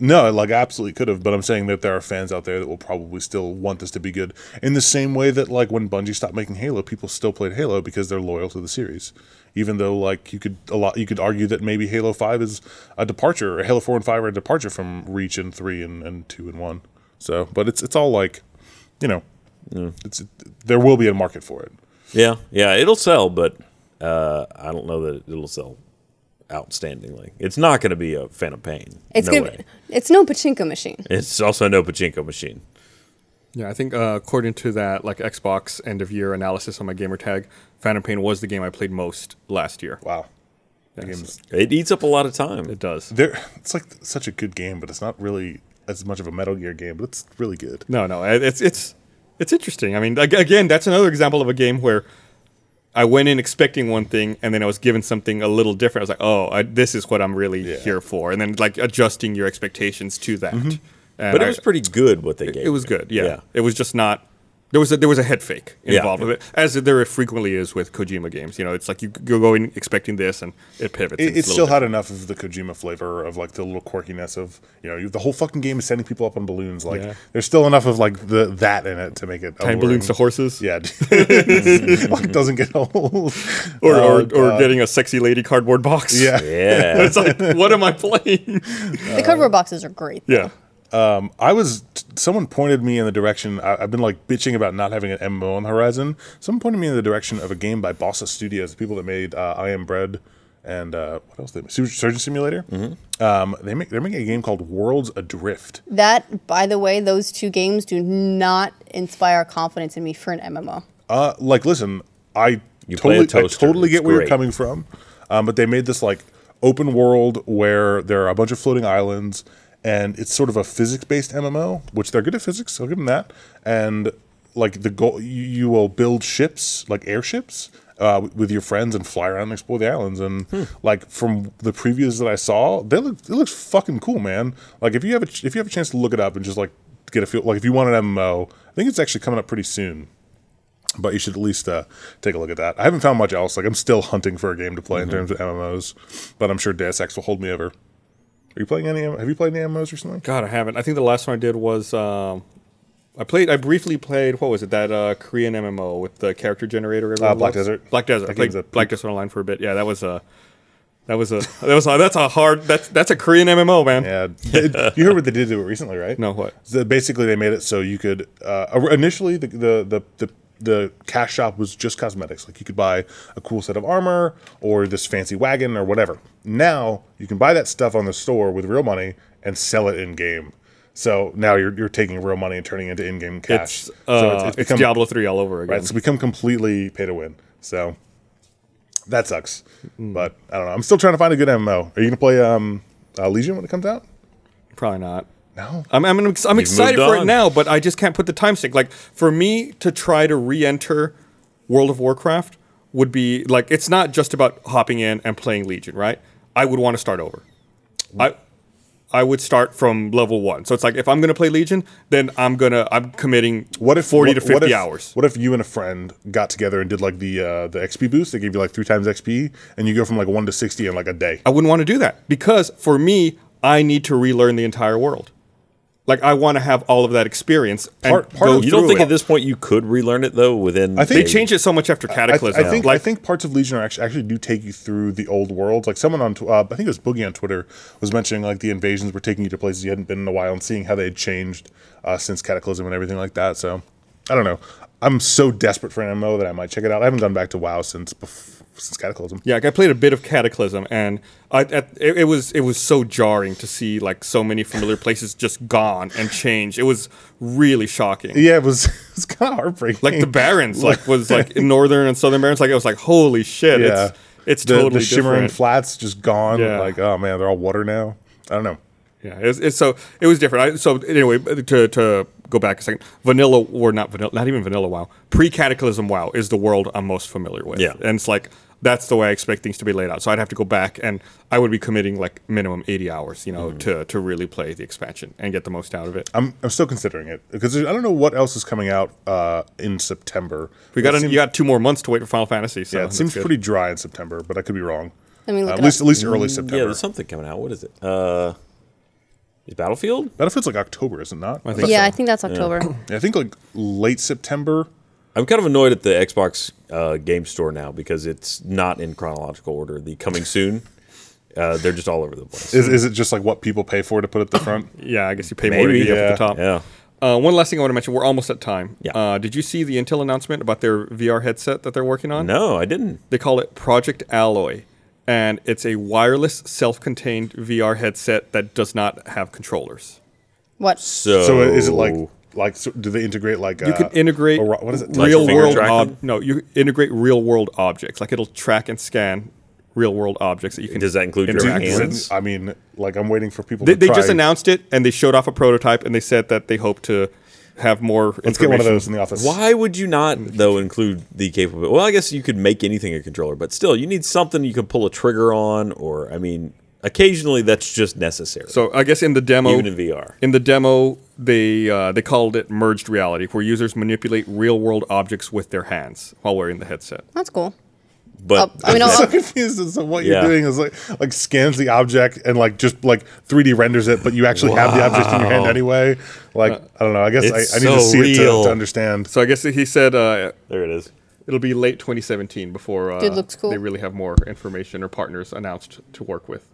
[SPEAKER 4] No, like I absolutely could have, but I'm saying that there are fans out there that will probably still want this to be good. In the same way that like when Bungie stopped making Halo, people still played Halo because they're loyal to the series. Even though like you could a lot you could argue that maybe Halo five is a departure, or Halo four and five are a departure from Reach and three and, and two and one. So but it's it's all like you know it's there will be a market for it.
[SPEAKER 2] Yeah, yeah, it'll sell, but uh, I don't know that it'll sell outstandingly. It's not going to be a Phantom Pain.
[SPEAKER 3] It's
[SPEAKER 2] no
[SPEAKER 3] gonna
[SPEAKER 2] way.
[SPEAKER 3] be, it's no pachinko machine.
[SPEAKER 2] It's also no pachinko machine.
[SPEAKER 1] Yeah, I think uh, according to that, like Xbox end of year analysis on my gamer tag, Phantom Pain was the game I played most last year.
[SPEAKER 4] Wow.
[SPEAKER 1] Yeah,
[SPEAKER 4] That
[SPEAKER 1] so
[SPEAKER 4] game's-
[SPEAKER 2] It eats up a lot of time.
[SPEAKER 1] it does.
[SPEAKER 4] there it's like such a good game, but it's not really as much of a Metal Gear game, but it's really good.
[SPEAKER 1] No, no, it- it's it's it's interesting. I mean, ag- again, that's another example of a game where I went in expecting one thing, and then I was given something a little different. I was like, oh, I, this is what I'm really here for, and then like adjusting your expectations to that. And
[SPEAKER 2] Mm-hmm. But
[SPEAKER 1] I-
[SPEAKER 2] it was pretty good what they gave.
[SPEAKER 1] it was
[SPEAKER 2] me.
[SPEAKER 1] good. Yeah. it was just not. There was a, there was a head fake
[SPEAKER 2] Yeah.
[SPEAKER 1] involved with it, as there frequently is with Kojima games. You know, it's like you g- go in expecting this, and it pivots. and
[SPEAKER 4] it, it
[SPEAKER 1] a
[SPEAKER 4] still
[SPEAKER 1] little
[SPEAKER 4] had enough of the Kojima flavor of like the little quirkiness of you know you, the whole fucking game is sending people up on balloons. Like
[SPEAKER 1] Yeah.
[SPEAKER 4] there's still enough of like the that in it to make it
[SPEAKER 1] different. tying balloons to
[SPEAKER 4] alluring.
[SPEAKER 1] horses,
[SPEAKER 4] Yeah, dude. like doesn't get old.
[SPEAKER 1] or or,
[SPEAKER 4] Oh,
[SPEAKER 1] or
[SPEAKER 4] God.
[SPEAKER 1] getting a sexy lady cardboard box.
[SPEAKER 2] Yeah.
[SPEAKER 4] yeah.
[SPEAKER 1] it's like what am I playing?
[SPEAKER 3] the cardboard boxes are great.
[SPEAKER 1] yeah,
[SPEAKER 4] I was t- someone pointed me in the direction. I, I've been like bitching about not having an MMO on the horizon. Someone pointed me in the direction of a game by Bossa Studios, the people that made uh, I Am Bread and uh, what else? They made? Sur- Surgeon Simulator.
[SPEAKER 1] Mm-hmm.
[SPEAKER 4] Um, they make they're making a game called Worlds Adrift.
[SPEAKER 3] That, by the way, those two games do not inspire confidence in me for an MMO.
[SPEAKER 4] Uh, like, listen, I
[SPEAKER 2] You play a
[SPEAKER 4] totally, I
[SPEAKER 2] toaster,
[SPEAKER 4] totally
[SPEAKER 2] it's
[SPEAKER 4] get where
[SPEAKER 2] great.
[SPEAKER 4] you're coming from, um, but they made this like open world where there are a bunch of floating islands, and it's sort of a physics-based MMO, which they're good at physics. I'll give them that. And like the goal, you, you will build ships, like airships. Uh, w- with your friends and fly around and explore the islands and
[SPEAKER 2] Hmm.
[SPEAKER 4] like from the previews that I saw, they look it looks fucking cool, man. Like if you have a ch- if you have a chance to look it up and just like get a feel, like if you want an MMO, I think it's actually coming up pretty soon but you should at least uh, take a look at that. I haven't found much else. Like I'm still hunting for a game to play in terms of MMOs, but I'm sure Deus Ex will hold me over. Are you playing any? Have you played any MMOs recently?
[SPEAKER 1] God, I haven't. I think the last one I did was um, I played. I briefly played. What was it? That uh, Korean MMO with the character generator. everyone
[SPEAKER 4] Uh, Black
[SPEAKER 1] loves?
[SPEAKER 4] Desert.
[SPEAKER 1] Black Desert.
[SPEAKER 4] That
[SPEAKER 1] I played
[SPEAKER 4] game's a-
[SPEAKER 1] Black Desert Online for a bit. Yeah, that was a. That was a. That was a, that's a hard. That's that's a Korean MMO, man.
[SPEAKER 4] Yeah, They- you heard what they did to it recently, right?
[SPEAKER 1] No, what?
[SPEAKER 4] So basically, they made it so you could uh, or- initially the, the the the the cash shop was just cosmetics. Like you could buy a cool set of armor or this fancy wagon or whatever. Now you can buy that stuff on the store with real money and sell it in game. So now you're, you're taking real money and turning it into in-game cash.
[SPEAKER 1] It's,
[SPEAKER 4] So
[SPEAKER 1] uh, it's, Diablo three all over again.
[SPEAKER 4] Right, so become completely pay to win. So that sucks.
[SPEAKER 1] Mm.
[SPEAKER 4] But I don't know. I'm still trying to find a good MMO. Are you gonna play um, uh, Legion when it comes out?
[SPEAKER 1] Probably not.
[SPEAKER 4] No.
[SPEAKER 1] I'm I'm, I'm, ex- I'm
[SPEAKER 2] You've
[SPEAKER 1] excited
[SPEAKER 2] moved
[SPEAKER 1] for it
[SPEAKER 2] on.
[SPEAKER 1] now, but I just can't put the time sink. Like for me to try to re-enter World of Warcraft would be like it's not just about hopping in and playing Legion, right? I would want to start over. I I would start from level one. So it's like if I'm gonna play Legion, then I'm gonna I'm committing
[SPEAKER 4] What if
[SPEAKER 1] forty to
[SPEAKER 4] what- what
[SPEAKER 1] fifty
[SPEAKER 4] if-
[SPEAKER 1] hours.
[SPEAKER 4] What if you and a friend got together and did like the uh, the XP boost? They gave you like three times XP, and you go from like one to sixty in like a day.
[SPEAKER 1] I wouldn't want to do that because for me, I need to relearn the entire world. Like I want to have all of that experience and
[SPEAKER 4] Part- part
[SPEAKER 1] go
[SPEAKER 4] of-
[SPEAKER 2] You don't
[SPEAKER 1] through
[SPEAKER 2] think
[SPEAKER 1] it.
[SPEAKER 2] at this point you could relearn it though within?
[SPEAKER 4] I think-
[SPEAKER 1] they changed it so much after
[SPEAKER 4] I, th-
[SPEAKER 1] Cataclysm.
[SPEAKER 4] I think
[SPEAKER 1] like
[SPEAKER 4] I think parts of Legion are actually, actually do take you through the old world. Like someone on tw- uh, I think it was Boogie on Twitter was mentioning like the invasions were taking you to places you hadn't been in a while and seeing how they had changed uh, since Cataclysm and everything like that. So I don't know. I'm so desperate for an MMO that I might check it out. I haven't gone back to WoW since bef- since Cataclysm.
[SPEAKER 1] Yeah, like I played a bit of Cataclysm, and I, at, it, it was it was so jarring to see like so many familiar places just gone and changed. It was really shocking.
[SPEAKER 4] Yeah, it was it's kind of heartbreaking.
[SPEAKER 1] Like the Barrens, like was like in northern and southern Barrens, like it was like holy shit.
[SPEAKER 4] yeah,
[SPEAKER 1] It's it's
[SPEAKER 4] the,
[SPEAKER 1] totally
[SPEAKER 4] the shimmering
[SPEAKER 1] different.
[SPEAKER 4] flats just gone.
[SPEAKER 1] Yeah.
[SPEAKER 4] Like oh man, they're all water now. I don't know.
[SPEAKER 1] Yeah, it's, it's so it was different. I, so anyway, to, to go back a second, vanilla or not vanilla, not even vanilla. WoW, pre Cataclysm WoW is the world I'm most familiar with.
[SPEAKER 2] Yeah.
[SPEAKER 1] and it's like that's the way I expect things to be laid out. So I'd have to go back, and I would be committing like minimum 80 hours, you know, to to really play the expansion and get the most out of it.
[SPEAKER 4] Mm-hmm. I'm, I'm still considering it because I don't know what else is coming out uh, in September.
[SPEAKER 1] we got
[SPEAKER 4] It
[SPEAKER 1] an,
[SPEAKER 4] seems-
[SPEAKER 1] you got two more months to wait for Final Fantasy. So
[SPEAKER 4] Yeah, it
[SPEAKER 1] that's
[SPEAKER 4] seems
[SPEAKER 1] good. Mm,
[SPEAKER 4] pretty dry in September, but I could be wrong.
[SPEAKER 3] Let me
[SPEAKER 4] Uh,
[SPEAKER 3] look
[SPEAKER 4] at
[SPEAKER 3] it
[SPEAKER 4] least
[SPEAKER 3] up.
[SPEAKER 4] at least early
[SPEAKER 2] Yeah,
[SPEAKER 4] September.
[SPEAKER 2] there's something coming out. What is it? Uh, is Battlefield?
[SPEAKER 4] Battlefield feels like October, is it not? I
[SPEAKER 1] think
[SPEAKER 4] thought-
[SPEAKER 3] Yeah, I think that's October.
[SPEAKER 4] I think like late September.
[SPEAKER 2] I'm kind of annoyed at the Xbox uh, game store now because it's not in chronological order. The coming soon, uh, they're just all over the place.
[SPEAKER 4] Is, is it just like what people pay for to put at the front?
[SPEAKER 1] Yeah, I guess you pay more to
[SPEAKER 2] Maybe,
[SPEAKER 1] be up
[SPEAKER 4] yeah,
[SPEAKER 1] at the top.
[SPEAKER 2] yeah.
[SPEAKER 1] Uh, one last thing I want to mention: we're almost at time.
[SPEAKER 2] Yeah.
[SPEAKER 1] Uh, did you see the Intel announcement about their VR headset that they're working on?
[SPEAKER 2] No, I didn't.
[SPEAKER 1] They call it Project Alloy, and it's a wireless, self-contained VR headset that does not have controllers.
[SPEAKER 3] What?
[SPEAKER 2] So,
[SPEAKER 4] So is it like like so do they integrate like
[SPEAKER 1] Oh.
[SPEAKER 4] uh,
[SPEAKER 1] You can integrate
[SPEAKER 4] a, ro- what is it
[SPEAKER 2] like
[SPEAKER 1] real
[SPEAKER 2] finger
[SPEAKER 1] world
[SPEAKER 2] tracking?
[SPEAKER 1] ob- no, you integrate real world objects. Like it'll track and scan real world objects that you can.
[SPEAKER 2] Does that include your
[SPEAKER 4] Do-
[SPEAKER 1] interact
[SPEAKER 4] is
[SPEAKER 1] with.
[SPEAKER 2] hands?
[SPEAKER 4] it- I mean, like I'm waiting for people.
[SPEAKER 1] They,
[SPEAKER 4] to
[SPEAKER 1] they just
[SPEAKER 4] try-
[SPEAKER 1] announced it and they showed off a prototype and they said that they hope to have more.
[SPEAKER 4] Let's get one of those in the office.
[SPEAKER 2] Why would you not though include the capability? Well, I guess you could make anything a controller, but still, you need something you can pull a trigger on, or I mean, occasionally that's just necessary.
[SPEAKER 1] So I guess in the demo,
[SPEAKER 2] Even in VR.
[SPEAKER 1] in the demo they uh, they called it merged reality, where users manipulate real world objects with their hands while wearing the headset.
[SPEAKER 3] That's cool.
[SPEAKER 2] but
[SPEAKER 3] Uh, I mean,
[SPEAKER 4] I'm
[SPEAKER 3] I'll-
[SPEAKER 4] so confused as to what
[SPEAKER 2] Yeah.
[SPEAKER 4] you're doing is like like scans the object and like just like 3D renders it, but you actually have the object in your hand anyway. Like I don't know. I guess
[SPEAKER 2] Uh, It's
[SPEAKER 4] I, I need to
[SPEAKER 2] so
[SPEAKER 4] see it to,
[SPEAKER 2] real.
[SPEAKER 4] to understand.
[SPEAKER 1] So I guess he said uh,
[SPEAKER 2] there it is.
[SPEAKER 1] it'll be late 2017 before uh,
[SPEAKER 3] Dude, looks cool.
[SPEAKER 1] they really have more information or partners announced to work with.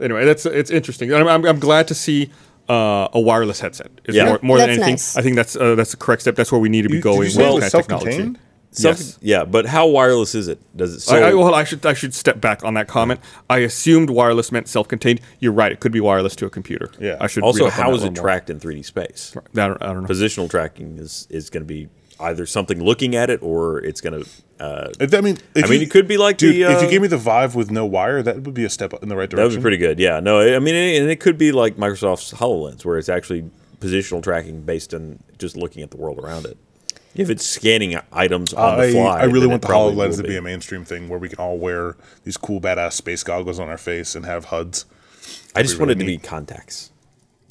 [SPEAKER 1] Anyway, that's it's interesting. I'm, I'm, I'm glad to see uh, a wireless headset. Is
[SPEAKER 2] Yeah.
[SPEAKER 1] more, more than
[SPEAKER 3] That's
[SPEAKER 1] anything.
[SPEAKER 3] nice.
[SPEAKER 1] I think that's uh, that's the correct step. That's where we need to be
[SPEAKER 4] You- did you
[SPEAKER 1] going
[SPEAKER 4] say it
[SPEAKER 1] with
[SPEAKER 4] was
[SPEAKER 1] that technology.
[SPEAKER 4] self-contained?
[SPEAKER 2] Self-
[SPEAKER 1] Yes.
[SPEAKER 2] Yeah, but how wireless is it? Does it? So,
[SPEAKER 1] I, I, well, I should I should step back on that comment. I assumed wireless meant self-contained. You're right. It could be wireless to a computer.
[SPEAKER 4] Yeah.
[SPEAKER 1] I should
[SPEAKER 2] also,
[SPEAKER 1] read up on
[SPEAKER 2] how
[SPEAKER 1] that
[SPEAKER 2] is
[SPEAKER 1] a
[SPEAKER 2] it
[SPEAKER 1] little more.
[SPEAKER 2] tracked in 3D space?
[SPEAKER 1] I don't, I don't know.
[SPEAKER 2] Positional tracking is is going to be either something looking at it or it's going to. Uh,
[SPEAKER 4] If- I mean, if
[SPEAKER 2] I mean,
[SPEAKER 4] you-
[SPEAKER 2] it could be like
[SPEAKER 4] dude,
[SPEAKER 2] the,
[SPEAKER 4] if you
[SPEAKER 2] uh,
[SPEAKER 4] gave me the Vive with no wire, that would be a step in the right
[SPEAKER 2] that
[SPEAKER 4] direction.
[SPEAKER 2] would be pretty good. Yeah, no, I I mean, and it could be like Microsoft's Hololens, where it's actually positional tracking based on just looking at the world around it. If it's scanning items on
[SPEAKER 4] I,
[SPEAKER 2] the fly,
[SPEAKER 4] I really
[SPEAKER 2] then
[SPEAKER 4] want
[SPEAKER 2] it
[SPEAKER 4] the
[SPEAKER 2] probably
[SPEAKER 4] HoloLens
[SPEAKER 2] will
[SPEAKER 4] to be a mainstream thing where we can all wear these cool, badass space goggles on our face and have HUDs.
[SPEAKER 2] I just
[SPEAKER 4] be
[SPEAKER 2] want it
[SPEAKER 4] really
[SPEAKER 2] to be contacts.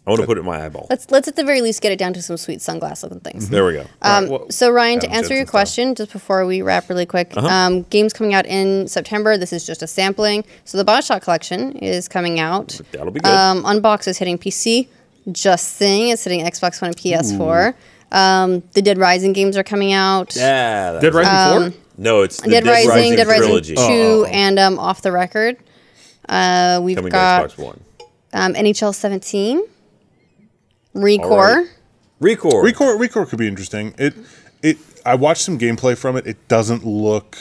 [SPEAKER 2] I want to put it in my eyeball.
[SPEAKER 3] Let's let's at the very least get it down to some sweet sunglass looking things.
[SPEAKER 2] There we go.
[SPEAKER 1] Right,
[SPEAKER 3] Um,
[SPEAKER 1] well-
[SPEAKER 3] so Ryan, to
[SPEAKER 4] Adam
[SPEAKER 3] answer your
[SPEAKER 4] Jensen style.
[SPEAKER 3] question, just before we wrap really quick,
[SPEAKER 2] Uh-huh.
[SPEAKER 3] um, games coming out in September. This is just a sampling. So the Bioshock collection is coming out.
[SPEAKER 2] That'll be good.
[SPEAKER 3] Um, Unbox is hitting PC. Just Sing is hitting Xbox One and PS4. Um, the Dead Rising games are coming out.
[SPEAKER 2] yeah. that
[SPEAKER 1] Dead
[SPEAKER 2] was-
[SPEAKER 1] Rising
[SPEAKER 3] Um,
[SPEAKER 1] 4?
[SPEAKER 2] No, it's the
[SPEAKER 3] Dead, Rising, Dead
[SPEAKER 2] trilogy
[SPEAKER 3] Rising Two, and um, Off the Record. Uh, we've
[SPEAKER 2] coming
[SPEAKER 3] got
[SPEAKER 2] to Xbox One.
[SPEAKER 3] um, NHL 17,
[SPEAKER 2] All
[SPEAKER 3] Recore.
[SPEAKER 2] right. Record.
[SPEAKER 4] Record Record could be interesting. It it I watched some gameplay from it. It doesn't look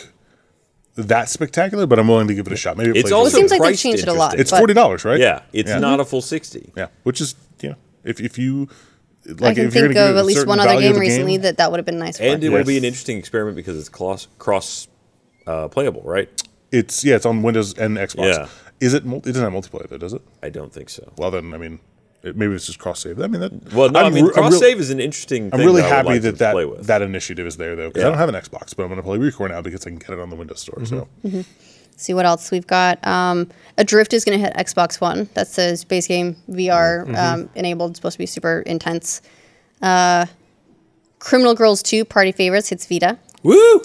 [SPEAKER 4] that spectacular, but I'm willing to give it a shot. Maybe it
[SPEAKER 2] It's
[SPEAKER 4] plays
[SPEAKER 2] also
[SPEAKER 4] really-
[SPEAKER 3] Seems like they've
[SPEAKER 2] priced
[SPEAKER 3] changed it a lot.
[SPEAKER 2] interesting.
[SPEAKER 4] it's
[SPEAKER 3] but-
[SPEAKER 4] forty dollars, right?
[SPEAKER 2] Yeah, it's
[SPEAKER 4] Yeah.
[SPEAKER 2] not a full sixty.
[SPEAKER 4] Yeah, which is you know if if you
[SPEAKER 3] I
[SPEAKER 4] like
[SPEAKER 3] can
[SPEAKER 4] if you're
[SPEAKER 3] think
[SPEAKER 4] gonna
[SPEAKER 3] of
[SPEAKER 4] give it a
[SPEAKER 3] at least
[SPEAKER 4] certain
[SPEAKER 3] one other
[SPEAKER 4] value
[SPEAKER 3] game
[SPEAKER 4] of the
[SPEAKER 3] recently that that would have been nice. For.
[SPEAKER 2] And it will
[SPEAKER 4] Yes.
[SPEAKER 2] be an interesting experiment because it's cross cross uh, playable, right?
[SPEAKER 4] it's yeah, it's on Windows and Xbox.
[SPEAKER 2] Yeah.
[SPEAKER 4] Is it? Mul- it doesn't have multiplayer though, does it?
[SPEAKER 2] I don't think so.
[SPEAKER 4] Well, then I mean, It- Maybe it's just cross save. I mean, that,
[SPEAKER 2] Well, no, i
[SPEAKER 4] I'm
[SPEAKER 2] mean
[SPEAKER 4] re- I'm
[SPEAKER 2] cross
[SPEAKER 4] real-
[SPEAKER 2] save is an interesting.
[SPEAKER 4] I'm
[SPEAKER 2] thing
[SPEAKER 4] really
[SPEAKER 2] that I would
[SPEAKER 4] happy
[SPEAKER 2] like to
[SPEAKER 4] that that,
[SPEAKER 2] play with.
[SPEAKER 4] that initiative is there though, because
[SPEAKER 2] Yeah. Mm-hmm.
[SPEAKER 4] I don't have an Xbox, but I'm going to play Recore now because I can get it on the Windows Store. So
[SPEAKER 3] see what else we've got. Um, Adrift is going to hit Xbox One. That says base game VR
[SPEAKER 1] Mm-hmm.
[SPEAKER 3] um, enabled. Supposed to be super intense. Uh, Criminal Girls 2 Party Favorites hits Vita.
[SPEAKER 1] Woo!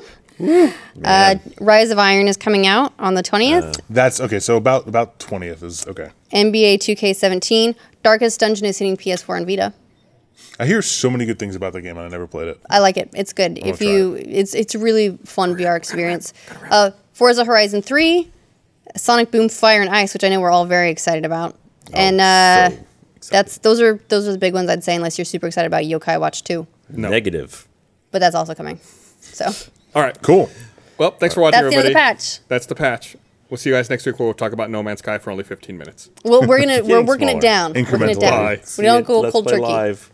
[SPEAKER 3] Uh, Rise of Iron is coming out on the
[SPEAKER 1] Uh.
[SPEAKER 3] 20th.
[SPEAKER 4] that's okay. So about about 20th is okay.
[SPEAKER 3] NBA 2K17. Darkest Dungeon is hitting PS4 and Vita.
[SPEAKER 4] I hear so many good things about the game, and I never played it.
[SPEAKER 3] I like it. It's good. if
[SPEAKER 4] try
[SPEAKER 3] you, it's it's a really fun VR experience. Uh, Forza Horizon 3, Sonic Boom, Fire and Ice, which I know we're all very excited about, and uh,
[SPEAKER 2] so
[SPEAKER 3] that's those are those are the big ones I'd say, unless you're super excited about Yokai Watch 2,
[SPEAKER 2] Negative.
[SPEAKER 3] but that's also coming. So
[SPEAKER 1] All right.
[SPEAKER 4] Cool.
[SPEAKER 1] Well, thanks for watching,
[SPEAKER 3] that's the end of
[SPEAKER 1] everybody.
[SPEAKER 3] the patch.
[SPEAKER 1] That's the patch. We'll see you guys next week where we'll talk about No Man's Sky for only 15 minutes.
[SPEAKER 3] Well, we're gonna we're
[SPEAKER 2] Getting
[SPEAKER 3] working it
[SPEAKER 2] smaller.
[SPEAKER 3] down. We're working it
[SPEAKER 4] Incremental.
[SPEAKER 3] down.
[SPEAKER 1] Bye.
[SPEAKER 3] We don't go
[SPEAKER 2] Let's
[SPEAKER 3] cold
[SPEAKER 2] play
[SPEAKER 3] turkey.
[SPEAKER 2] live.